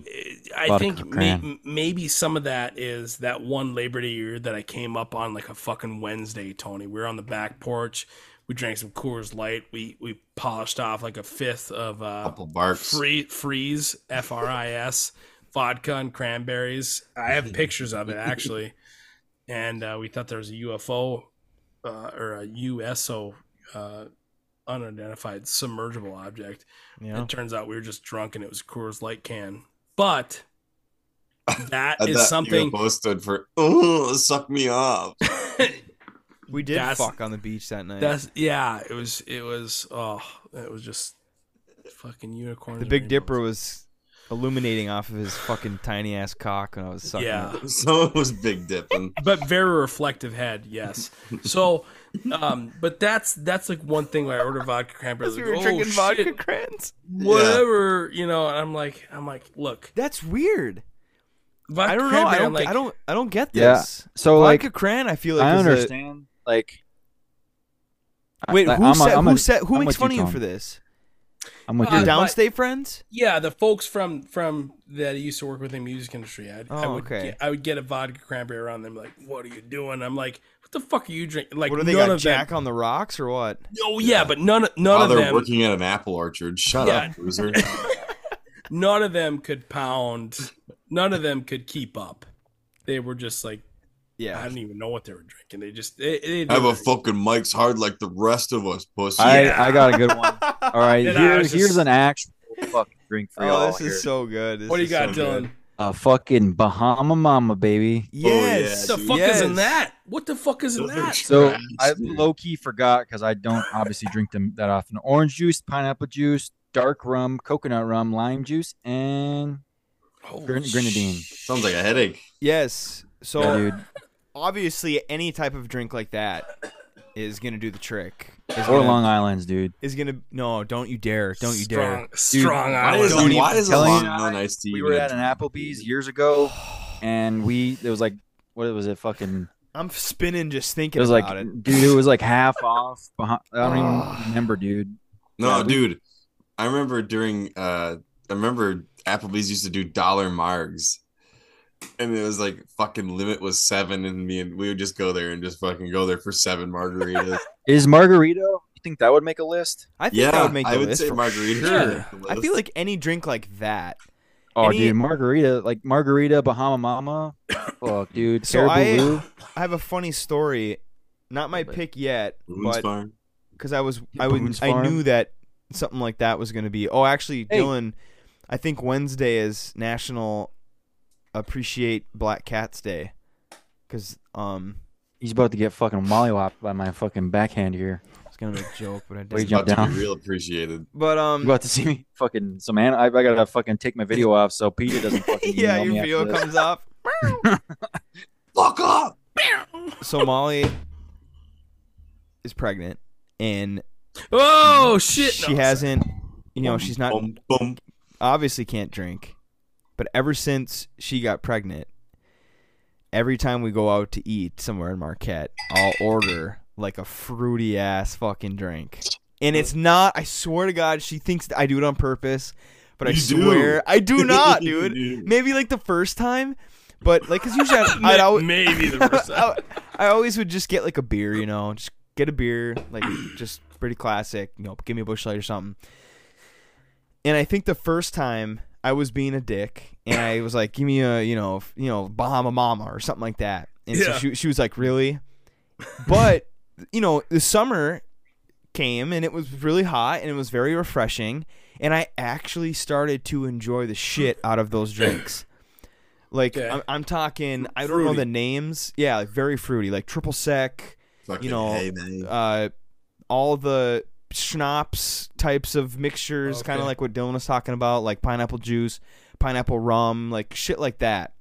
I Vodka think may, cran. m- maybe some of that is that one Labor Day year that I came up on like a fucking Wednesday, Tony. We were on the back porch. We drank some Coors Light. We we polished off like a fifth of uh, Couple barks. free freeze F R I S vodka and cranberries. I have pictures of it actually, and uh, we thought there was a UFO uh, or a USO uh, unidentified submergible object. Yeah. It turns out we were just drunk and it was Coors Light can. But that Uh, I is thought something. UFO stood for, oh, suck me off. We did That's- fuck on the beach that night. That's yeah. It was it was oh it was just fucking unicorn. the Big Dipper was illuminating off of his fucking tiny ass cock when I was sucking. Yeah. it. So it was Big Dippin'. but very reflective head, yes. So, um, but that's that's like one thing where I order vodka cranberry. Like, oh, shit, crans. whatever, you know. And I'm like, I'm like, look, That's weird. vodka I don't know. cranberry. I I'm don't. like, I don't. I don't get Yeah. this. So vodka like, cran. I feel like I is a- understand. Like, I- wait, who like, I'm a- said? I'm who a- said? Who I'm makes with you, fun of you Tom. for this? I'm with Uh, Your you. but- downstate friends? yeah, the folks from from that I used to work with in the music industry. I, I Oh, would okay. get, I would get a vodka cranberry around them. Like, what are you doing? I'm like, what the fuck are you drinking? Like, what do they none got? of Jack them. on the rocks or what? Oh yeah, but none of- none While of they're them. working at an apple orchard. Shut Yeah. up, loser. none of them could pound. None of them could keep up. They were just like I Yeah. didn't even know what they were drinking. They just they, they, I have they- a fucking Mike's hard like the rest of us, pussy. Yeah. I I got a good one. All right, And here, I was here's just- an actual fucking drink for y'all. Oh, this here. is so good. This What do you is got, so Dylan? good. a fucking Bahama Mama, baby. Yes. What the dude. fuck is in Yes. that? What the fuck is in Those are that? So Christ, I dude. low key forgot because I don't obviously drink them that often. Orange juice, pineapple juice, dark rum, coconut rum, lime juice, and Oh, Holy gren- shit. grenadine. Sounds like a headache. Yes. So Yeah, dude. obviously, any type of drink like that is gonna do the trick. Is Or gonna- Long Islands, dude. Is gonna no. Don't you dare. Don't you dare. strong, strong Why is, Island. don't even why is a tell you Long and I- Island iced tea? We even were a at an drink? Applebee's years ago, and we it was like what was it fucking I'm spinning just thinking it was like about it. dude it was like half off. Behind, I don't Ah. even remember, dude. No, Yeah, we- dude. I remember during uh I remember Applebee's used to do dollar margs. And it was like fucking limit was seven, and me and we would just go there and just fucking go there for seven margaritas. Is margarito? You think that would make a list? I think yeah, that would make the I would list say for margarita. sure. is the I list. feel like any drink like that. Oh, Any- dude, margarita like margarita Bahama Mama. Fuck, dude. So I- Caribou Lou. I have a funny story. Not my But- pick yet, Moon's but Farm. because I was I would Boone's I Farm. knew that something like that was going to be. Oh, actually, Hey. Dylan, I think Wednesday is National Appreciate Black Cats Day because um He's about to get fucking mollywopped by my fucking backhand here. I was going to make a joke, but I Wait, didn't. jump About to down. be real appreciated. But You um, about to see me fucking some man. I, I gotta fucking take my video off so Peter doesn't fucking yeah, email your video me after this. comes up. Fuck up. So Molly is pregnant, and Oh shit! She hasn't. You know, she's not. Obviously, can't drink. But ever since she got pregnant, every time we go out to eat somewhere in Marquette, I'll order like a fruity ass fucking drink. And it's not. I swear to God, she thinks I do it on purpose. But I You do. swear, I do not, You dude. do. Maybe like the first time, but like, cause usually I'd, I'd always Maybe the first time. Oh, I, I always would just get like a beer, you know, just get a beer, like just pretty classic, you know, give me a bush light or something. And I think the first time I was being a dick, and I was like, "Give me a, you know, f- you know, Bahama Mama or something like that." And so Yeah. she she was like, "Really?" But you know, the summer came and it was really hot and it was very refreshing, and I actually started to enjoy the shit out of those drinks. Like I'm, I'm talking, I don't know Fruity. the names. Yeah, like very fruity, like triple sec. Fucking you know, hey, man. uh, all the schnapps types of mixtures, kind Okay. of like what Dylan was talking about, like pineapple juice, pineapple rum, like shit like that.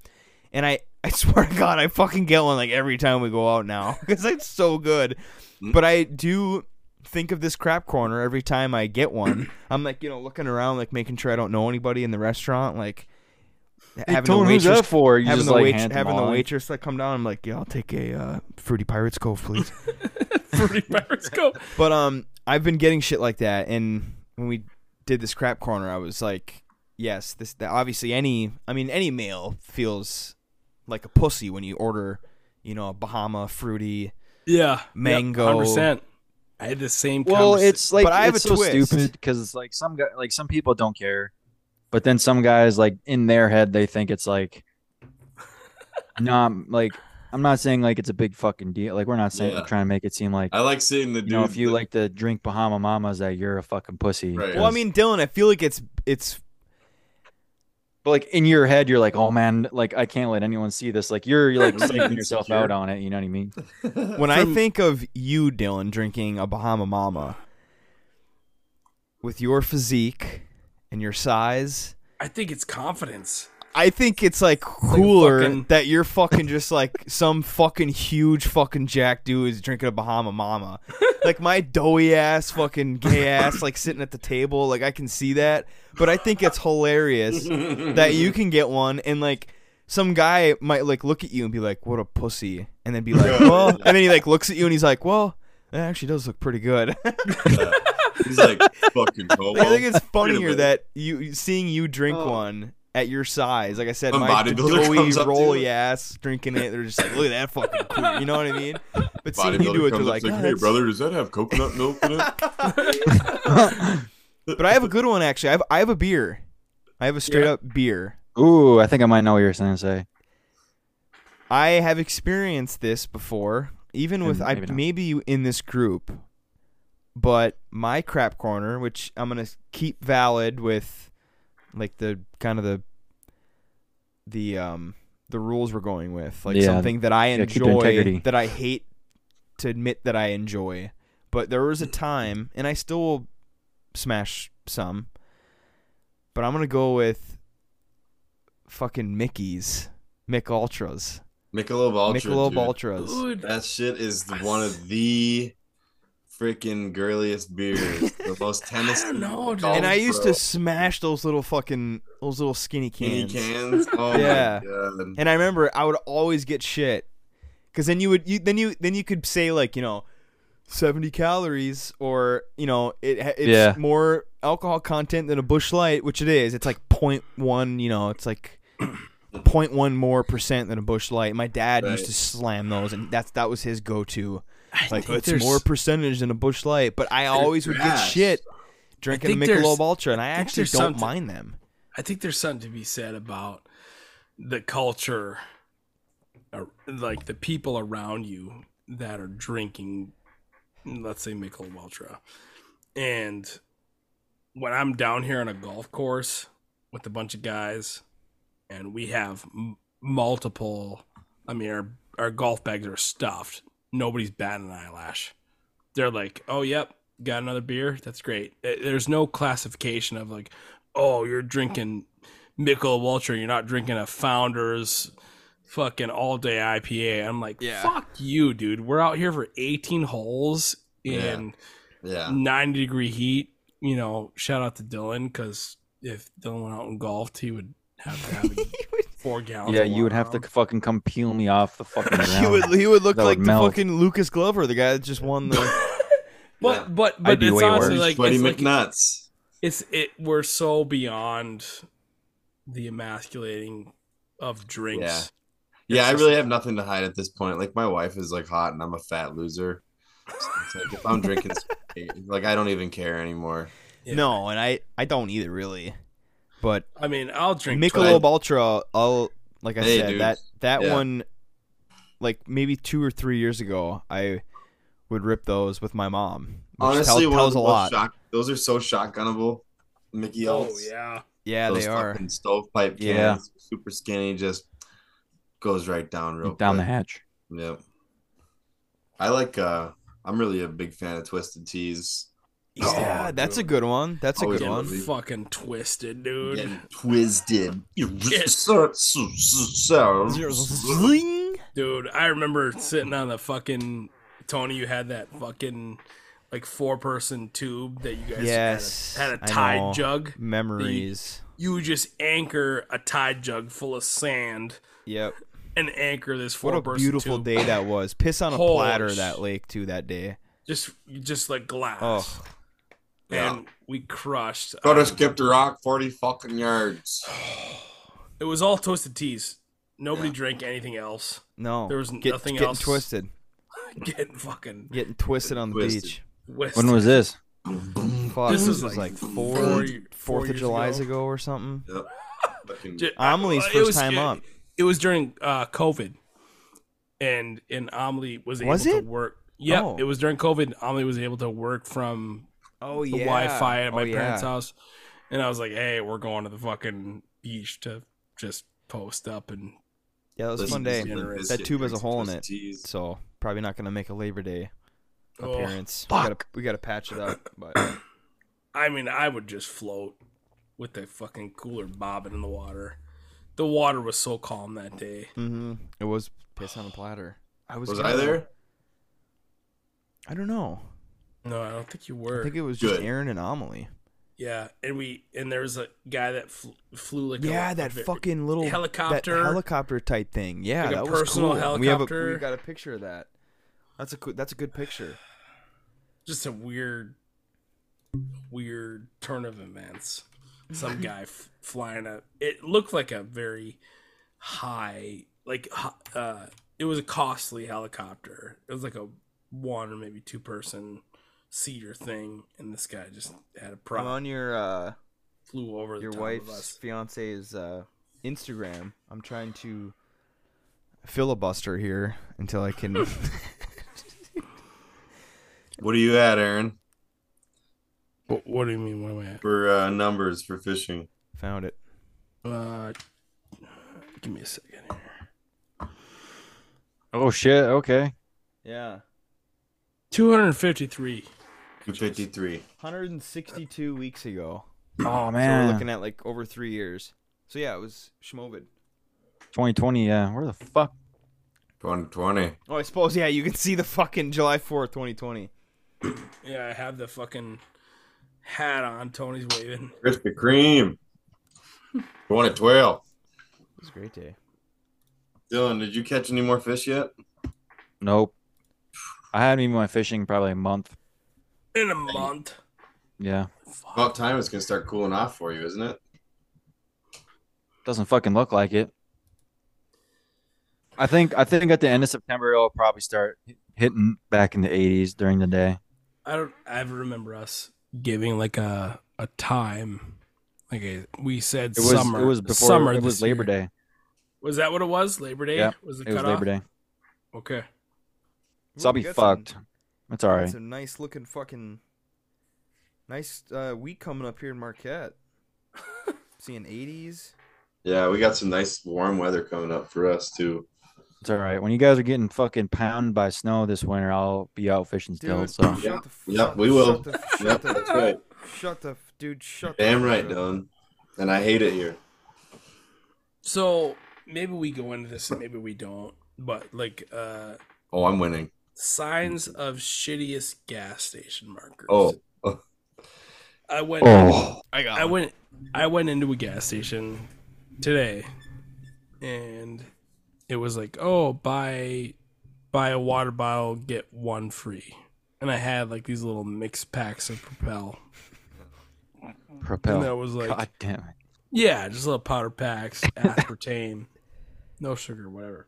And I, I swear to God, I fucking get one like every time we go out now because it's so good. Mm. But I do think of this crap corner every time I get one. I'm like, you know, looking around, like making sure I don't know anybody in the restaurant, like having Tone, the who's waitress that for? You having just, the like, wait- hand them having the all in? waitress like come down. I'm like, yeah, I'll take a uh, fruity pirates cove, please. Let's go. But um, I've been getting shit like that, and when we did this crap corner, I was like, yes, this that obviously any, I mean, any male feels like a pussy when you order, you know, a Bahama fruity, Yeah. mango. percent. I had the same. Well, it's like But I have it's a so twist. stupid because it's like some guy, like some people don't care, but then some guys, like in their head, they think it's like, not like I'm not saying like it's a big fucking deal. Like we're not saying Yeah. trying to make it seem like I like seeing the dude. you know if you that- like to drink Bahama Mamas that you're a fucking pussy. Right. Well, I mean, Dylan, I feel like it's it's But like in your head, you're like, oh man, like I can't let anyone see this. Like you're, you're like psyching yourself out on it. You know what I mean? when I think of you, Dylan, drinking a Bahama Mama with your physique and your size. I think it's confidence. I think it's like cooler fucking- that you're fucking just like some fucking huge fucking jack dude is drinking a Bahama Mama. like my doughy ass, fucking gay ass, like sitting at the table, like I can see that. But I think it's hilarious that you can get one and like some guy might like look at you and be like, "What a pussy," and then be like, Yeah. "Well," and then he like looks at you and he's like, "Well." That actually does look pretty good. I he's like fucking Kobo. think it's Wait a funnier minute. that you seeing you drink one at your size. Like I said, A my bodybuilder doughy, comes up to you. rolly ass drinking it. They're just like, look at that fucking cool. You know what I mean? But seeing you Bodybuilder do it, they're comes up, like, it's like "Oh, hey that's-" brother, does that have coconut milk in it? But I have a good one actually. I have I have a beer. I have a straight up beer. Ooh, I think I might know what you're saying. Say I have experienced this before, even with Mm, I maybe not. maybe you in this group, but my crap corner, which I'm gonna keep valid with, like the kind of the the um the rules we're going with, like Yeah. something that I Yeah, keep the enjoy integrity. that I hate to admit that I enjoy, but there was a time, and I still will smash some, but I'm gonna go with fucking Mickey's. Mick Ultras. Michelob Ultra. Michelob dude. Ultras. Dude, That shit is the- one of the freaking girliest beers. the most tennis. I don't know, dude. And I used to smash those little fucking those little skinny mini cans. cans. Oh Yeah. my god. And I remember I would always get shit because then you would you then you then you could say like you know. 70 calories or you know it ha- it's Yeah. more alcohol content than a bush light which it is it's like 0.1 you know it's like 0.1 more percent than a bush light my dad Right. used to slam those and that's that was his go-to I like think it's there's- more percentage than a bush light but i always would get trash. shit drinking a think there's- Michelob Ultra and i, think actually there's don't something- mind them I think there's something to be said about the culture, uh, like the people around you that are drinking, let's say Michelob Ultra, and when I'm down here on a golf course with a bunch of guys, and we have m- multiple, I mean, our our golf bags are stuffed. Nobody's batting an eyelash. They're like, "Oh, yep, got another beer. That's great." Eh, There's no classification of like, "Oh, you're drinking Michelob Ultra. You're not drinking a Founder's." Fucking all day IPA. I'm like, Yeah. fuck you, dude. We're out here for 18 holes in Yeah. 90 degree heat. You know, shout out to Dylan because if Dylan went out and golfed, he would have to have four gallons. yeah, of you would have to fucking come peel me off the fucking ground. He would he would look That like the melt. fucking Lucas Glover, the guy that just won the. But but I'd but be it's way honestly worse. like Sweaty it's like- McNuts. It's it. We're so beyond the emasculating of drinks. Yeah. Yeah, I really have nothing to hide at this point. Like my wife is like hot, and I'm a fat loser. So it's like if I'm drinking, like I don't even care anymore. No, and I I don't either really, but I mean, I'll drink. Michelob Ultra. I'll like I Hey, said dude. that that Yeah. one, like maybe two or three years ago, I would rip those with my mom. which Honestly, tell- one of tells the a most lot. shock- those are so shotgunnable, Mickey Oh Elts. yeah. Yeah, Those they are. fucking stovepipe cans, Yeah. super skinny, just goes right down real down the quick. hatch. Yep. I like. uh I'm really a big fan of Twisted Teas. Yeah, that's a good one. That's a Oh, Always good will one. be. Fucking twisted, dude. Getting twisted. Zing. Dude, I remember sitting on the fucking Tony. You had that fucking like four person tube that you guys had a- Yes, had a, I know. tide jug. that you- Memories. You, would just anchor a tide jug full of sand Yep. and anchor this four What a person beautiful tube. day that was. Piss on a Holy platter sh- that lake too that day. Just just like glass. Oh, And we crushed. Could have um, skipped a rock forty fucking yards. It was all toasted teas. Nobody drank anything else. no. There was Get- nothing getting else. twisted. Getting fucking Getting twisted on the Twisted. beach. west. When was this? Fuck, This this was was like, like four, four Fourth ye- four of years July's ago. ago. or something. Yep. Fucking- Ju- Amelie's uh, it first was- time it- up. It was during uh, COVID, and and Amelie was able Was to it? work. Yeah, Oh. it was during COVID. Amelie was able to work from Oh the Wi-Fi at my parents' house, and I was like, "Hey, we're going to the fucking beach to just post up." And Yeah, that was a fun day. Listen, listen, That tube has a hole in it, Twisted Teas. so probably not gonna make a Labor Day Oh, appearance. we, gotta, we gotta patch it up. But I mean, I would just float with the fucking cooler bobbing in the water. The water was so calm that day. hmm it was piss on a platter. I was. Was kinda- I there? I don't know. No, I don't think you I were. think it was just Good. Aaron and Amelie. yeah, and we and there was a guy that fl- flew like a- Yeah, a that ve- fucking little that helicopter. helicopter type thing. Yeah, Like a that was personal cool. And We have a, helicopter. we got a picture of that. That's a coo- that's a good picture. just a weird, weird turn of events. Some guy f- flying a. It looked like a very high, like ho- uh, it was a costly helicopter. It was like a one or maybe two person seater thing, and this guy just had a I'm prop on your uh, flew over the your top of wife's us. fiance's uh, Instagram. I'm trying to filibuster here until I can. What are you at, Aaron? What, what do you mean? What am I at? For uh, numbers for fishing. Found it. Uh, give me a second here. Oh shit. Okay. Yeah, Two hundred fifty-three. Two fifty three. 162 weeks ago. Oh So man. we're looking at like over three years. So yeah, it was Shmovid. 2020. Yeah. Where the fuck? Twenty twenty. Oh, I suppose yeah. You can see the fucking July 4th, 2020. Yeah, I have the fucking hat on. Tony's waving. Krispy Kreme. Twenty twelve. It was a great day. Dylan, did you catch any more fish yet? Nope. I hadn't even went fishing probably a month. In a month. Yeah. About time it's gonna start cooling off for you, isn't it? Doesn't fucking look like it. I think I think at the end of September it'll probably start hit- hitting back in the 80s during the day. I don't. I remember us giving like a a time, like a, we said It was summer. it was before summer. it was this Labor year. Day. Was that what it was? Labor Day Yeah, was the It was cutoff. Labor Day. Okay. So I'll be fucked. That's all right. That's a nice looking fucking nice uh, week coming up here in Marquette. Seeing 80s. Yeah, we got some nice warm weather coming up for us too. It's all right. When you guys are getting fucking pounded by snow this winter, I'll be out fishing still. Dude, So shut the f- Yep, shut we the- Shut will. the, Yep, shut the, that's right. shut the f- dude. Shut. Damn the, right, shut up. Dylan. And I hate it here. So maybe we go into this, and maybe we don't. But like, uh, Oh, I'm winning. Signs of shittiest gas station markers. Oh, I went. Oh. I, got I went. I went into a gas station today, and it was like, oh, buy buy a water bottle, get one free. And I had like these little mixed packs of Propel. Propel. And that was like, God damn it. yeah, just little powder packs, aspartame, no sugar, whatever.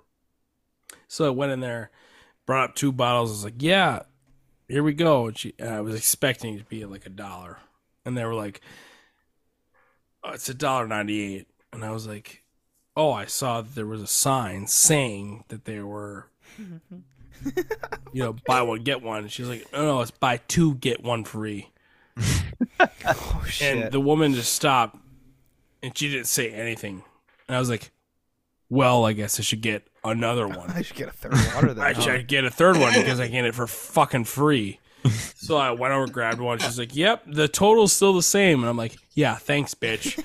So I went in there, brought up two bottles. I was like, yeah, here we go. And, she, and I was expecting it to be like a dollar. And they were like, oh, it's a dollar ninety eight. And I was like, oh, I saw that there was a sign saying that they were, you know, buy one, get one. And she's like, no, no, it's buy two, get one free. Oh, And the woman just stopped and she didn't say anything. And I was like, well, I guess I should get another one. I should get a third water then. I huh? should get a third one because I get it for fucking free. So I went over, grabbed one. She's like, "Yep, the total's still the same." And I'm like, "Yeah, thanks, bitch.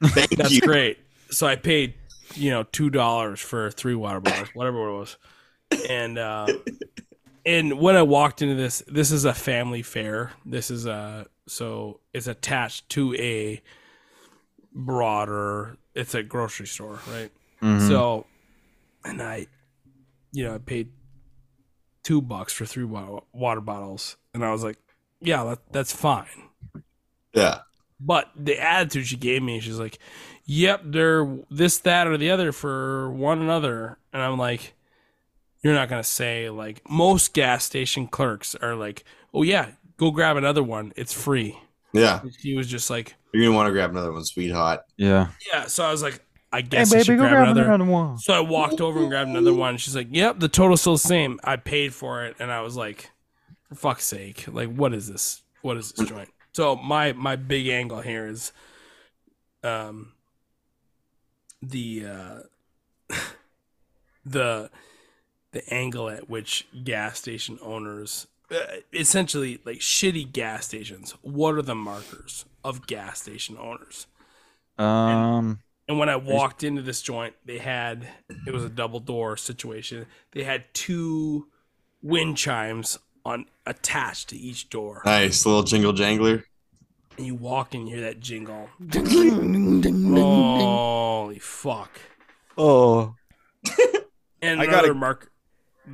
That's great." So I paid, you know, two dollars for three water bottles, whatever it was. And uh, and when I walked into this, this is a family fair. This is a so it's attached to a broader. It's a grocery store, right? Mm-hmm. Mhm. So, and I, you know, I paid two bucks for three wa- water bottles, and I was like, "Yeah, that, that's fine." Yeah. But the attitude she gave me, she's like, "Yep, they're this, that, or the other for one another," and I'm like, "You're not gonna say like most gas station clerks are like, oh yeah, go grab another one, it's free." Yeah. She was just like, You're gonna want to grab another one, sweetheart. Yeah. yeah, so I was like, I guess I baby, should go grab, grab another. another one. So I walked over and grabbed another one. She's like, "Yep, the total's still the same." I paid for it, and I was like, "For fuck's sake! Like, what is this? What is this joint?" So my my big angle here is, um, the uh, the the angle at which gas station owners uh, essentially like shitty gas stations what are the markers of gas station owners Um. and when I walked into this joint, they had it was a double door situation. They had two wind chimes on attached to each door. Nice little jingle jangler. And you walk and you hear that jingle. Holy fuck. Oh. And I I got another a- mark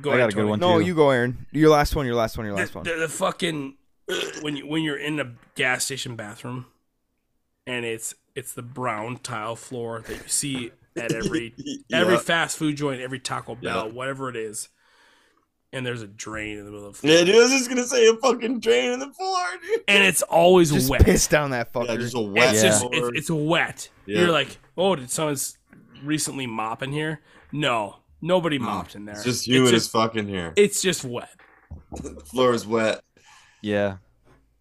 go I got ahead, a good Tony. one. No, you go, Aaron. Your last one. Your last one. Your last one. The, the fucking when you when you're in a gas station bathroom, and it's it's the brown tile floor that you see at every every Yeah. fast food joint, every Taco Bell, Yeah. whatever it is, and there's a drain in the middle of the floor. Yeah, dude, I was just gonna say a fucking drain in the floor, dude. and it's always Just wet. piss down that fucker. Yeah, just a wet It's just floor. it's, it's wet. Yeah. You're like, oh, did someone's recently mop in here? No, nobody mopped in there. Mm. Oh, It's just humid as fuck in here. It's just wet. The floor is wet. Yeah.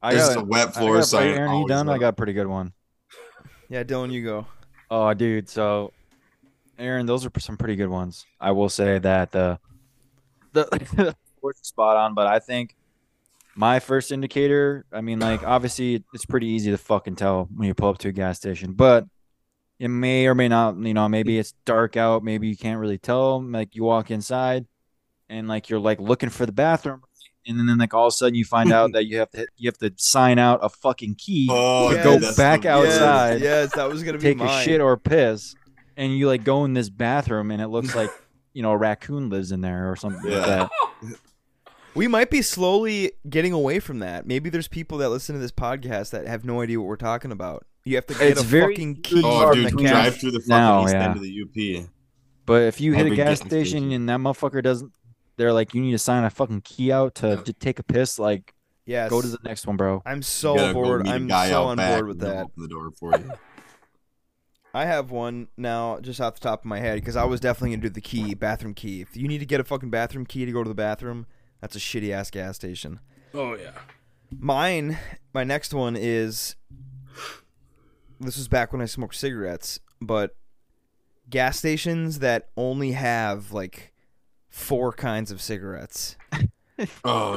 This is a wet floor I got, sign, Aaron, you always done? I wet. got a pretty good one. Yeah, Dylan, you go. Oh, dude. So, Aaron, those are some pretty good ones. I will say that the the was spot on, but I think my first indicator. I mean, like obviously, it's pretty easy to fucking tell when you pull up to a gas station, but it may or may not. You know, maybe it's dark out. Maybe you can't really tell. Like you walk inside, and like you're like looking for the bathroom. And then, like all of a sudden, you find out that you have to you have to sign out a fucking key Oh, to yeah, go that's the- back yes, outside Yes, that was gonna be take mine. a shit or piss, and you like go in this bathroom, and it looks like you know a raccoon lives in there or something like that. We might be slowly getting away from that. Maybe there's people that listen to this podcast that have no idea what we're talking about. You have to get It's a very fucking key good Oh, from dude, the we gas- drive through the fucking Now, east yeah. end of the UP. But if you hit a Every gas gas station and that motherfucker doesn't, they're like, you need to sign a fucking key out to, to take a piss. Like, Yes. go to the next one, bro. I'm You so gotta go bored. meet a I'm so guy out on back board with and they'll that. Open the door for you. I have one now, just off the top of my head, because I was definitely gonna do the key, bathroom key. If you need to get a fucking bathroom key to go to the bathroom, that's a shitty ass gas station. Oh yeah. Mine, my next one is. This was back when I smoked cigarettes, but gas stations that only have like four kinds of cigarettes, Oh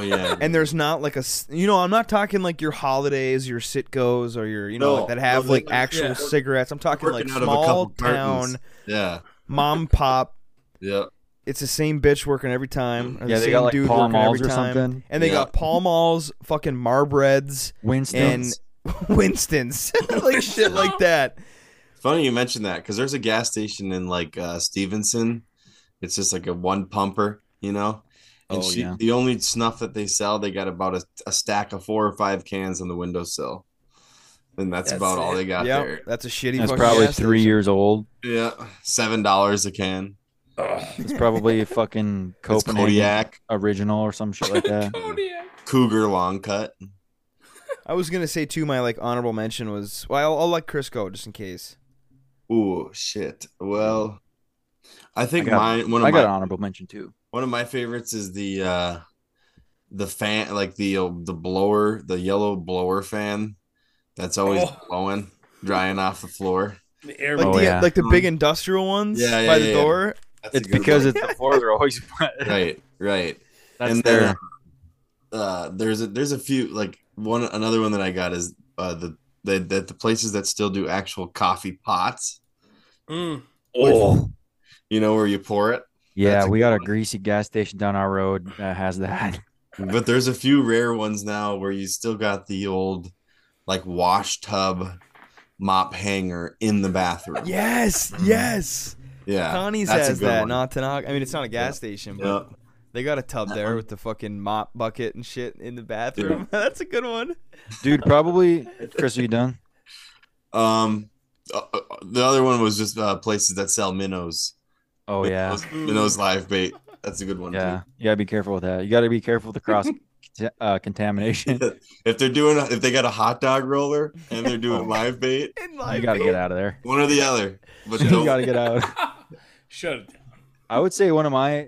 yeah. and there's not like a s- you know I'm not talking like your holidays, your Sitgos, or your you know No, like, that have but, like, like actual yeah. cigarettes. I'm talking Working like out of a couple small town cartons. Yeah. mom pop Yeah. it's the same bitch working every time. Or Mm. Yeah, the they same got, like, dude Pall working Malls every or time. something. And they Yeah. got Pall Malls, fucking Marbreds, Winstons. and Winston's, like shit like that. Funny you mentioned that because there's a gas station in like uh, Stevenson. It's just like a one pumper, you know. And Oh, she, yeah. the only snuff that they sell, they got about a, a stack of four or five cans on the windowsill, and that's, That's about all it. they got Yep, there. that's a shitty That's fucking probably gas three years old. Yeah, seven dollars a can. It's probably a fucking It's Copenhagen Kodiak. original or some shit like that. Oh, Cougar long cut. I was gonna say too. My like honorable mention was well, I'll, I'll let Chris go just in case. Ooh, shit. Well, I I think got, mine. One of I my got an honorable mention too. One of my favorites is the uh the fan like the uh, the blower, the yellow blower fan that's always Oh. blowing, drying off the floor. The air Like Oh, the yeah. like the big industrial ones Mm. Yeah, yeah, by the yeah, yeah. door. That's a It's good because one. it's the floors are always right, right. That's and their there uh there's a there's a few like one another one that I got is uh the that the, the places that still do actual coffee pots. Mm. Oh. You know where you pour it. yeah. That's a We got a greasy gas station down our road that has that. but there's a few rare ones now where you still got the old like wash tub mop hanger in the bathroom. Yes, yes. Yeah. Connie's Mm. that's a has good that. one. Not to knock. I mean, it's not a gas station, but Yeah. they got a tub there with the fucking mop bucket and shit in the bathroom. That's a good one. Dude, probably Chris, are you done? Um uh, uh, the other one was just uh, places that sell minnows. Oh yeah. Minnows, minnows live bait. That's a good one. Yeah. You gotta be careful with that. You gotta be careful with the cross uh, contamination. Too. If they're doing if they got a hot dog roller and they're doing live bait, In You life. gotta get out of there. one or the other. But You don't, gotta get out. Shut it down. I would say one of my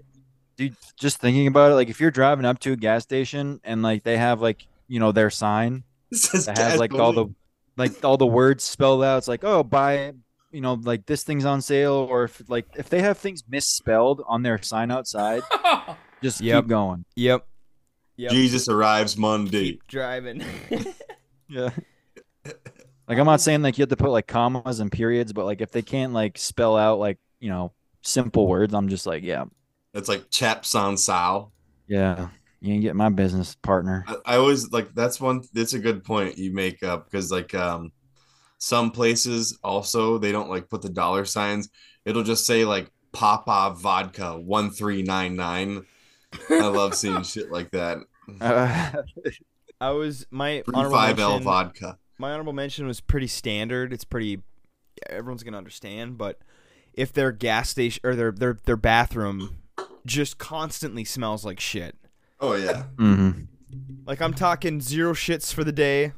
dude, just thinking about it, like if you're driving up to a gas station and like they have like, you know, their sign it says that has gas like all the only. like all the words spelled out. It's like, oh, buy you know, like this thing's on sale, or if like if they have things misspelled on their sign outside, just Yep. keep going. Yep. Yep. Jesus arrives Monday. Keep driving. Yeah. Like I'm not saying like you have to put like commas and periods, but like if they can't like spell out like, you know, simple words, I'm just like, yeah, That's like chap sans sal. yeah. You ain't get my business partner. I, I always like that's one that's a good point you make up because like um some places also they don't like put the dollar signs it'll just say like papa vodka 1399 i love seeing shit like that Uh, I was my honorable 35l mention- vodka my honorable mention was pretty standard. It's pretty everyone's gonna understand, but if their gas station or their their their bathroom just constantly smells like shit. oh yeah mhm. Like I'm talking zero shits for the day.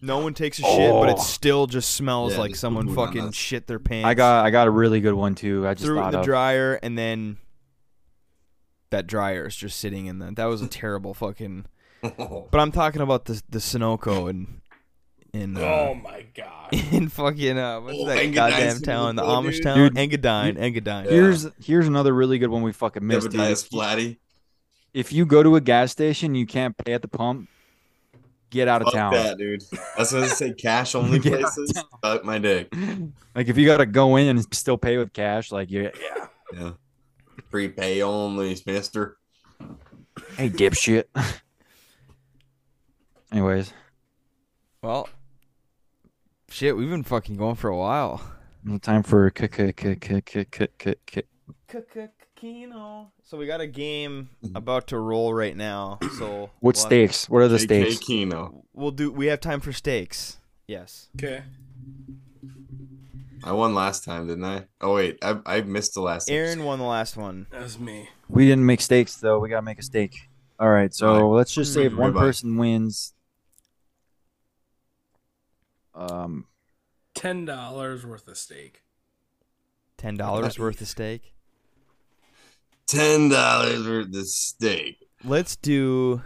No one takes a shit, but it still just smells Yeah, like just someone poo-pooed on fucking us. shit their pants. Oh. I got I got a really good one too. I just threw it in thought the of. dryer and then that dryer is just sitting in the that was a terrible fucking but I'm talking about the the Sunoco and in uh, Oh my god. in fucking uh, what's Oh, that Engadine goddamn City town? The before, Amish dude. town, Dude, Engadine, Engadine. Here's here's another really good one we fucking missed. dude. Zebediah Splatty. If you go to a gas station, you can't pay at the pump. Get out of Fuck town. that, dude. That's what I say. Cash only Get out of places. Fuck my dick. Like if you gotta go in and still pay with cash, like you, Yeah. Prepay only, mister. hey dipshit. Anyways, Well, shit, we've been fucking going for a while. no time for k k k k k k k k. Kino. So we got a game about to roll right now. So What we'll- stakes? What are the JK stakes? Kino. We'll do. We have time for stakes. Yes. Okay. I won last time, didn't I? Oh wait, I I missed the last. Aaron won the last one. That was me. We didn't make stakes though. We gotta make a stake. All right, so Alright. let's just say if one Everybody. person wins, um, Ten dollars worth of steak. Ten dollars worth of stake. ten dollars worth of steak. Let's do.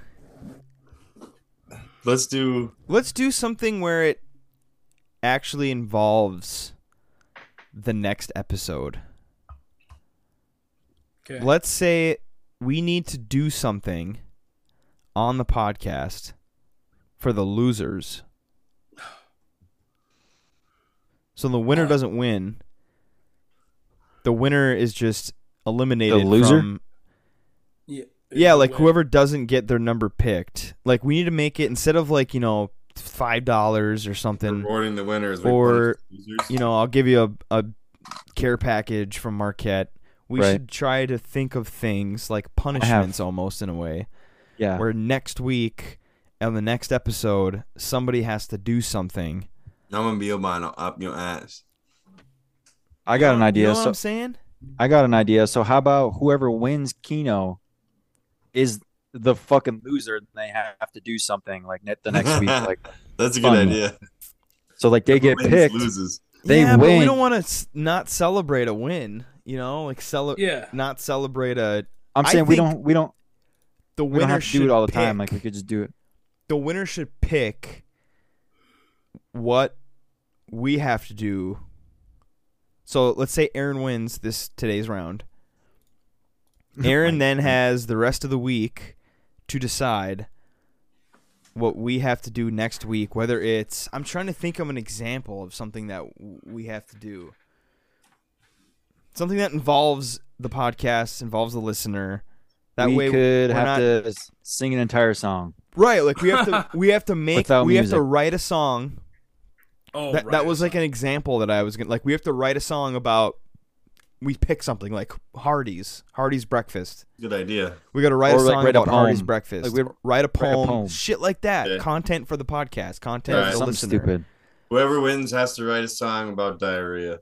Let's do Let's do something where it actually involves the next episode. Okay. Let's say we need to do something on the podcast for the losers. So the winner doesn't win. The winner is just eliminated The loser? from Yeah. yeah, like whoever doesn't get their number picked, like we need to make it instead of like you know five dollars or something. Rewarding the winners, we or punish the losers. you know, I'll give you a, a care package from Marquette. We Right. should try to think of things like punishments almost in a way. Yeah. Where next week on the next episode, somebody has to do something. I'm gonna be on up your ass. I got an idea. You know what so I'm saying? I got an idea. So how about whoever wins Keno is the fucking loser, and they have to do something like ne- the next week. Like That's a good fun. idea. So like they get Wins, picked, loses. they yeah, but win. we don't want to not celebrate a win. You know, like cele- Yeah. not celebrate a. I'm I saying we think don't we don't The we winner don't have to should do it all the time. pick- Like we could just do it. the winner should pick what we have to do. So let's say Aaron wins this today's round. Aaron then has the rest of the week to decide what we have to do next week. Whether it's I'm trying to think of an example of something that w- we have to do, something that involves the podcast, involves the listener. That we way, could we're have not, to s- sing an entire song. Right, like we have to we have to make Without we have to music. write a song. Oh, that that was like an example that I was gonna like we have to write a song about we pick something like Hardy's, Hardy's breakfast. Good idea. We gotta write Or, a like, song write a about Hardy's poem. breakfast. Like, we- write, a write a poem, poem. shit like that. Yeah. Content for the podcast, content Right. for the Something listener. stupid. Whoever wins has to write a song about diarrhea.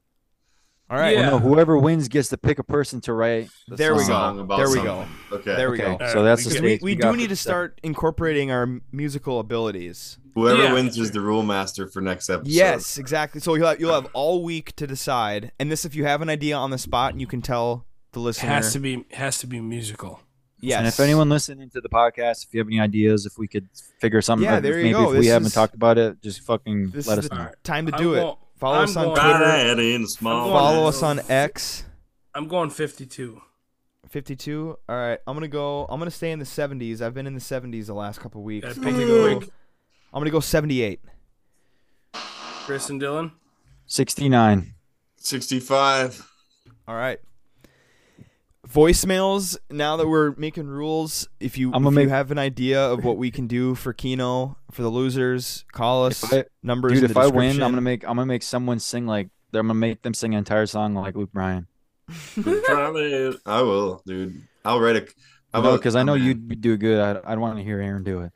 All right, Yeah. Well, no, whoever wins gets to pick a person to write. The There we song. go. Song about There we something. Okay. there we Okay, go. All so right, we that's this get- We, week. we got do need to this. start incorporating our musical abilities. Whoever Yeah. wins is the rule master for next episode. Yes, exactly. So you'll have, you'll have all week to decide. And this, if you have an idea on the spot, and you can tell the It listener. has to be has to be musical. yes. And if anyone listening to the podcast, if you have any ideas, if we could figure something, Yeah, if there you maybe go. if we This haven't is- talked about it, just fucking this let is us the know. time to I do it. won't- Follow I'm us on going- Twitter. Diet in small. going- Follow hands. us on X. I'm going 52. 52. All right, I'm gonna go. I'm gonna stay in the 70s. I've been in the 70s the last couple Yeah, weeks. pick I'm gonna it go, quick. I'm gonna go 78. Chris and Dylan. 69. 65. All right. Voicemails. Now that we're making rules, if you I'm gonna if you make- have an idea of what we can do for Kino for the losers, call us. If I- numbers. Dude, in the if I win, I'm description. gonna make I'm gonna make someone sing like I'm gonna make them sing an entire song like Luke Bryan. Probably. I will, dude. I'll write a. how about- Because I know oh, man. you'd do good. I'd, I'd want to hear Aaron do it.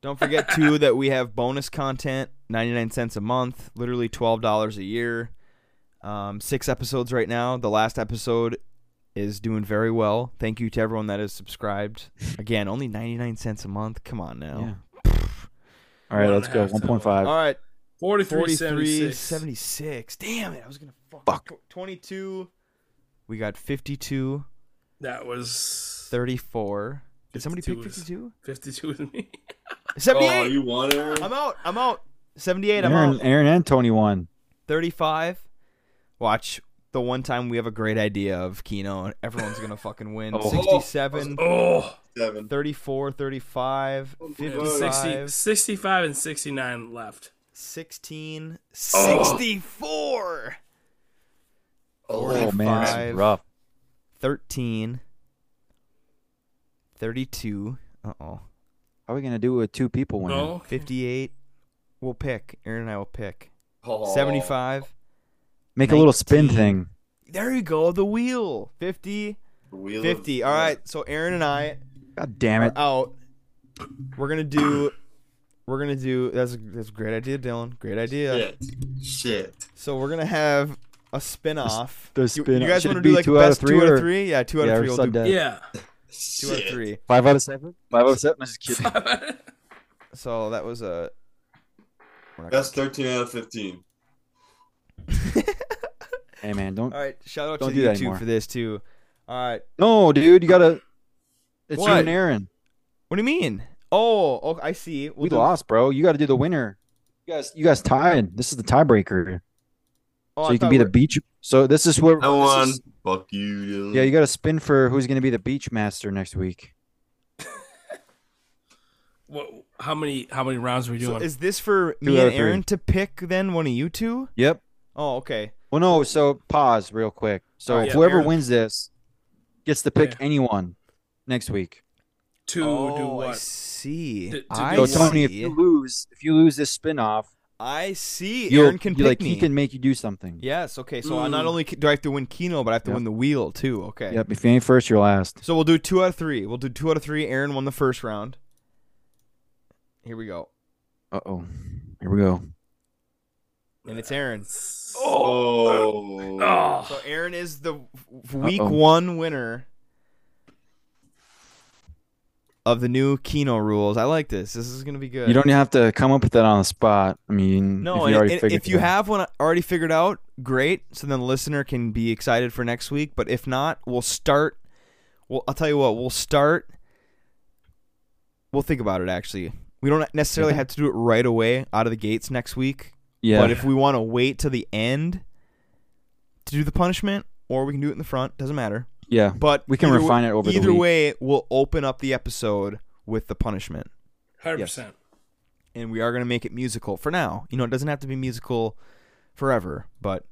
Don't forget too that we have bonus content, ninety nine cents a month, literally twelve dollars a year. Um, six episodes right now. The last episode is doing very well. Thank you to everyone that is subscribed. Again, only ninety nine cents a month. Come on now. All right, One let's and a go. half, so- 1.5. All right, 43, 43, 76. 76. Damn it, I was gonna fuck. Twenty two. We got 52, That was 34. Did somebody pick 52 is- 52? 52 with me. Oh, 78. you won, Aaron? I'm out. I'm out. 78. I'm out. Aaron, Aaron and Tony won. 35. Watch the one time we have a great idea of Kino and everyone's going to fucking win. Oh. 67, Oh, Seven. 34, 35, 60, 55, 65 and 69 left. 16, 64, Oh man, this is 45. rough. 13, 32. Uh oh. How are we gonna do it with two people winning? No. 58. We'll pick. Aaron and I will pick. Oh. 75. Make a little spin 19. thing. There you go. The wheel. 50. Wheel of- 50. All right. So Aaron and I God damn it. are out. We're gonna do. We're gonna do. That's a, that's a great idea, Dylan. Great idea. Shit. Shit. So we're gonna have a spin off. the You, spin-off. guys Should want to it do be like two out of best three two out or- of three? Yeah, two out Yeah, of or three. We'll do Sunday. Yeah. two out of three. Five out of seven. Five out of seven. I'm just kidding. So that was a. we're not That's 13 out of 15. hey man, don't. gonna- All right. Shout out Don't to do YouTube that anymore. for this too. All right. No, dude, you gotta. It's What? you and Aaron. What do you mean? Oh, oh, I see. We'll We do- lost, bro. You gotta do the winner. You guys, you guys tied. This is the tiebreaker. Oh, so I you can thought be the we're- beach. So this is where. I this won. is- Fuck you, dude. yeah, you gotta spin for who's gonna be the beach master next week. What, how many how many rounds are we So doing? is this for Two me out and of three. Aaron to pick then one of you two? Yep. Oh, okay. Well, no. So pause real quick. So Oh, Alright, yeah, whoever Aaron- wins this, gets to pick anyone next week. To do what? Oh, see. To- to I so Tony, if see. you lose, if you lose this spinoff, I see. you'll- Aaron can you- pick like me. he can make you do something. Yes. Okay. So I Mm. not only c- do I have to win Keno, but I have to Yep. win the wheel too. Okay. Yep. If you ain't first, you're last. So we'll do two out of three. We'll do two out of three. Aaron won the first round. Here we go. Uh oh. Here we go. And it's Aaron. Oh, So Aaron is the w- week Uh-oh. one winner of the new Keno rules. I like this. This is gonna be good. You don't have to come up with that on the spot. I mean, No, if you and, already and figured if you it out. have one already figured out, great. So then the listener can be excited for next week. But if not, we'll start. Well, I'll tell you what. We'll start. We'll think about it. Actually, we don't necessarily have to do it right away out of the gates next week. yeah, But if we want to wait till the end to do the punishment, or we can do it in the front, doesn't matter. yeah, But We can either wa- refine it over the Either week. way, we'll open up the episode with the punishment Hundred Yes. percent. and we are going to make it musical for now. You know, it doesn't have to be musical forever, but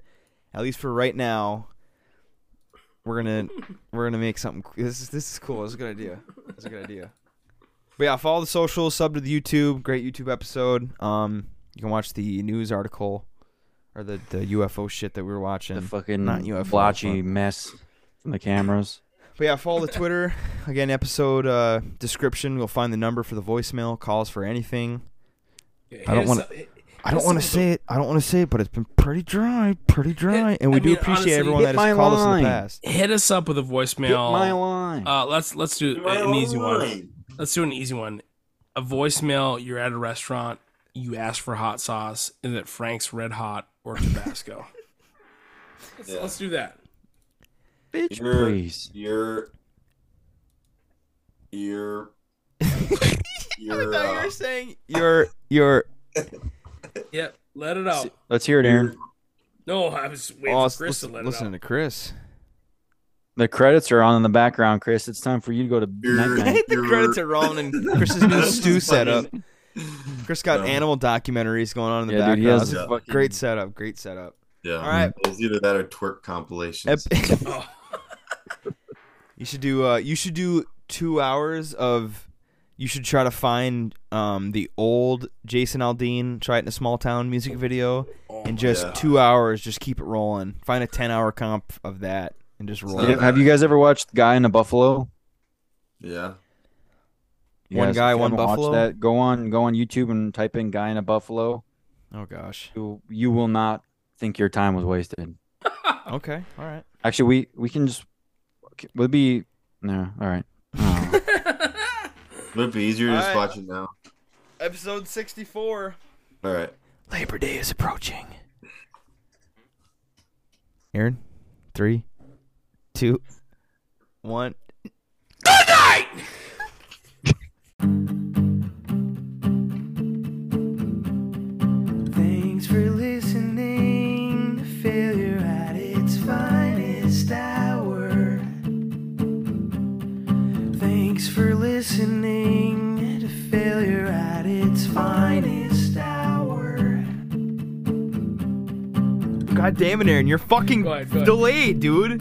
at least for right now, we're gonna we're gonna make something. This is this is cool. This is a good idea. That's a good idea. But yeah, follow the social, sub to the YouTube. Great YouTube episode. Um, you can watch the news article or the the UFO shit that we were watching. the fucking not not UFO, blotchy but- mess from the cameras. But yeah, follow the Twitter. Again, episode uh, description. You'll find the number for the voicemail. Calls for anything. I don't wanna- I don't want to say it. I don't want to say it, but it's been pretty dry, pretty dry, and we I do mean, appreciate honestly, everyone hit that my has called us in line. the past. Hit us up with a Get my voicemail. line. Uh, let's let's do an easy one. Mine. Let's do an easy one. A voicemail. You're at a restaurant. You ask for hot sauce. Is it Frank's Red Hot or Tabasco? let's, Yeah. let's do that. Bitch, You're- please. You're. You're. You're. uh, saying you're you're Yep. Let it out. Let's hear it, Aaron. No, I was waiting oh, for Chris to let listening it to Chris. The credits are on in the background, Chris. It's time for you to go to You're- night night. the credits are rolling and Chris's new This is stew fucking- setup. Chris got No. animal documentaries going on in the Yeah, dude, he background. has This is a fucking- Great setup, great setup. Yeah. All right. It was either that or twerk compilations. Ep- out. Oh. you should do uh, you should do two hours of you should try to find um, the old Jason Aldean try it in a small town music video and just God. two hours just keep it rolling find a 10 hour comp of that and just roll not it. bad. Have you guys ever watched Guy in a Buffalo? yeah. You One guys- if Guy, you One haven't watched Buffalo? That, go on, go on YouTube and type in "Guy in a Buffalo." oh gosh You, you will not think your time was wasted. okay all right Actually, we we can just we'll be no. All right. Oh. Would it be easier to All just right. watch it now? episode 64 All right. labor day is approaching aaron three two one Thanks for listening to Failure at its finest hour. Thanks for listening to Failure at its finest hour. god damn it aaron you're fucking Go ahead, go ahead. delayed dude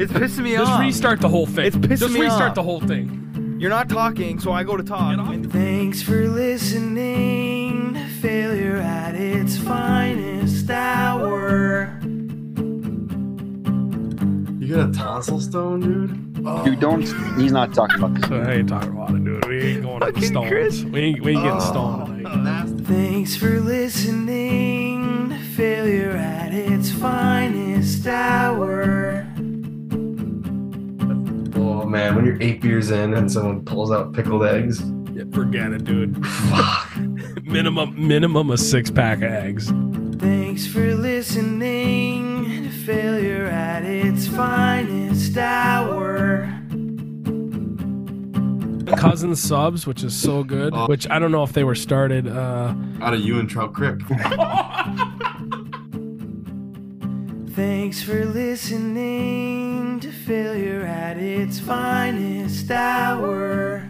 it's pissing me Just off restart the whole thing. It's pissing Just me restart off. the whole thing. you're not talking so i go to talk Thanks for listening to Failure at its finest hour. You got a tonsil stone, dude? Oh, Dude, don't. He's not talking about this. I ain't talking about it, dude. We ain't going to the stones. We ain't, we ain't Oh, getting stoned tonight. Thanks for listening to Failure at its finest hour. oh, man, when you're eight beers in and someone pulls out pickled eggs. Forget it, dude. minimum, minimum a six pack of eggs. Thanks for listening to Failure at its finest hour. Cousin subs, which is so good. Which I don't know if they were started. Uh, Out of you and Trout Crick. Thanks for listening to Failure at its finest hour.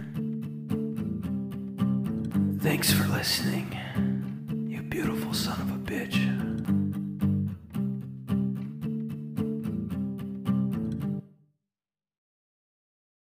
Thanks for listening, you beautiful son of a bitch.